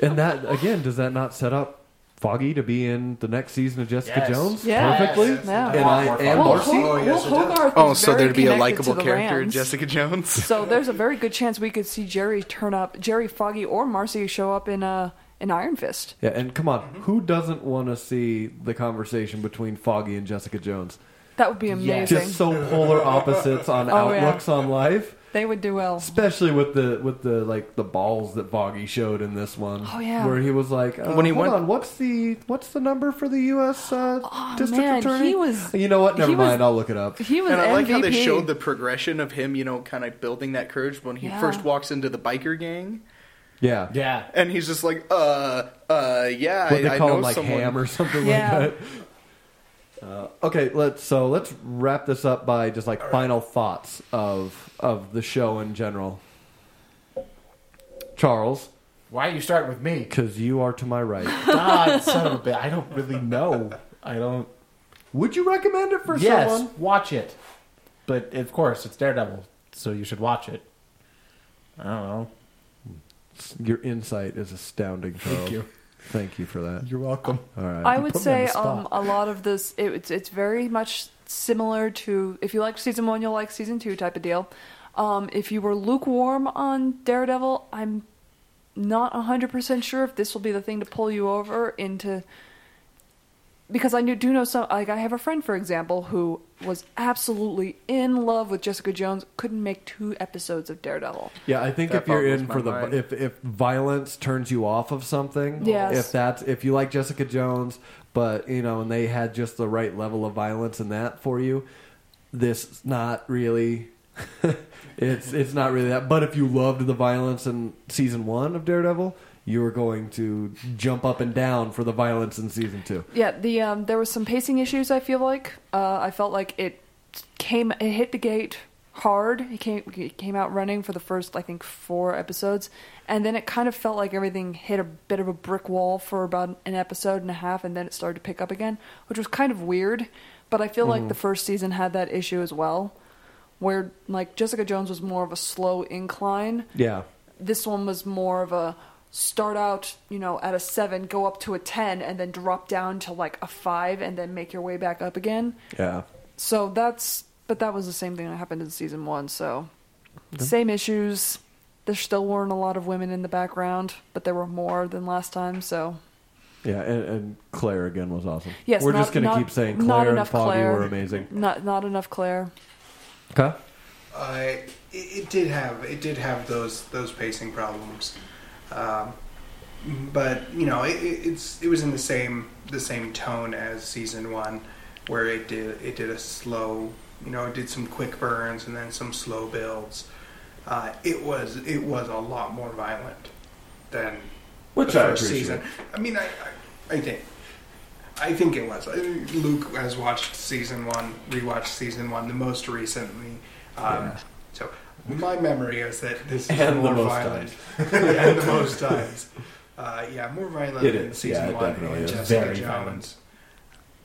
[SPEAKER 3] and that again? Does that not set up Foggy to be in the next season of Jessica
[SPEAKER 8] Yes.
[SPEAKER 3] Jones
[SPEAKER 5] Yeah.
[SPEAKER 3] perfectly?
[SPEAKER 5] Yes. Yeah.
[SPEAKER 3] And I and
[SPEAKER 5] well,
[SPEAKER 3] Marcy.
[SPEAKER 5] Ho-
[SPEAKER 7] Oh, yes,
[SPEAKER 5] well,
[SPEAKER 7] it does.
[SPEAKER 5] Hogarth
[SPEAKER 2] oh,
[SPEAKER 5] is
[SPEAKER 2] so
[SPEAKER 5] very
[SPEAKER 2] there'd be a
[SPEAKER 5] connected
[SPEAKER 2] likable
[SPEAKER 5] to the
[SPEAKER 2] character in
[SPEAKER 5] Rands.
[SPEAKER 2] Jessica Jones.
[SPEAKER 5] So there's a very good chance we could see Jerry turn up, Jerry Foggy or Marcy show up in uh, in Iron Fist.
[SPEAKER 3] Yeah, and come on,
[SPEAKER 4] Mm-hmm.
[SPEAKER 3] who doesn't want to see the conversation between Foggy and Jessica Jones?
[SPEAKER 5] That would be amazing.
[SPEAKER 3] Just so polar opposites on
[SPEAKER 5] Oh, yeah.
[SPEAKER 3] outlooks on life.
[SPEAKER 5] they would do well.
[SPEAKER 3] especially with the with the like the balls that Boggy showed in this one.
[SPEAKER 5] Oh, yeah.
[SPEAKER 3] where he was like, uh,
[SPEAKER 2] When he
[SPEAKER 3] hold
[SPEAKER 2] went-
[SPEAKER 3] on, what's the what's the number for the U.S. Uh, district
[SPEAKER 5] man,
[SPEAKER 3] attorney?
[SPEAKER 5] he was-
[SPEAKER 3] You know what? Never
[SPEAKER 5] he was-
[SPEAKER 3] mind. I'll look it up.
[SPEAKER 5] He was
[SPEAKER 2] And I like how they
[SPEAKER 5] MVP.
[SPEAKER 2] showed the progression of him, you know, kind of building that courage when he
[SPEAKER 5] Yeah.
[SPEAKER 2] first walks into the biker gang,
[SPEAKER 3] Yeah,
[SPEAKER 8] Yeah.
[SPEAKER 2] and he's just like, uh, uh, yeah,
[SPEAKER 3] What
[SPEAKER 2] I,
[SPEAKER 3] they
[SPEAKER 2] I
[SPEAKER 3] call
[SPEAKER 2] know
[SPEAKER 3] him, like
[SPEAKER 2] someone.
[SPEAKER 3] ham or something
[SPEAKER 5] Yeah.
[SPEAKER 3] like that. Uh, okay, let's so let's wrap this up by just like final thoughts of of the show in general. Charles,
[SPEAKER 8] Why are you starting with me?
[SPEAKER 3] because you are to my right,
[SPEAKER 8] God, son of a bitch. I don't really know. I don't.
[SPEAKER 3] would you recommend it for
[SPEAKER 8] yes,
[SPEAKER 3] someone?
[SPEAKER 8] watch it. But of course, it's Daredevil, so you should watch it. I don't know.
[SPEAKER 3] Your insight is astounding, Charles.
[SPEAKER 6] you.
[SPEAKER 3] Thank you for that.
[SPEAKER 6] You're welcome.
[SPEAKER 3] All right.
[SPEAKER 5] I
[SPEAKER 6] You
[SPEAKER 5] would
[SPEAKER 6] put me on
[SPEAKER 5] say
[SPEAKER 6] the spot.
[SPEAKER 5] um, a lot of this. It, it's it's very much similar to if you like season one, you'll like season two type of deal. Um, if you were lukewarm on Daredevil, I'm not hundred percent sure if this will be the thing to pull you over into. Because I knew, do know some. Like I have a friend, for example, who was absolutely in love with Jessica Jones, couldn't make two episodes of Daredevil.
[SPEAKER 3] yeah, I think
[SPEAKER 2] That
[SPEAKER 3] if you're
[SPEAKER 2] boggles
[SPEAKER 3] in
[SPEAKER 2] my
[SPEAKER 3] for the
[SPEAKER 2] mind.
[SPEAKER 3] if if violence turns you off of something,
[SPEAKER 5] Yes.
[SPEAKER 3] if that's if you like Jessica Jones, but you know, and they had just the right level of violence in that for you, this is not really. it's it's not really that. But if you loved the violence in season one of Daredevil, you were going to jump up and down for the violence in season two.
[SPEAKER 5] Yeah, the um, there was some pacing issues. I feel like uh, I felt like it came, it hit the gate hard. It came, it came out running for the first, I think, four episodes, and then it kind of felt like everything hit a bit of a brick wall for about an episode and a half, and then it started to pick up again, which was kind of weird. But I feel like the first season had that issue as well, where like Jessica Jones was more of a slow incline,
[SPEAKER 3] Yeah.
[SPEAKER 5] this one was more of a start out, you know, at a seven, go up to a ten, and then drop down to like a five, and then make your way back up again.
[SPEAKER 3] Yeah.
[SPEAKER 5] So that's, but that was the same thing that happened in season one. So Same issues. There still weren't a lot of women in the background, but there were more than last time. So
[SPEAKER 3] Yeah, and, and Claire again was awesome.
[SPEAKER 5] Yes,
[SPEAKER 3] we're
[SPEAKER 5] not-
[SPEAKER 3] just gonna
[SPEAKER 5] not-
[SPEAKER 3] keep saying
[SPEAKER 5] not
[SPEAKER 3] Claire and
[SPEAKER 5] enough
[SPEAKER 3] Foggy
[SPEAKER 5] Claire.
[SPEAKER 3] were amazing.
[SPEAKER 5] not not enough Claire.
[SPEAKER 3] Okay.
[SPEAKER 7] I Uh, it, it did have it did have those those pacing problems, um, but you know it, it- it's it was in the same the same tone as season one, where it did it did a slow you know it did some quick burns and then some slow builds. Uh, it was it was a lot more violent than
[SPEAKER 3] Which
[SPEAKER 7] the
[SPEAKER 3] I
[SPEAKER 7] first
[SPEAKER 3] appreciate.
[SPEAKER 7] season. I mean I I, I think. I think it was. I think Luke has watched season one, rewatched season one, the most recently. Um,
[SPEAKER 3] Yeah.
[SPEAKER 7] So my memory is that this is
[SPEAKER 3] And the
[SPEAKER 7] more
[SPEAKER 3] most
[SPEAKER 7] violent. and the most times. Uh, yeah, more violent
[SPEAKER 3] It
[SPEAKER 7] than
[SPEAKER 3] is.
[SPEAKER 7] season
[SPEAKER 3] Yeah, it
[SPEAKER 7] one.
[SPEAKER 3] definitely
[SPEAKER 7] and
[SPEAKER 3] is.
[SPEAKER 7] Jessica
[SPEAKER 8] Very
[SPEAKER 7] Jones.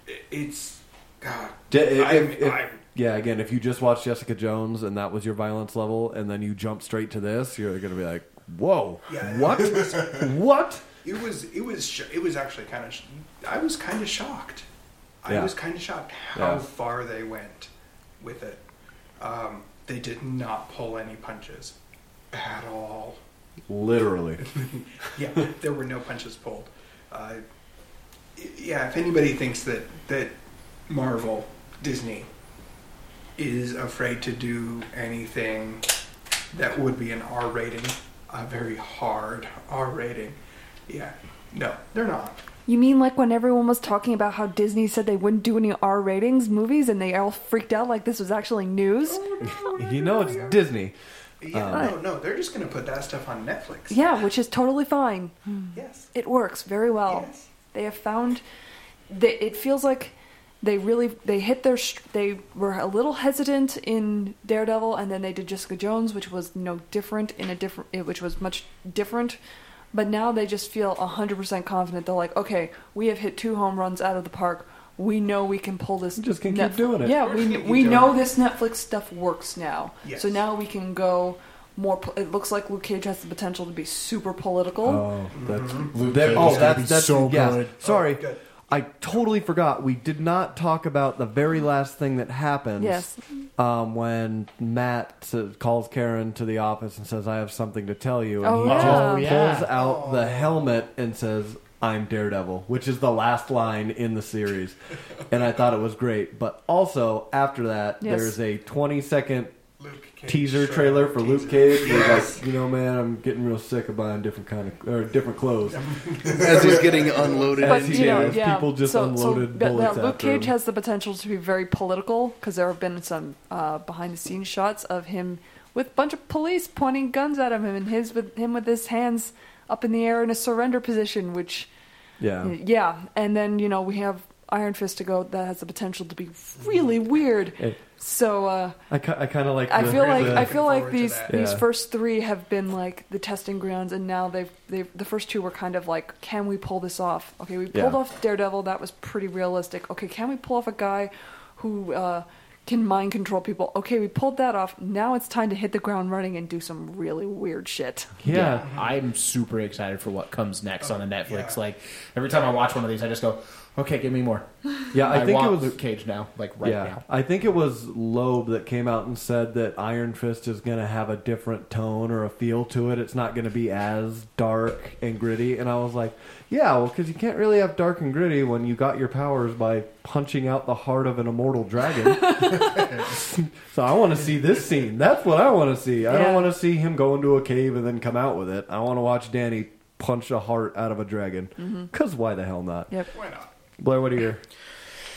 [SPEAKER 7] It- It's God.
[SPEAKER 3] D- if-
[SPEAKER 7] I'm-
[SPEAKER 3] if- if-
[SPEAKER 7] I'm-
[SPEAKER 3] yeah, again, if you just watched Jessica Jones and that was your violence level, and then you jump straight to this, you're going to be like, "Whoa,
[SPEAKER 7] Yeah.
[SPEAKER 3] what? what?"
[SPEAKER 7] It was. It was. Sh- it was actually kind of. Sh- I was kind of shocked. I
[SPEAKER 3] Yeah.
[SPEAKER 7] was kind of shocked how
[SPEAKER 3] Yeah.
[SPEAKER 7] far they went with it. Um, they did not pull any punches at all.
[SPEAKER 3] Literally,
[SPEAKER 7] yeah, there were no punches pulled. Uh, y- yeah, if anybody thinks that that Marvel Disney is afraid to do anything that would be an R rating, a very hard R rating, yeah, no, they're not.
[SPEAKER 5] You mean like when everyone was talking about how Disney said they wouldn't do any R ratings movies and they all freaked out like this was actually news?
[SPEAKER 3] you know it's Disney.
[SPEAKER 7] Yeah, no, no, they're just gonna put that stuff on Netflix.
[SPEAKER 5] Um, Yeah, which is totally fine.
[SPEAKER 7] Yes.
[SPEAKER 5] It works very well.
[SPEAKER 7] Yes.
[SPEAKER 5] They have found that it feels like they really they hit their str- they were a little hesitant in Daredevil and then they did Jessica Jones, which was no different in a different eh, which was much different. But now they just feel 100% confident. They're like, "Okay, we have hit two home runs out of the park. We know we can pull this
[SPEAKER 3] We just can keep
[SPEAKER 5] Netf-
[SPEAKER 3] doing it.
[SPEAKER 5] Yeah,
[SPEAKER 7] We're
[SPEAKER 5] we
[SPEAKER 7] just gonna keep
[SPEAKER 5] we
[SPEAKER 7] doing
[SPEAKER 5] know
[SPEAKER 7] it.
[SPEAKER 5] this Netflix stuff works now.
[SPEAKER 7] Yes.
[SPEAKER 5] So now we can go more. po- It looks like Luke Cage has the potential to be super political.
[SPEAKER 3] Oh, that's
[SPEAKER 6] Luke
[SPEAKER 3] that-
[SPEAKER 6] Cage is
[SPEAKER 3] oh,
[SPEAKER 6] gonna
[SPEAKER 3] that's
[SPEAKER 6] be
[SPEAKER 3] that's
[SPEAKER 6] so
[SPEAKER 3] yes.
[SPEAKER 6] good.
[SPEAKER 3] Sorry,
[SPEAKER 7] Oh, good.
[SPEAKER 3] I totally forgot. We did not talk about the very last thing that happens.
[SPEAKER 5] Yes.
[SPEAKER 3] um, when Matt says- calls Karen to the office and says, "I have something to tell you," and
[SPEAKER 5] Oh,
[SPEAKER 3] he
[SPEAKER 5] yeah.
[SPEAKER 3] just
[SPEAKER 5] Oh,
[SPEAKER 8] yeah.
[SPEAKER 3] pulls out the helmet and says. I'm Daredevil, which is the last line in the series. And I thought it was great. But also, after that,
[SPEAKER 5] Yes.
[SPEAKER 3] there's a 20 second
[SPEAKER 7] Luke Cage
[SPEAKER 3] teaser
[SPEAKER 7] show.
[SPEAKER 3] trailer for Luke Cage. where he's
[SPEAKER 7] Yes.
[SPEAKER 3] like, you know, man, I'm getting real sick of buying different kind of or different clothes.
[SPEAKER 2] As he's getting unloaded
[SPEAKER 3] But,
[SPEAKER 2] into
[SPEAKER 3] you know, If people just unloaded
[SPEAKER 5] but-
[SPEAKER 3] bullets
[SPEAKER 5] Luke
[SPEAKER 3] after
[SPEAKER 5] Cage
[SPEAKER 3] him.
[SPEAKER 5] has the potential to be very political because there have been some uh, behind-the-scenes shots of him with a bunch of police pointing guns at him, and his with him with his hands up in the air in a surrender position, which
[SPEAKER 3] Yeah.
[SPEAKER 5] yeah. And then you know we have Iron Fist to go that has the potential to be really weird.
[SPEAKER 3] It-
[SPEAKER 5] So uh,
[SPEAKER 3] I, ki- I kind of like.
[SPEAKER 5] I
[SPEAKER 3] the-
[SPEAKER 5] feel like
[SPEAKER 3] the-
[SPEAKER 5] I feel like
[SPEAKER 7] forward to
[SPEAKER 5] these
[SPEAKER 7] that.
[SPEAKER 5] these
[SPEAKER 3] Yeah.
[SPEAKER 5] first three have been like the testing grounds, and now they've they the first two were kind of like, can we pull this off? Okay, we pulled
[SPEAKER 3] Yeah.
[SPEAKER 5] off Daredevil, that was pretty realistic. Okay, can we pull off a guy who uh, can mind control people? Okay, we pulled that off. Now it's time to hit the ground running and do some really weird shit.
[SPEAKER 3] Yeah. Oh,
[SPEAKER 8] I'm super excited for what comes next on the Netflix.
[SPEAKER 7] yeah.
[SPEAKER 8] Like every time I watch one of these, I just go, "Okay, give me more."
[SPEAKER 3] Yeah, I, think
[SPEAKER 8] want
[SPEAKER 3] it was.
[SPEAKER 8] Luke Cage now, like right
[SPEAKER 3] yeah,
[SPEAKER 8] now.
[SPEAKER 3] I think it was Loeb that came out and said that Iron Fist is going to have a different tone or a feel to it. It's not going to be as dark and gritty. And I was like, yeah, well, because you can't really have dark and gritty when you got your powers by punching out the heart of an immortal dragon. so I want to see this scene. That's what I want to see. I
[SPEAKER 5] Yeah.
[SPEAKER 3] don't want to see him go into a cave and then come out with it. I want to watch Danny punch a heart out of a dragon. Because why the hell not?
[SPEAKER 5] Yep.
[SPEAKER 7] Why not?
[SPEAKER 3] Blair, what are your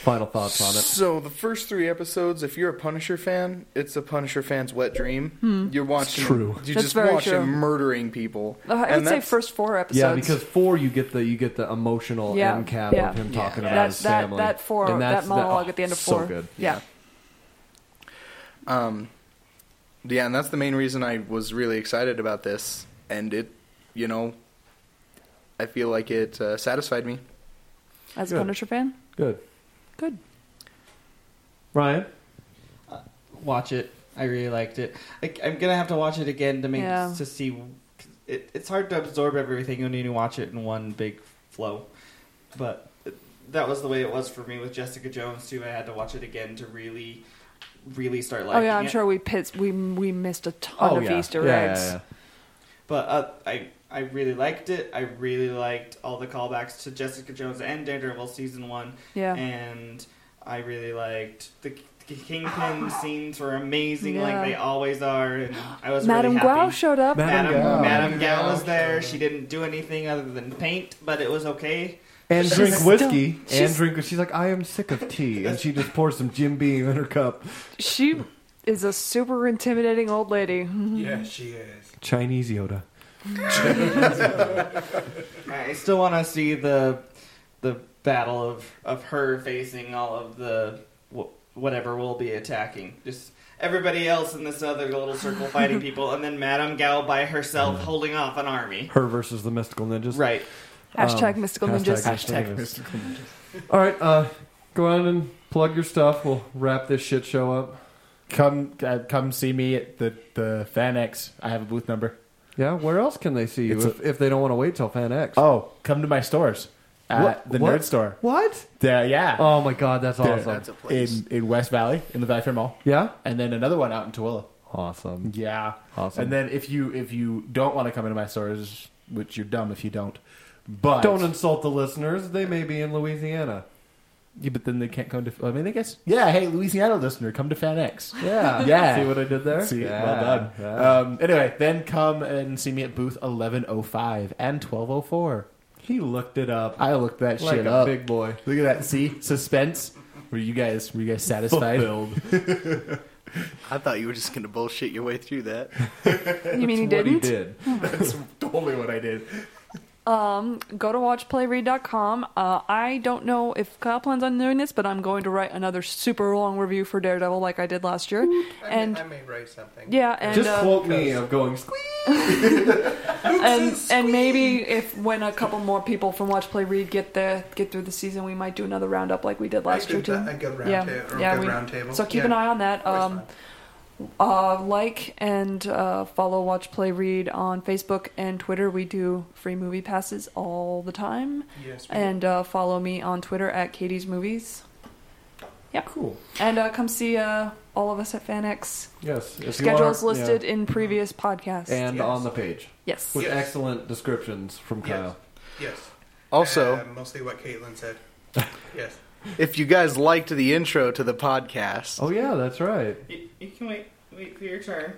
[SPEAKER 3] final thoughts on it?
[SPEAKER 2] So the first three episodes, if you're a Punisher fan, it's a Punisher fan's wet dream. You're watching
[SPEAKER 3] true.
[SPEAKER 2] You
[SPEAKER 5] Hmm. That's
[SPEAKER 2] just
[SPEAKER 5] very
[SPEAKER 2] watch
[SPEAKER 5] true.
[SPEAKER 2] him murdering people.
[SPEAKER 5] Uh, I
[SPEAKER 2] And
[SPEAKER 5] would say
[SPEAKER 2] that's-
[SPEAKER 5] first four episodes.
[SPEAKER 3] Yeah, because four you get the you get the emotional
[SPEAKER 5] Yeah,
[SPEAKER 3] end cap
[SPEAKER 5] yeah.
[SPEAKER 3] of him talking
[SPEAKER 5] Yeah.
[SPEAKER 3] about
[SPEAKER 5] That-
[SPEAKER 3] his
[SPEAKER 5] that-
[SPEAKER 3] family.
[SPEAKER 5] that four-
[SPEAKER 3] And that's
[SPEAKER 5] that monologue
[SPEAKER 3] oh,
[SPEAKER 5] at the end of
[SPEAKER 3] So
[SPEAKER 5] four.
[SPEAKER 3] good.
[SPEAKER 5] yeah.
[SPEAKER 2] Um, yeah, and that's the main reason I was really excited about this, and it, you know, I feel like it uh, satisfied me.
[SPEAKER 5] as a
[SPEAKER 3] Good.
[SPEAKER 5] Punisher fan,
[SPEAKER 3] Good.
[SPEAKER 5] good.
[SPEAKER 3] Ryan,
[SPEAKER 4] watch it. I really liked it. I, I'm gonna have to watch it again to make
[SPEAKER 5] Yeah.
[SPEAKER 4] to see. It, it's hard to absorb everything when you watch it in one big flow, but that was the way it was for me with Jessica Jones too. I had to watch it again to really really start liking
[SPEAKER 5] Oh yeah, I'm
[SPEAKER 4] it.
[SPEAKER 5] sure we pits we we missed a ton of
[SPEAKER 3] Oh, yeah.
[SPEAKER 5] Easter
[SPEAKER 3] Yeah, yeah,
[SPEAKER 5] eggs.
[SPEAKER 3] yeah.
[SPEAKER 4] But uh, I I really liked it. I really liked all the callbacks to Jessica Jones and Daredevil season one.
[SPEAKER 5] Yeah.
[SPEAKER 4] And I really liked the, the Kingpin scenes were amazing,
[SPEAKER 5] Yeah.
[SPEAKER 4] like they always are. And I was
[SPEAKER 5] Madame
[SPEAKER 4] really happy.
[SPEAKER 5] Guao showed up.
[SPEAKER 3] Madame
[SPEAKER 4] Madame,
[SPEAKER 3] Gao.
[SPEAKER 4] Madame Gao was there. She didn't do anything other than paint, but it was okay.
[SPEAKER 3] and
[SPEAKER 5] She's
[SPEAKER 3] drink
[SPEAKER 5] still-
[SPEAKER 3] whiskey and
[SPEAKER 5] she's-
[SPEAKER 3] drink. She's like, I am sick of tea, and she just pours some Jim Beam in her cup.
[SPEAKER 5] She is a super intimidating old lady.
[SPEAKER 7] Yeah, she is.
[SPEAKER 3] Chinese Yoda.
[SPEAKER 4] I still want to see the the battle of of her facing all of the wh- whatever will be attacking. Just everybody else in this other little circle fighting people, and then Madame Gao by herself holding off an army.
[SPEAKER 3] Her versus the mystical ninjas.
[SPEAKER 4] Right.
[SPEAKER 5] Hashtag
[SPEAKER 3] Um,
[SPEAKER 5] mystical
[SPEAKER 3] hashtag
[SPEAKER 5] ninjas.
[SPEAKER 3] mystical
[SPEAKER 4] Hashtag
[SPEAKER 3] ninjas. All right, uh, go on and plug your stuff. We'll wrap this shit show up.
[SPEAKER 6] Come, uh, come see me at the the FanX. I have a booth number.
[SPEAKER 3] Yeah, where else can they see you
[SPEAKER 6] It's a-
[SPEAKER 3] if, if they don't want to wait till Fan X?
[SPEAKER 6] Oh, come to my stores at
[SPEAKER 3] What-
[SPEAKER 6] the
[SPEAKER 3] what?
[SPEAKER 6] Nerd Store.
[SPEAKER 3] What?
[SPEAKER 6] There, yeah,
[SPEAKER 3] Oh my god, that's
[SPEAKER 6] There,
[SPEAKER 3] awesome.
[SPEAKER 2] That's a place.
[SPEAKER 6] in in West Valley in the Valley Fair Mall,
[SPEAKER 3] yeah?
[SPEAKER 6] and then another one out in Tooele.
[SPEAKER 3] Awesome.
[SPEAKER 6] Yeah,
[SPEAKER 3] Awesome.
[SPEAKER 6] And then if you if you don't want to come into my stores, which you're dumb if you don't, but
[SPEAKER 3] Don't insult the listeners. They may be in Louisiana.
[SPEAKER 6] Yeah, but then they can't come to. I mean, I guess. Yeah, hey, Louisiana listener, come to FanX.
[SPEAKER 3] Yeah.
[SPEAKER 6] Yeah.
[SPEAKER 3] See Uh, what I did there?
[SPEAKER 6] See,
[SPEAKER 3] yeah.
[SPEAKER 6] well done.
[SPEAKER 3] Yeah.
[SPEAKER 6] Um, anyway, then come and see me at booth 1105 and 1204.
[SPEAKER 3] he looked it up.
[SPEAKER 6] I looked that
[SPEAKER 3] like
[SPEAKER 6] shit
[SPEAKER 3] a
[SPEAKER 6] up.
[SPEAKER 3] big boy.
[SPEAKER 6] Look at that. See suspense. Were you guys were you guys satisfied?
[SPEAKER 3] Fulfilled.
[SPEAKER 2] I thought you were just gonna bullshit your way through that.
[SPEAKER 5] you mean he
[SPEAKER 3] What he
[SPEAKER 5] didn't?
[SPEAKER 3] did.
[SPEAKER 6] That's totally what I did.
[SPEAKER 5] Um, go to watchplayread.com. Uh, I don't know if Kyle plans on doing this, but I'm going to write another super long review for Daredevil like I did last year.
[SPEAKER 7] I may-
[SPEAKER 5] And
[SPEAKER 7] I may write something.
[SPEAKER 5] yeah, and
[SPEAKER 3] Just
[SPEAKER 5] uh,
[SPEAKER 3] quote me of going squeak.
[SPEAKER 5] and and maybe if when a couple more people from Watch Play Read get there get through the season, we might do another roundup like we did last
[SPEAKER 7] I
[SPEAKER 5] year
[SPEAKER 7] did
[SPEAKER 5] too.
[SPEAKER 7] that- a good round
[SPEAKER 5] yeah,
[SPEAKER 7] ta- or
[SPEAKER 5] yeah.
[SPEAKER 7] good
[SPEAKER 5] we-
[SPEAKER 7] round table.
[SPEAKER 5] So keep
[SPEAKER 7] Yeah.
[SPEAKER 5] an eye on that.
[SPEAKER 7] Always
[SPEAKER 5] Um,
[SPEAKER 7] fun.
[SPEAKER 5] uh, like and uh, follow Watch Play Read on Facebook and Twitter. We do free movie passes all the time.
[SPEAKER 7] Yes, we
[SPEAKER 5] And uh, follow me on Twitter at Katie's Movies.
[SPEAKER 6] Cool.
[SPEAKER 5] And uh, come see uh, all of us at FanX.
[SPEAKER 3] Yes. if you
[SPEAKER 5] Schedules
[SPEAKER 3] are- yeah.
[SPEAKER 5] listed in previous podcasts.
[SPEAKER 3] And
[SPEAKER 7] Yes.
[SPEAKER 3] on the page.
[SPEAKER 5] yes.
[SPEAKER 3] With
[SPEAKER 7] Yes.
[SPEAKER 3] excellent descriptions from
[SPEAKER 7] Yes.
[SPEAKER 3] Kyle.
[SPEAKER 7] Yes.
[SPEAKER 2] Also,
[SPEAKER 7] Uh, mostly what Caitlin said. yes.
[SPEAKER 2] if you guys liked the intro to the podcast,
[SPEAKER 3] Oh yeah, that's right.
[SPEAKER 4] You, you can wait wait for your turn.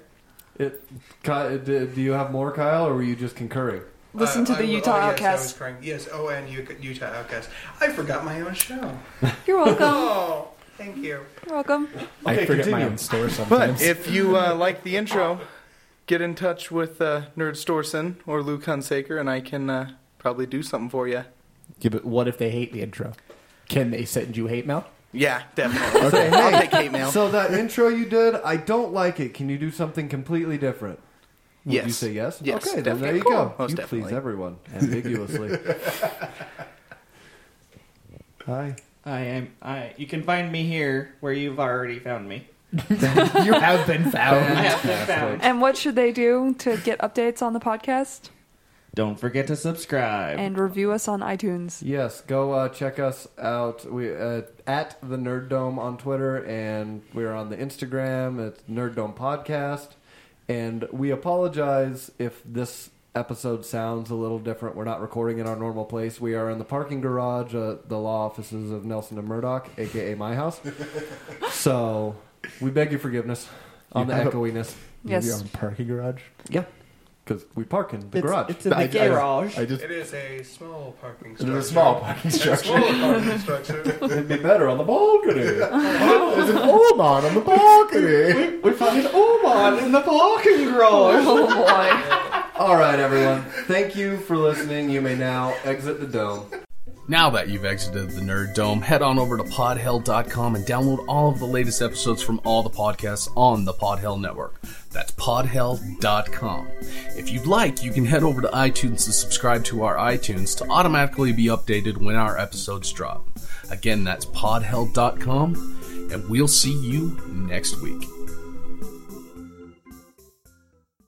[SPEAKER 3] It, Kyle, do do you have more, Kyle, or were you just concurring?
[SPEAKER 5] Listen to
[SPEAKER 7] Uh,
[SPEAKER 5] the
[SPEAKER 7] I-
[SPEAKER 5] Utah
[SPEAKER 7] oh, yes, I was
[SPEAKER 5] Outcast.
[SPEAKER 7] crying. Yes. Oh, and U- Utah Outcast. I forgot my own show.
[SPEAKER 5] You're welcome.
[SPEAKER 7] Oh, thank you.
[SPEAKER 5] You're welcome.
[SPEAKER 6] I
[SPEAKER 3] Okay,
[SPEAKER 6] forget my
[SPEAKER 3] continue.
[SPEAKER 6] own store sometimes.
[SPEAKER 2] But if you uh, like the intro, get in touch with uh, Nerd Storson or Lou Kunsaker, and I can uh, probably do something for you.
[SPEAKER 6] yeah, but what if they hate the intro? Can they send you hate mail?
[SPEAKER 2] Yeah, definitely. I'll take hate mail.
[SPEAKER 3] So that intro you did, I don't like it. Can you do something completely different? Would
[SPEAKER 2] Yes.
[SPEAKER 3] you say yes?
[SPEAKER 2] Yes,
[SPEAKER 3] Okay, then there
[SPEAKER 2] definitely.
[SPEAKER 3] you
[SPEAKER 2] Cool.
[SPEAKER 3] go.
[SPEAKER 2] Most
[SPEAKER 3] you
[SPEAKER 2] definitely.
[SPEAKER 3] please everyone ambiguously. Hi.
[SPEAKER 4] I am I. You can find me here where you've already found me.
[SPEAKER 6] you have been
[SPEAKER 4] I
[SPEAKER 6] found.
[SPEAKER 4] have been found.
[SPEAKER 5] And what should they do to get updates on the podcast
[SPEAKER 4] Don't forget to subscribe.
[SPEAKER 5] and review us on iTunes?
[SPEAKER 3] Yes, go uh, check us out. We uh, at the Nerd Dome on Twitter, and we're on the Instagram. It's Nerd Dome Podcast, and we apologize if this episode sounds a little different. We're not recording in our normal place. We are in the parking garage at the law offices of Nelson and Murdoch, aka my house. so we beg your forgiveness on
[SPEAKER 6] Yeah.
[SPEAKER 3] the echoiness.
[SPEAKER 6] Maybe
[SPEAKER 5] Yes.
[SPEAKER 6] on parking garage.
[SPEAKER 3] Yeah, because we park in the
[SPEAKER 4] it's,
[SPEAKER 3] garage.
[SPEAKER 4] it's in the
[SPEAKER 6] I- I-
[SPEAKER 4] garage.
[SPEAKER 6] I just
[SPEAKER 7] It is a small parking
[SPEAKER 6] It
[SPEAKER 7] structure.
[SPEAKER 6] is a small parking
[SPEAKER 7] It is a
[SPEAKER 6] structure.
[SPEAKER 7] small parking structure.
[SPEAKER 3] It'd be better on the balcony.
[SPEAKER 6] There's an Oman on the balcony.
[SPEAKER 4] we found an Oman in the parking garage.
[SPEAKER 5] Oh boy.
[SPEAKER 3] All right, everyone. Thank you for listening. You may now exit the dome.
[SPEAKER 9] Now that you've exited the Nerd Dome, head on over to podhell.com and download all of the latest episodes from all the podcasts on the Podhell Network. That's podhell.com. If you'd like, you can head over to iTunes to subscribe to our iTunes to automatically be updated when our episodes drop. Again, that's podhell.com, and we'll see you next week.